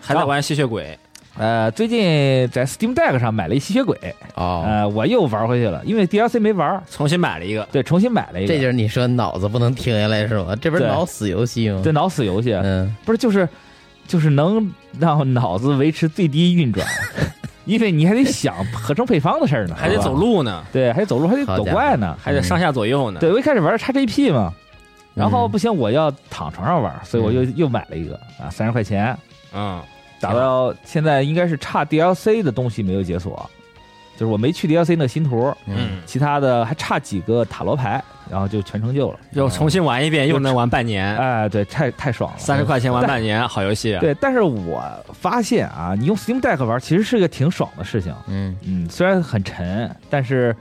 Speaker 3: 还在玩吸血鬼。
Speaker 4: 呃，最近在 Steam Deck 上买了一吸血鬼，
Speaker 2: 哦，
Speaker 4: 呃，我又玩回去了，因为 DLC 没玩儿，
Speaker 3: 重新买了一个，
Speaker 4: 对，重新买了一个。
Speaker 2: 这就是你说脑子不能停下来是吗？这不是
Speaker 4: 对
Speaker 2: 脑死游戏吗？
Speaker 4: 对脑死游戏，
Speaker 2: 嗯，
Speaker 4: 不是就是就是能让脑子维持最低运转， 因为你还得想合成配方的事儿呢，
Speaker 3: 还得
Speaker 4: 是吧
Speaker 3: 走，路呢，
Speaker 4: 对，还得走路，还得
Speaker 2: 好
Speaker 4: 走
Speaker 2: 家伙
Speaker 4: 怪呢。
Speaker 3: 还得上下左右呢。
Speaker 4: 对，我一开始玩的 XGP 嘛，然后
Speaker 2: 嗯
Speaker 4: 不行，我要躺床上玩儿，所以我又又买了一个啊，三十块钱，
Speaker 3: 嗯，
Speaker 4: 打到现在应该是差 DLC 的东西没有解锁，就是我没去 DLC 那个新图，
Speaker 3: 嗯，
Speaker 4: 其他的还差几个塔罗牌，然后就全成就了。
Speaker 3: 又重新玩一遍，又能玩半年，
Speaker 4: 哎，对，太太爽了。
Speaker 3: 三十块钱玩半年，好游戏啊。
Speaker 4: 对，但是我发现啊，你用 Steam Deck 玩其实是个挺爽的事情。
Speaker 2: 嗯
Speaker 4: 嗯，虽然很沉，但 是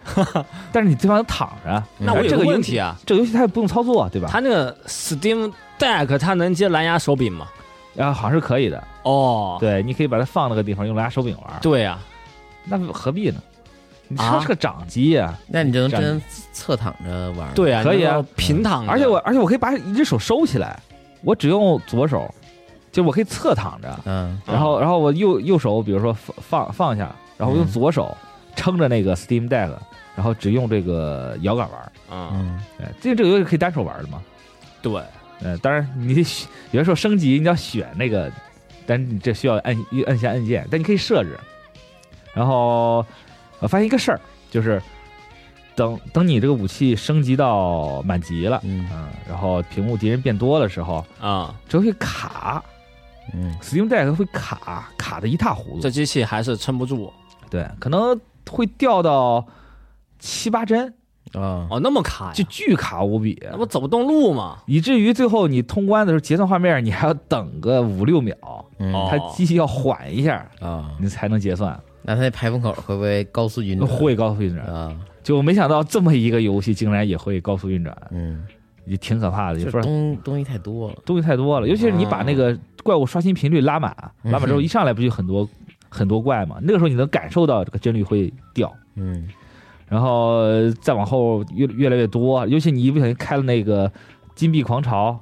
Speaker 4: 但是你最起码能躺着。
Speaker 3: 那我
Speaker 4: 这
Speaker 3: 有
Speaker 4: 个
Speaker 3: 个
Speaker 4: 游
Speaker 3: 问
Speaker 4: 戏
Speaker 3: 题啊，
Speaker 4: 这个游戏它也不用操作，对吧？
Speaker 3: 它那个 Steam Deck 它能接蓝牙手柄吗？
Speaker 4: 啊，好像是可以的。
Speaker 3: 哦，
Speaker 4: 对，你可以把它放那个地方，用俩手柄玩，
Speaker 3: 对啊呀、
Speaker 4: 那何必呢？你
Speaker 3: 啊
Speaker 4: 车是个掌机啊呀、
Speaker 2: 那你就能
Speaker 4: 这样
Speaker 2: 真侧躺着玩儿。
Speaker 3: 对呀、
Speaker 4: 可以啊
Speaker 3: 你要平躺着，嗯
Speaker 4: 而且我而且我可以把一只手收起来，我只用左手，就我可以侧躺着，
Speaker 2: 嗯，
Speaker 4: 然后然后我右右手比如说放放放下，然后我用
Speaker 2: 嗯
Speaker 4: 左手撑着那个 Steam Deck，然后只用这个摇杆玩。
Speaker 3: 嗯，
Speaker 2: 嗯
Speaker 4: 哎，这这个游戏可以单手玩的嘛？
Speaker 3: 对，
Speaker 4: 呃，当然你得选有的时候升级你要选那个，但是你这需要按一按下按键，但你可以设置。然后我发现一个事儿，就是等等你这个武器升级到满级了，
Speaker 2: 嗯
Speaker 4: 嗯，然后屏幕敌人变多的时候，
Speaker 3: 啊、
Speaker 4: 这会卡
Speaker 2: 嗯，
Speaker 4: ，Steam Deck 会卡，卡的一塌糊涂
Speaker 3: 这。机器还是撑不住
Speaker 4: 对，可能会掉到七八帧，
Speaker 2: 哦，
Speaker 3: 哦，那么卡呀，
Speaker 4: 就巨卡无比。
Speaker 3: 那不走不动路吗？
Speaker 4: 以至于最后你通关的时候结算画面，你还要等个五六秒，
Speaker 2: 嗯
Speaker 3: 哦
Speaker 4: 它机器要缓一下，
Speaker 2: 哦
Speaker 4: 你才能结算。
Speaker 2: 那他那排风口会不会高速运转？
Speaker 4: 会高速运转，
Speaker 2: 啊，
Speaker 4: 就我没想到这么一个游戏竟然也会高速运转，
Speaker 2: 嗯，
Speaker 4: 也挺可怕的。
Speaker 2: 就
Speaker 4: 就是说
Speaker 2: 东东西太多了，
Speaker 4: 东西太多了，尤其是你把那个怪物刷新频率拉满，
Speaker 2: 嗯
Speaker 4: 拉满之后一上来不就很多很多怪嘛？那个时候你能感受到这个帧率会掉。
Speaker 2: 嗯
Speaker 4: 然后呃再往后越越来越多，尤其你一不小心开了那个金币狂潮，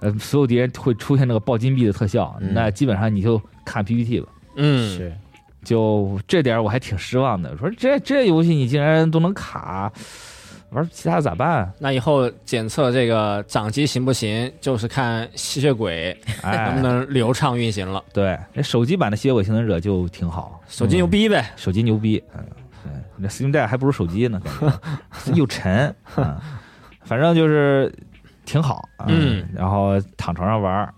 Speaker 4: 呃，所有敌人会出现那个爆金币的特效，
Speaker 2: 嗯
Speaker 4: 那基本上你就看 PPT 吧。
Speaker 3: 嗯，
Speaker 2: 是，
Speaker 4: 就这点儿我还挺失望的，说这这游戏你竟然都能卡，玩其他的咋办？
Speaker 3: 那以后检测这个掌机行不行，就是看吸血鬼能不
Speaker 4: 哎，
Speaker 3: 能流畅运行了。
Speaker 4: 对，那手机版的吸血鬼幸存者就挺好，
Speaker 3: 手机牛逼呗，
Speaker 4: 手机牛逼，嗯，对，那 Steam Deck 还不如手机呢，感觉又沉，嗯，反正就是挺好，啊
Speaker 3: 嗯
Speaker 4: 然后躺床上玩儿，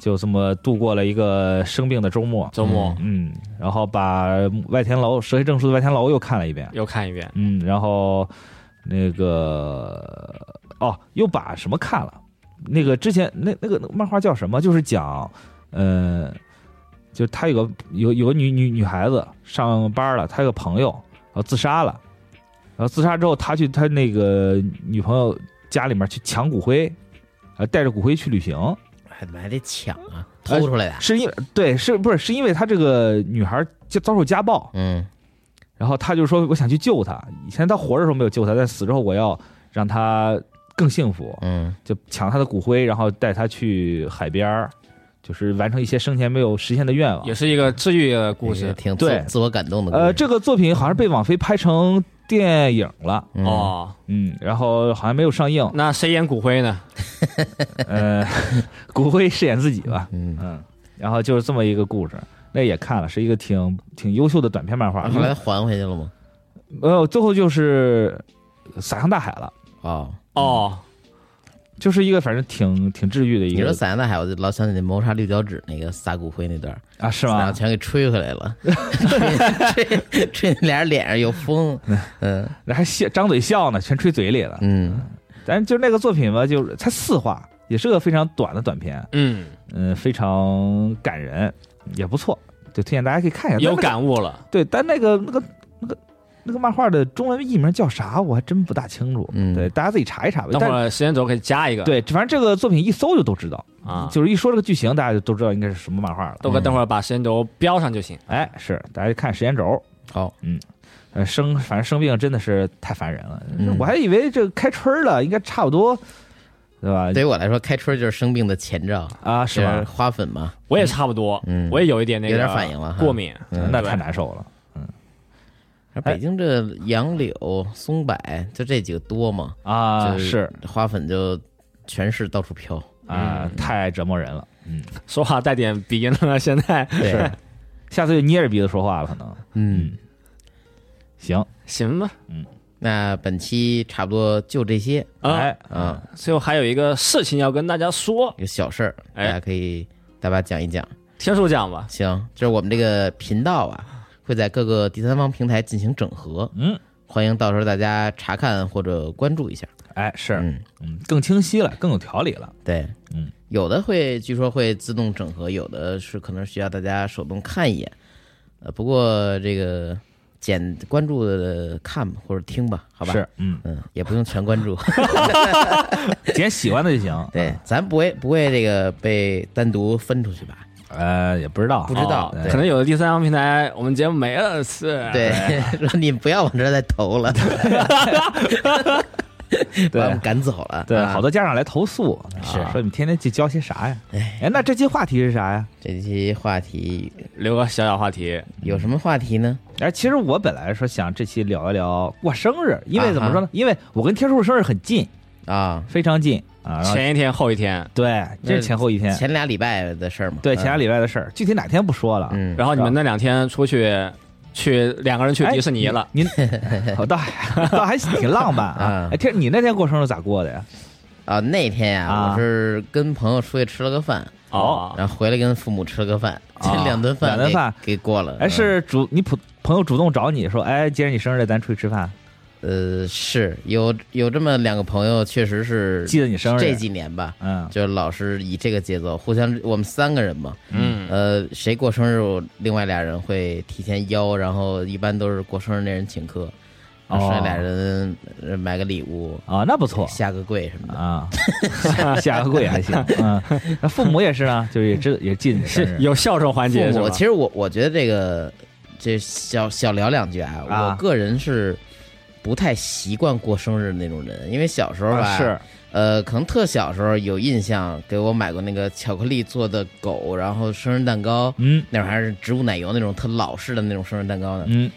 Speaker 4: 就这么度过了一个生病的周末，
Speaker 3: 周末
Speaker 4: 嗯，然后把外天楼《蛇蝎证书》的外天楼又看了一遍，
Speaker 3: 又看一遍
Speaker 4: 嗯，然后那个哦，又把什么看了？那个之前那那个那个漫画叫什么？就是讲，呃，就是他有个有有个女女女孩子上班了，她有个朋友然后自杀了，然后自杀之后，他去他那个女朋友家里面去抢骨灰，啊，带着骨灰去旅行，
Speaker 2: 还还得抢啊，偷出来的，
Speaker 4: 是因对是不是是因为他这个女孩就遭受家暴，
Speaker 2: 嗯
Speaker 4: 然后他就说我想去救她。以前他活着的时候没有救她，但死之后我要让她更幸福，
Speaker 2: 嗯
Speaker 4: 就抢她的骨灰，然后带她去海边儿，就是完成一些生前没有实现的愿望
Speaker 3: 也。是一个治愈的故
Speaker 2: 也是
Speaker 3: 事
Speaker 2: 挺自
Speaker 4: 对
Speaker 2: 自我感动的故事。
Speaker 4: 呃，这个作品好像被网飞拍成电影了，
Speaker 2: 嗯，
Speaker 3: 哦。，
Speaker 4: 嗯，然后好像没有上映
Speaker 3: 那谁演骨灰呢？
Speaker 4: 呃， 骨灰饰演自己吧，
Speaker 2: 嗯，
Speaker 4: 嗯，然后就是这么一个故事，那也看了，是一个挺挺优秀的短篇漫画
Speaker 2: 后，来还回去了吗？
Speaker 4: 呃，最后就是撒向大海了，
Speaker 2: 哦，
Speaker 3: 哦，
Speaker 4: 就是一个反正挺挺治愈的一
Speaker 2: 你说
Speaker 4: 个
Speaker 2: 撒洋大海，我就老想起那谋杀绿脚趾那个撒骨灰那段儿，
Speaker 4: 啊，是
Speaker 2: 然
Speaker 4: 吗
Speaker 2: 后？全给吹回来了，吹吹吹那俩人脸上有风，嗯
Speaker 4: 那还笑张嘴笑呢，全吹嘴里了。
Speaker 2: 嗯
Speaker 4: 但是就那个作品吧，就是才四话，也是个非常短的短片，
Speaker 3: 嗯，
Speaker 4: 嗯，非常感人，也不错，就推荐大家可以看一下。
Speaker 3: 嗯有
Speaker 4: 但那个
Speaker 3: 感悟了。
Speaker 4: 对，但那个那个那个那个漫画的中文译名叫啥，我还真不大清楚。
Speaker 2: 嗯
Speaker 4: 对，大家自己查一查吧。
Speaker 3: 等会
Speaker 4: 但
Speaker 3: 儿时间轴可以加一个。
Speaker 4: 对，反正这个作品一搜就都知道，
Speaker 3: 啊，
Speaker 4: 就是一说这个剧情，大家就都知道应该是什么漫画了。
Speaker 3: 豆哥，等会儿把时间轴标上就行。
Speaker 2: 嗯
Speaker 4: 哎，是，大家就看时间轴。
Speaker 2: 好，
Speaker 4: 嗯，呃，生反正生病真的是太烦人了。
Speaker 2: 嗯
Speaker 4: 我还以为这开春儿了，应该差不多，对吧？
Speaker 2: 对于我来说，开春就是生病的前兆，
Speaker 4: 啊，是吧？
Speaker 2: 花粉嘛，
Speaker 3: 我也差不多，
Speaker 2: 嗯
Speaker 3: 我也有一点那个
Speaker 2: 有点反应了哈
Speaker 3: 过敏。
Speaker 2: 嗯
Speaker 4: 那
Speaker 3: 对
Speaker 4: 太难受了。
Speaker 2: 而
Speaker 4: 哎
Speaker 2: 北京这杨柳、松柏就这几个多嘛，
Speaker 4: 啊，
Speaker 2: 就是嗯花粉就全市到处 飘。
Speaker 4: 啊，太折磨人了。嗯，
Speaker 3: 说话带点鼻音了，现在
Speaker 2: 对，
Speaker 4: 下次就捏着鼻子说话了，可能。
Speaker 2: 嗯，
Speaker 4: 行，
Speaker 3: 行吧。
Speaker 2: 那本期差不多就这些
Speaker 3: 啊，
Speaker 4: 哎，
Speaker 2: 啊，
Speaker 3: 最后还有一个事情要跟大家说，
Speaker 2: 一个小事儿，大
Speaker 3: 哎
Speaker 2: 家可以大把讲一讲。
Speaker 3: 天数讲吧。
Speaker 2: 行，就是我们这个频道啊，会在各个第三方平台进行整合，
Speaker 4: 嗯，
Speaker 2: 欢迎到时候大家查看或者关注一下。
Speaker 4: 哎，是，
Speaker 2: 嗯，
Speaker 4: 嗯，更清晰了，更有条理了。
Speaker 2: 对，
Speaker 4: 嗯，
Speaker 2: 有的会据说会自动整合，有的是可能需要大家手动看一眼。呃，不过这个简关注的看吧，或者听吧，好吧？
Speaker 4: 是，嗯，
Speaker 2: 嗯，也不用全关注。
Speaker 4: 捡喜欢的就行。
Speaker 2: 对，咱不会不会这个被单独分出去吧？
Speaker 4: 呃，也不知道，
Speaker 2: 不知道
Speaker 4: 哦
Speaker 2: 对
Speaker 3: 可能有的第三方平台我们节目没二次，
Speaker 4: 哎
Speaker 2: 对， 说你不要往这儿再投 了，把我们赶走了。
Speaker 4: 对，
Speaker 2: 啊
Speaker 4: 好多家长来投诉，
Speaker 2: 是
Speaker 4: 啊说你们天天去教些啥呀？
Speaker 2: 哎，
Speaker 4: 哎，那这期话题是啥呀？
Speaker 2: 这期话题
Speaker 3: 留个小小话题，
Speaker 2: 有什么话题呢？
Speaker 4: 哎，其实我本来说想这期聊一聊过生日，因为怎么说
Speaker 2: 啊
Speaker 4: 呢？因为我跟天叔生日很近，
Speaker 2: 啊，
Speaker 4: 非常近啊。然后
Speaker 3: 前一呃天后一天，
Speaker 4: 对，这是前后一天，
Speaker 2: 前俩礼拜的事儿嘛。
Speaker 4: 嗯对，
Speaker 3: 嗯
Speaker 4: 前俩
Speaker 2: 礼
Speaker 4: 礼拜的事儿，具体哪天不说了。
Speaker 2: 嗯，
Speaker 3: 然后你们那两天出去去两个
Speaker 2: 哎
Speaker 3: 人
Speaker 4: 哎
Speaker 3: 去迪士尼了，
Speaker 4: 您好哦倒还倒还挺浪漫啊
Speaker 3: 嗯
Speaker 2: 啊！
Speaker 4: 哎，天，你那天过生日咋过的呀？
Speaker 2: 啊，那天呀、
Speaker 4: 啊
Speaker 2: 我是跟朋友出去吃了个饭，
Speaker 3: 哦，
Speaker 2: 然后回来跟父母吃了个饭， 这
Speaker 4: 啊
Speaker 2: 两顿饭
Speaker 4: 两顿
Speaker 2: 给
Speaker 4: 饭
Speaker 2: 给过了。
Speaker 3: 嗯
Speaker 4: 哎，是主你朋朋友主动找你说，哎，今儿你生日，咱出去吃饭，
Speaker 2: 呃，是有有这么两个朋友，确实是
Speaker 4: 记得你生日。
Speaker 2: 这几年吧，
Speaker 4: 嗯，
Speaker 2: 就老是以这个节奏，互相我们三个人嘛，
Speaker 3: 嗯，
Speaker 2: 呃，谁过生日，我另外俩人会提前邀，然后一般都是过生日那人请客，然后剩下俩人呃买个礼物，
Speaker 4: 啊，哦那不 错
Speaker 2: 下个跪什么的。
Speaker 4: 啊，下个跪还行。嗯，那父母也是啊，就是也知也记得你生
Speaker 3: 是
Speaker 4: 日。
Speaker 3: 有孝顺环节
Speaker 2: 嗯父
Speaker 3: 是
Speaker 2: 母，
Speaker 3: 吧？
Speaker 2: 其实我我觉得这个这小小聊两句啊，
Speaker 4: 啊
Speaker 2: 我个人是不太习惯过生日那种人，因为小时候吧，
Speaker 4: 啊是
Speaker 2: 呃，可能特小时候有印象，给我买过那个巧克力做的狗，然后生日蛋糕，
Speaker 4: 嗯
Speaker 2: 那会儿还是植物奶油那种特老式的那种生日蛋糕呢。
Speaker 4: 嗯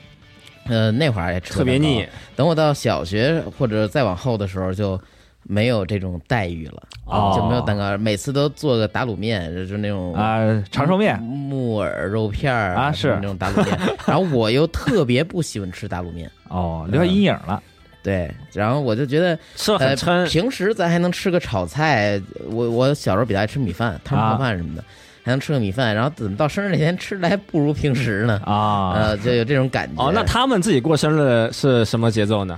Speaker 2: 呃，那会儿也吃过
Speaker 3: 特别
Speaker 2: 蛋糕
Speaker 3: 腻，
Speaker 2: 等我到小学或者再往后的时候，就没有这种待遇了，
Speaker 4: 哦
Speaker 2: 就没有蛋糕，每次都做个打卤面，就就那种
Speaker 4: 啊，长寿面
Speaker 2: 木耳肉片儿
Speaker 4: 啊是
Speaker 2: 那种打卤 面。然后我又特别不喜欢吃打卤面，
Speaker 4: 哦，留下阴影了。
Speaker 2: 对，然后我就觉得，
Speaker 3: 吃了
Speaker 2: 呃
Speaker 3: 很，
Speaker 4: 嗯
Speaker 3: 撑，
Speaker 2: 平时咱还能吃个炒菜，我我小时候比较爱吃米饭、汤泡饭什
Speaker 4: 啊
Speaker 2: 么的，还能吃个米饭，然后怎么到生日那天吃的还不如平时呢？
Speaker 4: 啊，
Speaker 2: 呃，就有这种感觉。
Speaker 3: 哦，那他们自己过生日是什么节奏呢？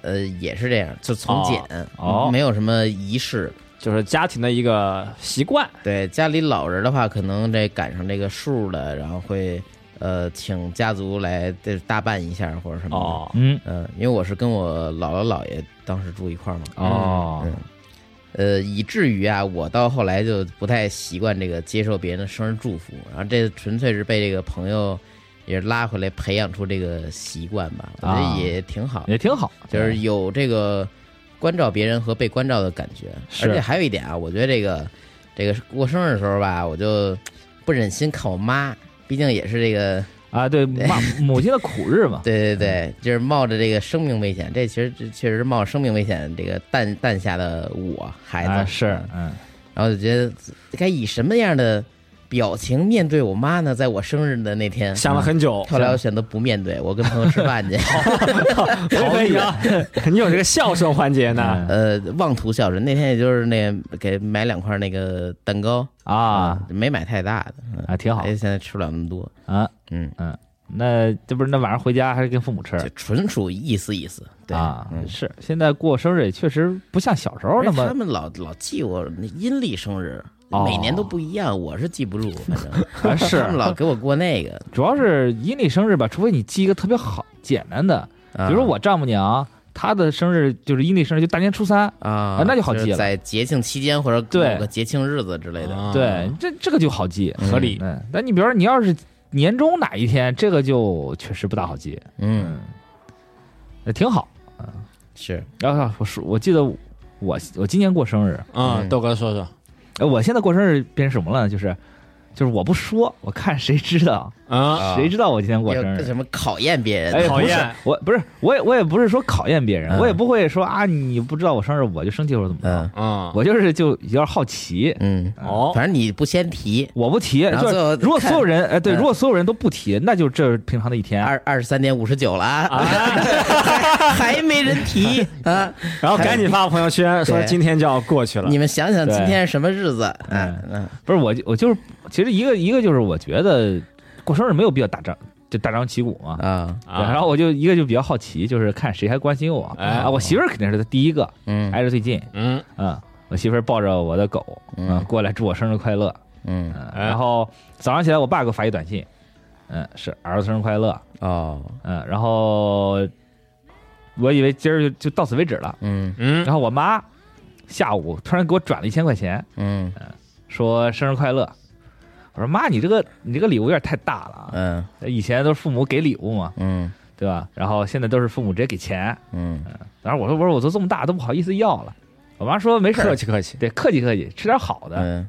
Speaker 2: 呃也是这样，就从
Speaker 3: 哦
Speaker 2: 简，
Speaker 4: 哦
Speaker 2: 没有什么仪式，
Speaker 3: 就是家庭的一个习惯，
Speaker 2: 对家里老人的话，可能这赶上这个数了，然后会呃请家族来这大办一下或者什么的。
Speaker 3: 哦，
Speaker 4: 嗯，
Speaker 2: 嗯、因为我是跟我姥姥姥爷当时住一块儿嘛。
Speaker 4: 哦
Speaker 2: 嗯，呃，以至于啊，我到后来就不太习惯这个接受别人的生日祝福，然后这纯粹是被这个朋友也是拉回来培养出这个习惯吧，我觉
Speaker 4: 啊
Speaker 2: 得也挺好，
Speaker 4: 也挺好，
Speaker 2: 就是有这个关照别人和被关照的感觉。
Speaker 4: 是
Speaker 2: 而且还有一点啊，我觉得这个这个过生日的时候吧，我就不忍心看我妈，毕竟也是这个
Speaker 4: 啊，对，妈母亲的苦 日嘛。
Speaker 2: 对对
Speaker 4: 嗯
Speaker 2: 对，就是冒着这个生命危险，这其实这确实是冒着生命危险，这个诞诞下的我孩子、
Speaker 4: 啊，是，嗯，
Speaker 2: 然后就觉得该以什么样的表情面对我妈呢？在我生日的那天，
Speaker 3: 想了很久，
Speaker 2: 后来我选择不面对，我跟朋友吃饭去，
Speaker 3: 可以啊，你有这个孝顺环节呢，
Speaker 4: 嗯
Speaker 2: 呃，妄图孝顺。那天也就是那个给买两块那个蛋糕
Speaker 4: 啊，
Speaker 2: 没买太大的，嗯
Speaker 4: 啊，挺好
Speaker 2: 哎，现在吃不了那么多，
Speaker 4: 啊。
Speaker 2: 嗯，
Speaker 4: 那这不是那晚上回家还是跟父母吃
Speaker 2: 就纯属意思意思。对
Speaker 4: 啊？
Speaker 2: 嗯。哎
Speaker 4: 是，现在过生日也确实不像小时候那
Speaker 2: 而且
Speaker 4: 么
Speaker 2: 他们老老记我那阴历生日，
Speaker 4: 哦
Speaker 2: 每年都不一样，我是记不 住，反正
Speaker 4: 啊，是
Speaker 2: 他们老给我过那个。
Speaker 4: 主要是阴历生日吧，除非你记一个特别好简单的，
Speaker 2: 啊
Speaker 4: 比如我丈母娘，她的生日就是阴历生日，就大年初三。
Speaker 2: 啊
Speaker 4: 啊，那就好记了
Speaker 2: 是在节庆期间或者
Speaker 4: 对
Speaker 2: 某个节庆日子之类的，
Speaker 3: 啊
Speaker 4: 对，这这个就好记，
Speaker 2: 嗯
Speaker 3: 合理，
Speaker 4: 嗯。但你比如说你要是年终哪一天，这个就确实不大好记，
Speaker 2: 嗯，
Speaker 4: 也挺好。
Speaker 2: 是
Speaker 4: 然后我说，我记得我我今年过生日，
Speaker 3: 嗯，
Speaker 2: 嗯
Speaker 3: 豆哥说说，
Speaker 4: 哎，我现在过生日变成什么了呢？就是就是我不说，我看谁知道，
Speaker 3: 嗯，
Speaker 2: 啊
Speaker 4: 谁知道我今天过
Speaker 2: 要
Speaker 4: 生日。
Speaker 2: 什么考验别人，
Speaker 4: 哎，
Speaker 3: 讨
Speaker 4: 不是
Speaker 3: 厌
Speaker 4: 我不是，我也我也不是说考验别人，
Speaker 2: 嗯
Speaker 4: 我也不会说啊，你不知道我生日我就生气或者怎么
Speaker 2: 嗯
Speaker 4: 着，
Speaker 3: 嗯，
Speaker 4: 我就是就有点好奇，
Speaker 2: 嗯，
Speaker 3: 哦，
Speaker 2: 反正你不先提，
Speaker 4: 我不提，
Speaker 2: 然后
Speaker 4: 就
Speaker 2: 最后
Speaker 4: 是如果
Speaker 2: 看
Speaker 4: 所有人哎
Speaker 2: 嗯
Speaker 4: 对，
Speaker 2: 啊
Speaker 4: 如果所有人都不提，那就这平常的一天，
Speaker 2: 二二十三点五十九了啊，
Speaker 4: 啊
Speaker 2: 还还没人 提啊，
Speaker 3: 然后赶紧发朋友圈说
Speaker 2: 对
Speaker 3: 今天就要过去了
Speaker 2: 你，们想想
Speaker 4: 对
Speaker 2: 今天是什么日子？嗯嗯
Speaker 4: 不是我就我就是其实一个一个就是我觉得过生日没有必要大张就大张旗鼓嘛。
Speaker 2: 啊
Speaker 4: 对然后我就一个就比较好奇，就是看谁还关心我
Speaker 3: 哎
Speaker 4: 啊！我媳妇儿肯定是第一个
Speaker 2: 嗯
Speaker 4: 挨着最近，
Speaker 3: 嗯，
Speaker 4: 嗯，我媳妇儿抱着我的狗，
Speaker 2: 嗯
Speaker 4: 嗯，过来祝我生日快乐，
Speaker 2: 嗯
Speaker 4: 嗯，然后早上起来我爸给我发一短信，嗯，是儿子生日快乐，
Speaker 2: 哦，
Speaker 4: 嗯，然后我以为今儿就就到此为止了，
Speaker 2: 嗯
Speaker 3: 嗯
Speaker 4: 然后我妈下午突然给我转了一千块钱，
Speaker 2: 嗯
Speaker 4: 说生日快乐。我说妈，你这个你这个礼物有点太大了啊！
Speaker 2: 嗯
Speaker 4: 以前都是父母给礼物嘛，
Speaker 2: 嗯
Speaker 4: 对吧？然后现在都是父母直接给钱。
Speaker 2: 嗯，
Speaker 4: 然后我说我说我都这么大都不好意思要了。我妈说没事儿，嗯
Speaker 3: 客气客气，
Speaker 4: 得客气客气，吃点好的。
Speaker 2: 嗯，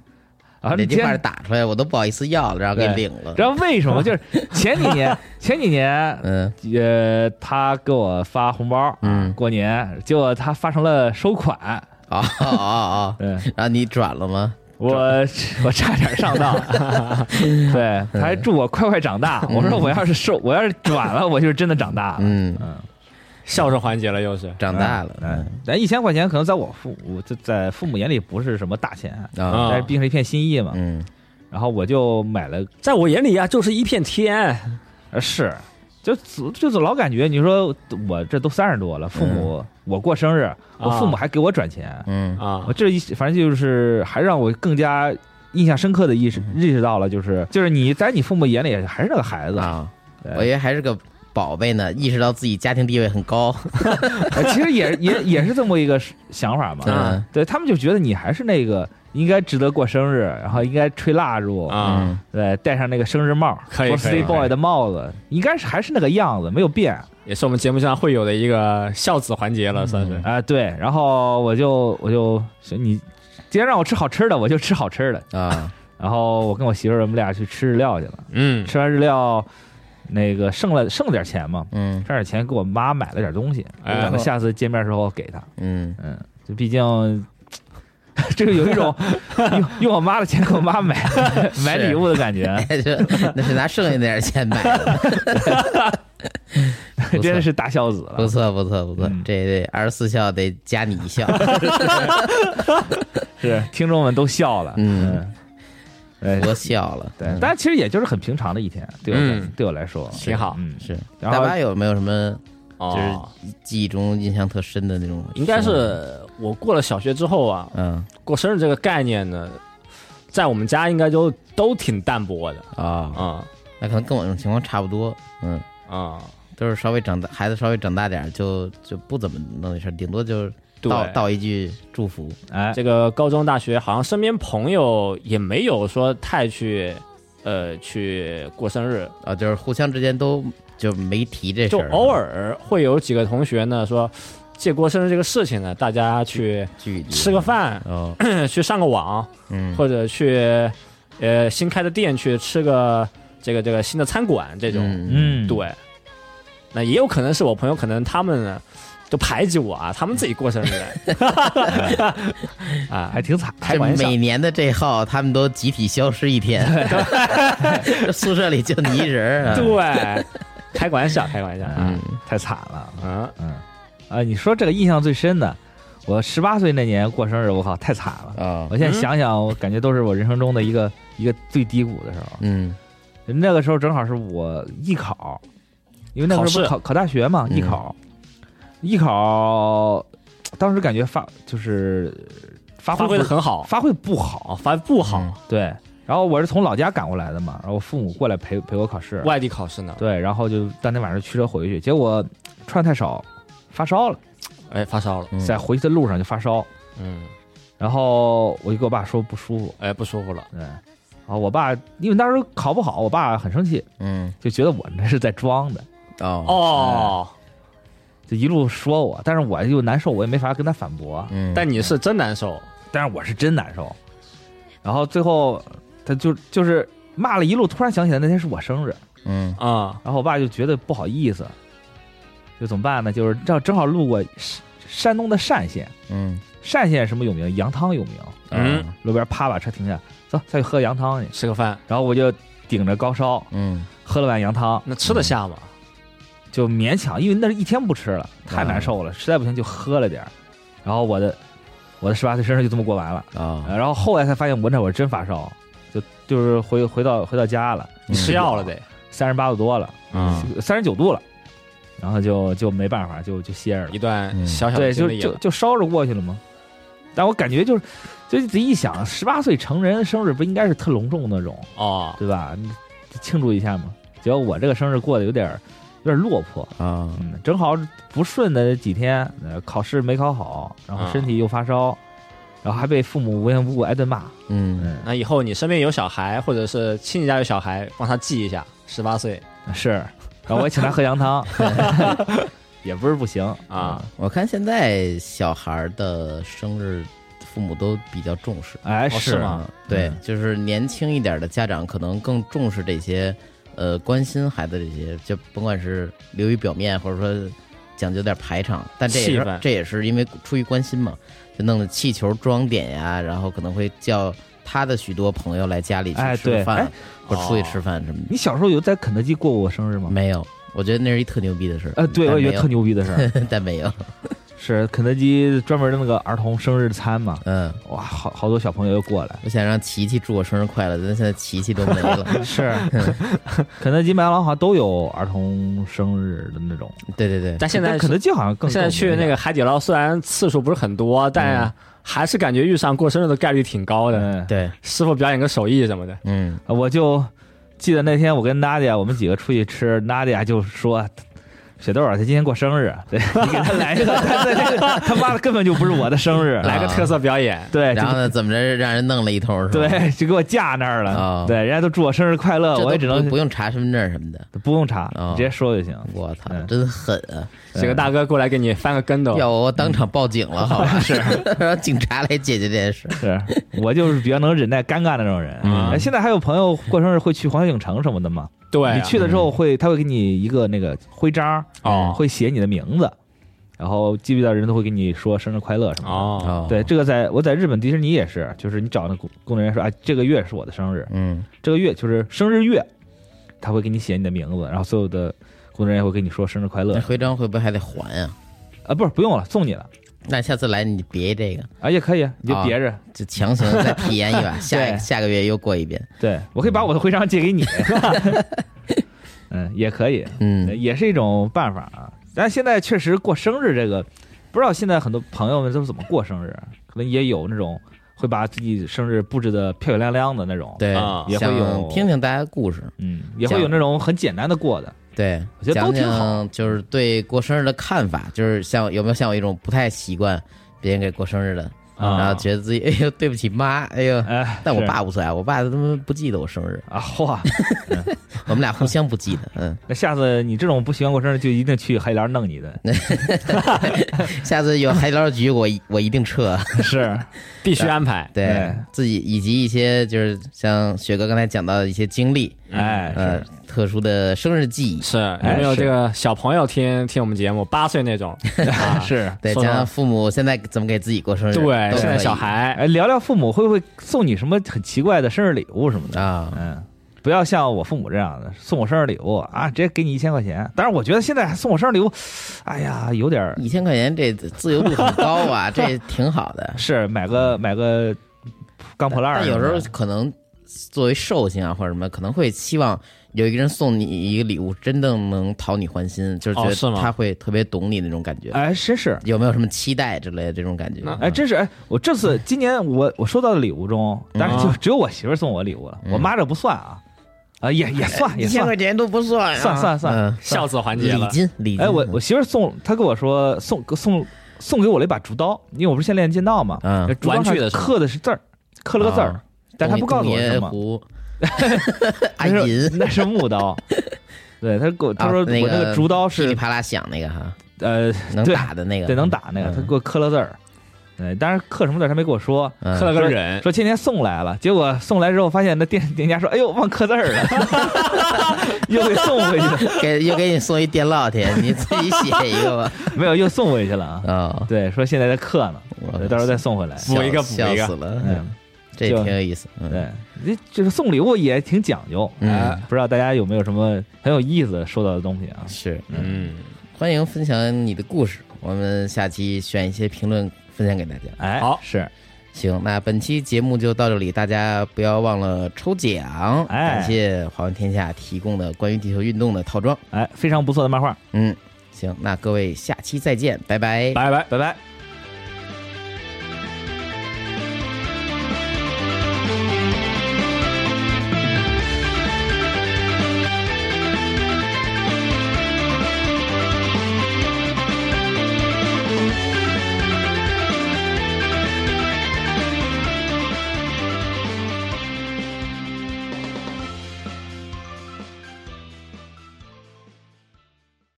Speaker 4: 然后
Speaker 2: 哪
Speaker 4: 你
Speaker 2: 句
Speaker 4: 今
Speaker 2: 话
Speaker 4: 天
Speaker 2: 打出来我都不好意思要了，然后给
Speaker 4: 对
Speaker 2: 领了
Speaker 4: 知。道为什么？就是前几年前几年
Speaker 2: 嗯
Speaker 4: 呃，他给我发红包，
Speaker 2: 嗯
Speaker 4: 过年，结果他发成了收款，
Speaker 2: 啊啊啊！
Speaker 4: 对
Speaker 2: 然后你转了吗？
Speaker 4: 我 我差点上 当，对，
Speaker 2: 嗯
Speaker 4: 他还祝我快快长大。我说我要是收，我要是转了，我就是真的长大了。
Speaker 2: 嗯，
Speaker 3: 孝顺环节了又是。
Speaker 2: 长大了。
Speaker 4: 嗯，但一千块钱可能在我父母在在父母眼里不是什么大钱，
Speaker 2: 嗯啊
Speaker 4: 但是毕竟是一片心意嘛。
Speaker 2: 嗯
Speaker 4: 然后我就买了，
Speaker 3: 在我眼里啊，就是一片天。
Speaker 4: 呃是，就就就是老感觉你说我这都三十多了，父母我过生日，我父母还给我转钱，
Speaker 2: 啊嗯
Speaker 3: 啊
Speaker 4: 我，这一反正就是还让我更加印象深刻的意识
Speaker 2: 嗯
Speaker 4: 意识到了，就是就是你在你父母眼里还是那个孩子，
Speaker 2: 啊，
Speaker 4: 对
Speaker 2: 我以为还是个宝贝呢，意识到自己家庭地位很高。
Speaker 4: 呃其实也也也是这么一个想法嘛。
Speaker 2: 嗯
Speaker 4: 对他们就觉得你还是那个应该值得过生日，然后应该吹蜡烛，
Speaker 3: 啊，
Speaker 2: 嗯
Speaker 4: 对，戴上那个生日帽，
Speaker 3: 可以
Speaker 4: 做
Speaker 3: 可以
Speaker 4: City Boy 的帽子，应该是还是那个样子，没有变啊、
Speaker 3: 也是我们节目上会有的一个孝子环节了，算是。
Speaker 4: 哎对，然后我就我就你既然让我吃好吃的，我就吃好吃的。
Speaker 2: 啊
Speaker 4: 然后我跟我媳妇儿我们俩去吃日料去了。
Speaker 3: 嗯
Speaker 4: 吃完日料，那个剩了剩了点钱嘛，
Speaker 2: 嗯
Speaker 4: 剩点钱给我妈买了点东西，
Speaker 3: 哎
Speaker 4: 我想着下次见面的时候给她。
Speaker 2: 嗯
Speaker 4: 嗯，就毕竟这个有一种用用我妈的钱给我妈买买礼物的感觉，
Speaker 2: 这那是拿剩下那点钱买 的，不错
Speaker 4: 真的是大孝子
Speaker 2: 不
Speaker 4: 了。
Speaker 2: 错不错不错，
Speaker 4: 嗯
Speaker 2: 这这二十四孝得加你一 孝。
Speaker 4: 是，听众们都笑了。
Speaker 2: 嗯哎
Speaker 4: 嗯，对
Speaker 2: 多笑了，嗯
Speaker 4: 对，但其实也就是很平常的一天，对我来
Speaker 3: 嗯
Speaker 4: 对我来说
Speaker 3: 挺好
Speaker 4: 嗯，
Speaker 2: 是
Speaker 4: 然
Speaker 2: 大
Speaker 4: 后
Speaker 2: 巴有没有什么
Speaker 3: 哦，
Speaker 2: 记忆中印象特深的那种？
Speaker 3: 应该是我过了小学之后啊，
Speaker 2: 嗯
Speaker 3: 过生日这个概念呢，在我们家应该都都挺淡薄的
Speaker 2: 啊，
Speaker 3: 啊
Speaker 2: 那可能跟我这种情况差不多，嗯，
Speaker 3: 啊，
Speaker 2: 都是稍微长大，孩子稍微长大点儿就就不怎么弄这事儿，顶多就是
Speaker 3: 对
Speaker 2: 道道一句祝福，
Speaker 4: 哎，
Speaker 3: 这个高中、大学，好像身边朋友也没有说太去，呃，去过生日，
Speaker 2: 啊，就是互相之间都就没提这事
Speaker 3: 就
Speaker 2: 儿，嗯
Speaker 3: 偶尔会有几个同学呢说，借过生日这个事情呢，大家去
Speaker 2: 聚一聚
Speaker 3: 吃个，饭，
Speaker 2: 哦，
Speaker 3: 去上个网，
Speaker 2: 嗯，
Speaker 3: 或者去，呃，新开的店去吃个这个这个新的餐馆这种，
Speaker 2: 嗯
Speaker 4: 嗯，，
Speaker 3: 对。那也有可能是我朋友，可能他们呢就排挤我啊，他们自己过 生日，啊，
Speaker 4: 还挺惨。
Speaker 3: 开玩
Speaker 2: 这
Speaker 3: 笑
Speaker 2: 每年的这号，他们都集体消失一 天，宿舍里就你一人儿啊，
Speaker 3: 对，开玩笑，开玩笑啊
Speaker 2: 嗯，
Speaker 4: 太惨了，
Speaker 3: 啊，
Speaker 4: 嗯，啊，你说这个印象最深的，我十八岁那年过生日，我靠，太惨了！
Speaker 2: 啊
Speaker 4: 我，现在想想，我感觉都是我人生中的一个一个最低谷的时候。
Speaker 2: 嗯
Speaker 4: 那个时候正好是我艺考，因为那个时候不
Speaker 3: 考试
Speaker 4: 是考考大学嘛，
Speaker 2: 嗯
Speaker 4: 艺考，艺考，当时感觉发就是发
Speaker 3: 发
Speaker 4: 挥
Speaker 3: 挥的
Speaker 4: 不
Speaker 3: 很好，
Speaker 4: 发挥不
Speaker 3: 哦，
Speaker 4: 好，
Speaker 3: 发挥不好，
Speaker 2: 嗯
Speaker 4: 对。然后我是从老家赶过来的嘛，然后父母过来陪陪我考试，
Speaker 3: 外地考试呢，
Speaker 4: 嗯对，然后就当天晚上驱车回去，结果穿太少，发烧了。
Speaker 3: 哎，发烧了，
Speaker 2: 嗯
Speaker 4: 在回去的路上就发烧，
Speaker 3: 嗯，
Speaker 4: 然后我就跟我爸说不舒服，
Speaker 3: 哎，不舒服了，
Speaker 4: 对，然后我爸因为当时考不好，我爸很生气，
Speaker 2: 嗯
Speaker 4: 就觉得我那是在装的，
Speaker 2: 哦
Speaker 3: 哦，
Speaker 4: 就一路说我，但是我又难受，我也没法跟他反驳，
Speaker 2: 嗯，
Speaker 3: 但你是真难受，
Speaker 4: 但是我是真难受。然后最后他就就是骂了一路，突然想起来那天是我生日，
Speaker 2: 嗯
Speaker 3: 啊，
Speaker 4: 然后我爸就觉得不好意思，就怎么办呢？就是正正好路过山山东的单县，
Speaker 2: 嗯
Speaker 4: 单县什么有名？羊汤有名，
Speaker 3: 嗯
Speaker 2: 啊
Speaker 4: 路边啪把车停下，走下去喝羊汤去。
Speaker 3: 吃个饭，
Speaker 4: 然后我就顶着高烧
Speaker 2: 嗯
Speaker 4: 喝了碗羊汤，
Speaker 3: 那吃得下吗？
Speaker 4: 嗯就勉强，因为那是一天不吃了，太难受了，实在不行就喝了点儿。然后我的我的十八岁生日就这么过完了。
Speaker 2: 啊，
Speaker 4: 呃然后后来才发现我那会儿真发烧，就就是回回到回到家了，
Speaker 2: 嗯哦
Speaker 3: 吃药了得，
Speaker 4: 三十八度多了，
Speaker 3: 嗯，
Speaker 4: 三十九度了，然后就就没办法，就就歇着了
Speaker 3: 一。段
Speaker 2: 嗯
Speaker 3: 小小的
Speaker 4: 对，就
Speaker 3: 经历
Speaker 4: 就
Speaker 3: 了
Speaker 4: 就烧着过去了嘛。但我感觉就是，就这一想，十八岁成人生日不应该是特隆重那种，
Speaker 3: 哦，
Speaker 4: 对吧？你庆祝一下嘛。结果我这个生日过得有点儿有点儿落魄，
Speaker 2: 啊，
Speaker 4: 嗯，正好不顺的几天，呃，考试没考好，然
Speaker 3: 啊
Speaker 4: 后身体又发烧，然后还被父母无缘无故挨顿骂，
Speaker 2: 嗯，
Speaker 4: 嗯，
Speaker 3: 那以后你身边有小孩，或者是亲戚家有小孩，帮他记一下，十八岁
Speaker 4: 是，然后我也请他喝羊 汤，也不是不行
Speaker 3: 啊，
Speaker 2: 我看现在小孩儿的生日，父母都比较重视。
Speaker 4: 哎，
Speaker 3: 哦是吗
Speaker 2: 啊，对，
Speaker 4: 嗯
Speaker 2: 就是年轻一点的家长可能更重视这些，呃，关心孩子这些，就甭管是流于表面，或者说讲究点排场，但这也
Speaker 3: 气
Speaker 2: 是
Speaker 3: 氛
Speaker 2: 这也是因为出于关心嘛，就弄得气球装点呀，然后可能会叫他的许多朋友来家里去
Speaker 4: 哎
Speaker 2: 吃
Speaker 4: 对
Speaker 2: 饭，
Speaker 4: 哎
Speaker 2: 或者出去
Speaker 3: 哦
Speaker 2: 吃饭什么的。
Speaker 4: 你小时候有在肯德基过过生日吗？
Speaker 2: 没有，我觉得那是一特牛逼的事儿。
Speaker 4: 哦呃，对，
Speaker 2: 但
Speaker 4: 我
Speaker 2: 没
Speaker 4: 也觉得
Speaker 2: 有
Speaker 4: 特，牛逼的 事 儿，
Speaker 2: 但没有，
Speaker 4: 是肯德基专门的那个儿童生日餐嘛，
Speaker 2: 嗯。
Speaker 4: 哇，好好多小朋友又过来，
Speaker 2: 我想让琪琪祝我生日快乐，但现在琪琪都没 了。
Speaker 4: 是，肯德基、麦当劳好像都有儿童生日的那种，
Speaker 2: 对对对，
Speaker 3: 但现在
Speaker 4: 但肯德基好像更
Speaker 3: 现在去那。个海底捞，虽然次数不是很多，但还是感觉遇上过生日的概率挺高
Speaker 4: 更
Speaker 3: 的。
Speaker 4: 嗯，
Speaker 2: 对，
Speaker 3: 师傅表演个手艺什么的，
Speaker 2: 嗯，
Speaker 4: 我就记得那天我跟 Nadia 我们几个出去吃，Nadia 就说。雪豆啊，他今天过生日，对你给他来一个，他他他妈的根本就不是我的生日，
Speaker 3: 来个特色表演，
Speaker 4: 对，就
Speaker 2: 然后呢，怎么着让人弄了一通是吧？
Speaker 4: 对，就给我架那儿
Speaker 2: 哦
Speaker 4: 了，对，人家都祝我生日快乐，
Speaker 2: 这都
Speaker 4: 我也只能
Speaker 2: 不不用查身份证什么的。
Speaker 4: 不用查，
Speaker 2: 哦
Speaker 4: 你直接说就行。
Speaker 2: 我操，
Speaker 4: 嗯哦
Speaker 2: 真狠啊！
Speaker 3: 几个大哥过来给你翻个跟斗，
Speaker 2: 要我我当场报警了，好
Speaker 4: 嗯
Speaker 2: 吧？是， 让警察来解决这件事。
Speaker 4: 是我就是比较能忍耐尴尬的那种人。
Speaker 2: 嗯
Speaker 4: 哎现在还有朋友过生日会去环球影城什么的吗？
Speaker 3: 对啊，
Speaker 4: 你去了之后
Speaker 2: 嗯
Speaker 4: 会，他会给你一个那个徽章，
Speaker 3: 哦
Speaker 4: 会写你的名字，然后记不记得人都会给你说生日快乐什么的。
Speaker 3: 哦，
Speaker 2: 哦，
Speaker 4: 对，，这个在我在日本迪士尼也是，就是你找那工工作人员说，哎，这个月是我的生日，
Speaker 2: 嗯，
Speaker 4: 这个月就是生日月，他会给你写你的名字，然后所有的工作人员会跟你说生日快乐
Speaker 2: 那徽章会不会还得还啊？
Speaker 4: 啊，不是不用了，送你了
Speaker 2: 那下次来你别这个，
Speaker 4: 啊，也可以，你就别着，
Speaker 2: 就强行再体验一 把，下
Speaker 4: 对
Speaker 2: 下个月又过一遍。
Speaker 4: 对我可以把我的徽章借给你， 嗯，也可以，
Speaker 2: 嗯，
Speaker 4: 也是一种办法啊。但现在确实过生日这个，不知道现在很多朋友们都是怎么过生日，啊可能也有那种会把自己生日布置的漂漂亮亮的那种，，
Speaker 2: 对，
Speaker 3: 啊
Speaker 4: 也会有
Speaker 2: 想听听大家故事。
Speaker 4: 嗯，也会有那种很简单的过的，
Speaker 2: 对，
Speaker 4: 我觉得都挺好
Speaker 2: 讲讲就是对过生日的看法，就是像有没有像我一种不太习惯别人给过生日的，
Speaker 4: 啊
Speaker 2: 然后觉得自己哎呦对不起妈，哎呦，
Speaker 4: 哎，
Speaker 2: 但我
Speaker 4: 是
Speaker 2: 爸无所谓，我爸他妈不记得我生日，
Speaker 4: 啊，嚯，
Speaker 2: 我们俩互相不记得。嗯，
Speaker 4: 那下次你这种不喜欢过生日，就一定去海底捞弄你的，
Speaker 2: 下次有海底捞局，我一我一定撤。 啊
Speaker 4: 是，
Speaker 3: 必须安排。
Speaker 2: 对
Speaker 4: 哎
Speaker 2: 自己以及一些就是像雪哥刚才讲到的一些经历，
Speaker 4: 哎，
Speaker 2: 呃
Speaker 4: 是，，
Speaker 2: 特殊的生日记忆，
Speaker 3: 是
Speaker 4: 哎
Speaker 3: 有没有这个小朋友听听我们节目？八岁 那种，啊
Speaker 4: 是，
Speaker 2: 对，
Speaker 3: 送
Speaker 2: 加
Speaker 3: 上
Speaker 2: 上父母现在怎么给自己过生日，
Speaker 3: 对，
Speaker 2: 都可
Speaker 3: 现在
Speaker 2: 以
Speaker 3: 小孩
Speaker 4: 哎，聊聊父母会不会送你什么很奇怪的生日礼物什么的？
Speaker 2: 啊，
Speaker 4: 嗯，不要像我父母这样的送我生日礼物啊，直接给你一千块钱。当然，我觉得现在送我生日礼物，哎呀，有点儿
Speaker 2: 一千块钱这自由度很高啊，这挺好的。
Speaker 4: 是买个买个钢破烂儿
Speaker 2: 但
Speaker 4: 什么
Speaker 2: 有
Speaker 4: 的。
Speaker 2: 时候可能作为寿星啊或者什么，可能会期望有一个人送你一个礼物，真的能讨你欢心，就是
Speaker 3: 哦
Speaker 2: 觉
Speaker 3: 是
Speaker 2: 得
Speaker 3: 吗
Speaker 2: 他会特别懂你那种感觉。
Speaker 4: 哎，真是
Speaker 2: 有没有什么期待之类的这种感觉？
Speaker 4: 哎，真是哎，我这次
Speaker 2: 嗯
Speaker 4: 今年我我收到的礼物中，但是就
Speaker 3: 嗯
Speaker 4: 只有我媳妇儿送我礼物了，
Speaker 2: 嗯
Speaker 4: 我妈这不算啊，啊也也 算也
Speaker 2: 一千
Speaker 4: 算
Speaker 2: 块钱都不算、啊，
Speaker 4: 算算算。
Speaker 2: 嗯，
Speaker 3: 孝子环节
Speaker 2: 礼
Speaker 3: 了，
Speaker 2: 金礼金。
Speaker 4: 哎，我我媳妇儿送她跟我说送送送给我了一把竹刀，因为我不是先练剑道嘛，
Speaker 2: 嗯
Speaker 4: 竹刀
Speaker 3: 玩
Speaker 4: 上
Speaker 3: 具的是吗
Speaker 4: 刻的是字儿，刻了个字儿
Speaker 2: 啊，
Speaker 4: 但她不告诉我是什么。
Speaker 2: 么。阿
Speaker 4: 那是
Speaker 2: 银
Speaker 4: 那是 木刀。对，他给我他
Speaker 2: 啊
Speaker 4: 说我
Speaker 2: 那
Speaker 4: 那个竹刀
Speaker 2: 噼里
Speaker 4: 是
Speaker 2: 啪啦响那个哈，
Speaker 4: 呃
Speaker 2: 能
Speaker 4: 对
Speaker 2: 打的那个，
Speaker 4: 对能打那个，
Speaker 2: 嗯
Speaker 4: 他给我刻了字儿，对，但是刻什么字儿他没跟我说，
Speaker 2: 嗯
Speaker 3: 刻了个忍，
Speaker 4: 说今天送来了，结果送来之后发现那店店家说，哎呦忘刻字儿了， 又给送回去了，
Speaker 2: 给又给你送一电烙铁，你自己写一个 吧。
Speaker 4: 没有又送回去了啊。
Speaker 2: 啊，
Speaker 4: 对，说现在在刻呢，
Speaker 2: 我
Speaker 4: 对到时候再送回来。
Speaker 3: 补一个补
Speaker 2: 笑
Speaker 3: 一个
Speaker 2: 死了，
Speaker 4: 嗯，
Speaker 2: 这
Speaker 4: 就
Speaker 2: 挺有意思。嗯，
Speaker 4: 对，这就是送礼物也挺讲究，
Speaker 2: 嗯
Speaker 4: 哎不知道大家有没有什么很有意思收到的东西啊？
Speaker 2: 是，
Speaker 3: 嗯，
Speaker 2: 欢迎分享你的故事，我们下期选一些评论分享给大家。
Speaker 4: 哎，
Speaker 3: 好
Speaker 4: 是，
Speaker 2: 行，那本期节目就到这里，大家不要忘了抽奖，
Speaker 4: 哎
Speaker 2: 感谢华文天下提供的关于地球运动的套装。
Speaker 4: 哎，非常不错的漫画，
Speaker 2: 嗯，行，那各位下期再见，拜拜。
Speaker 3: 拜拜。
Speaker 4: 拜拜。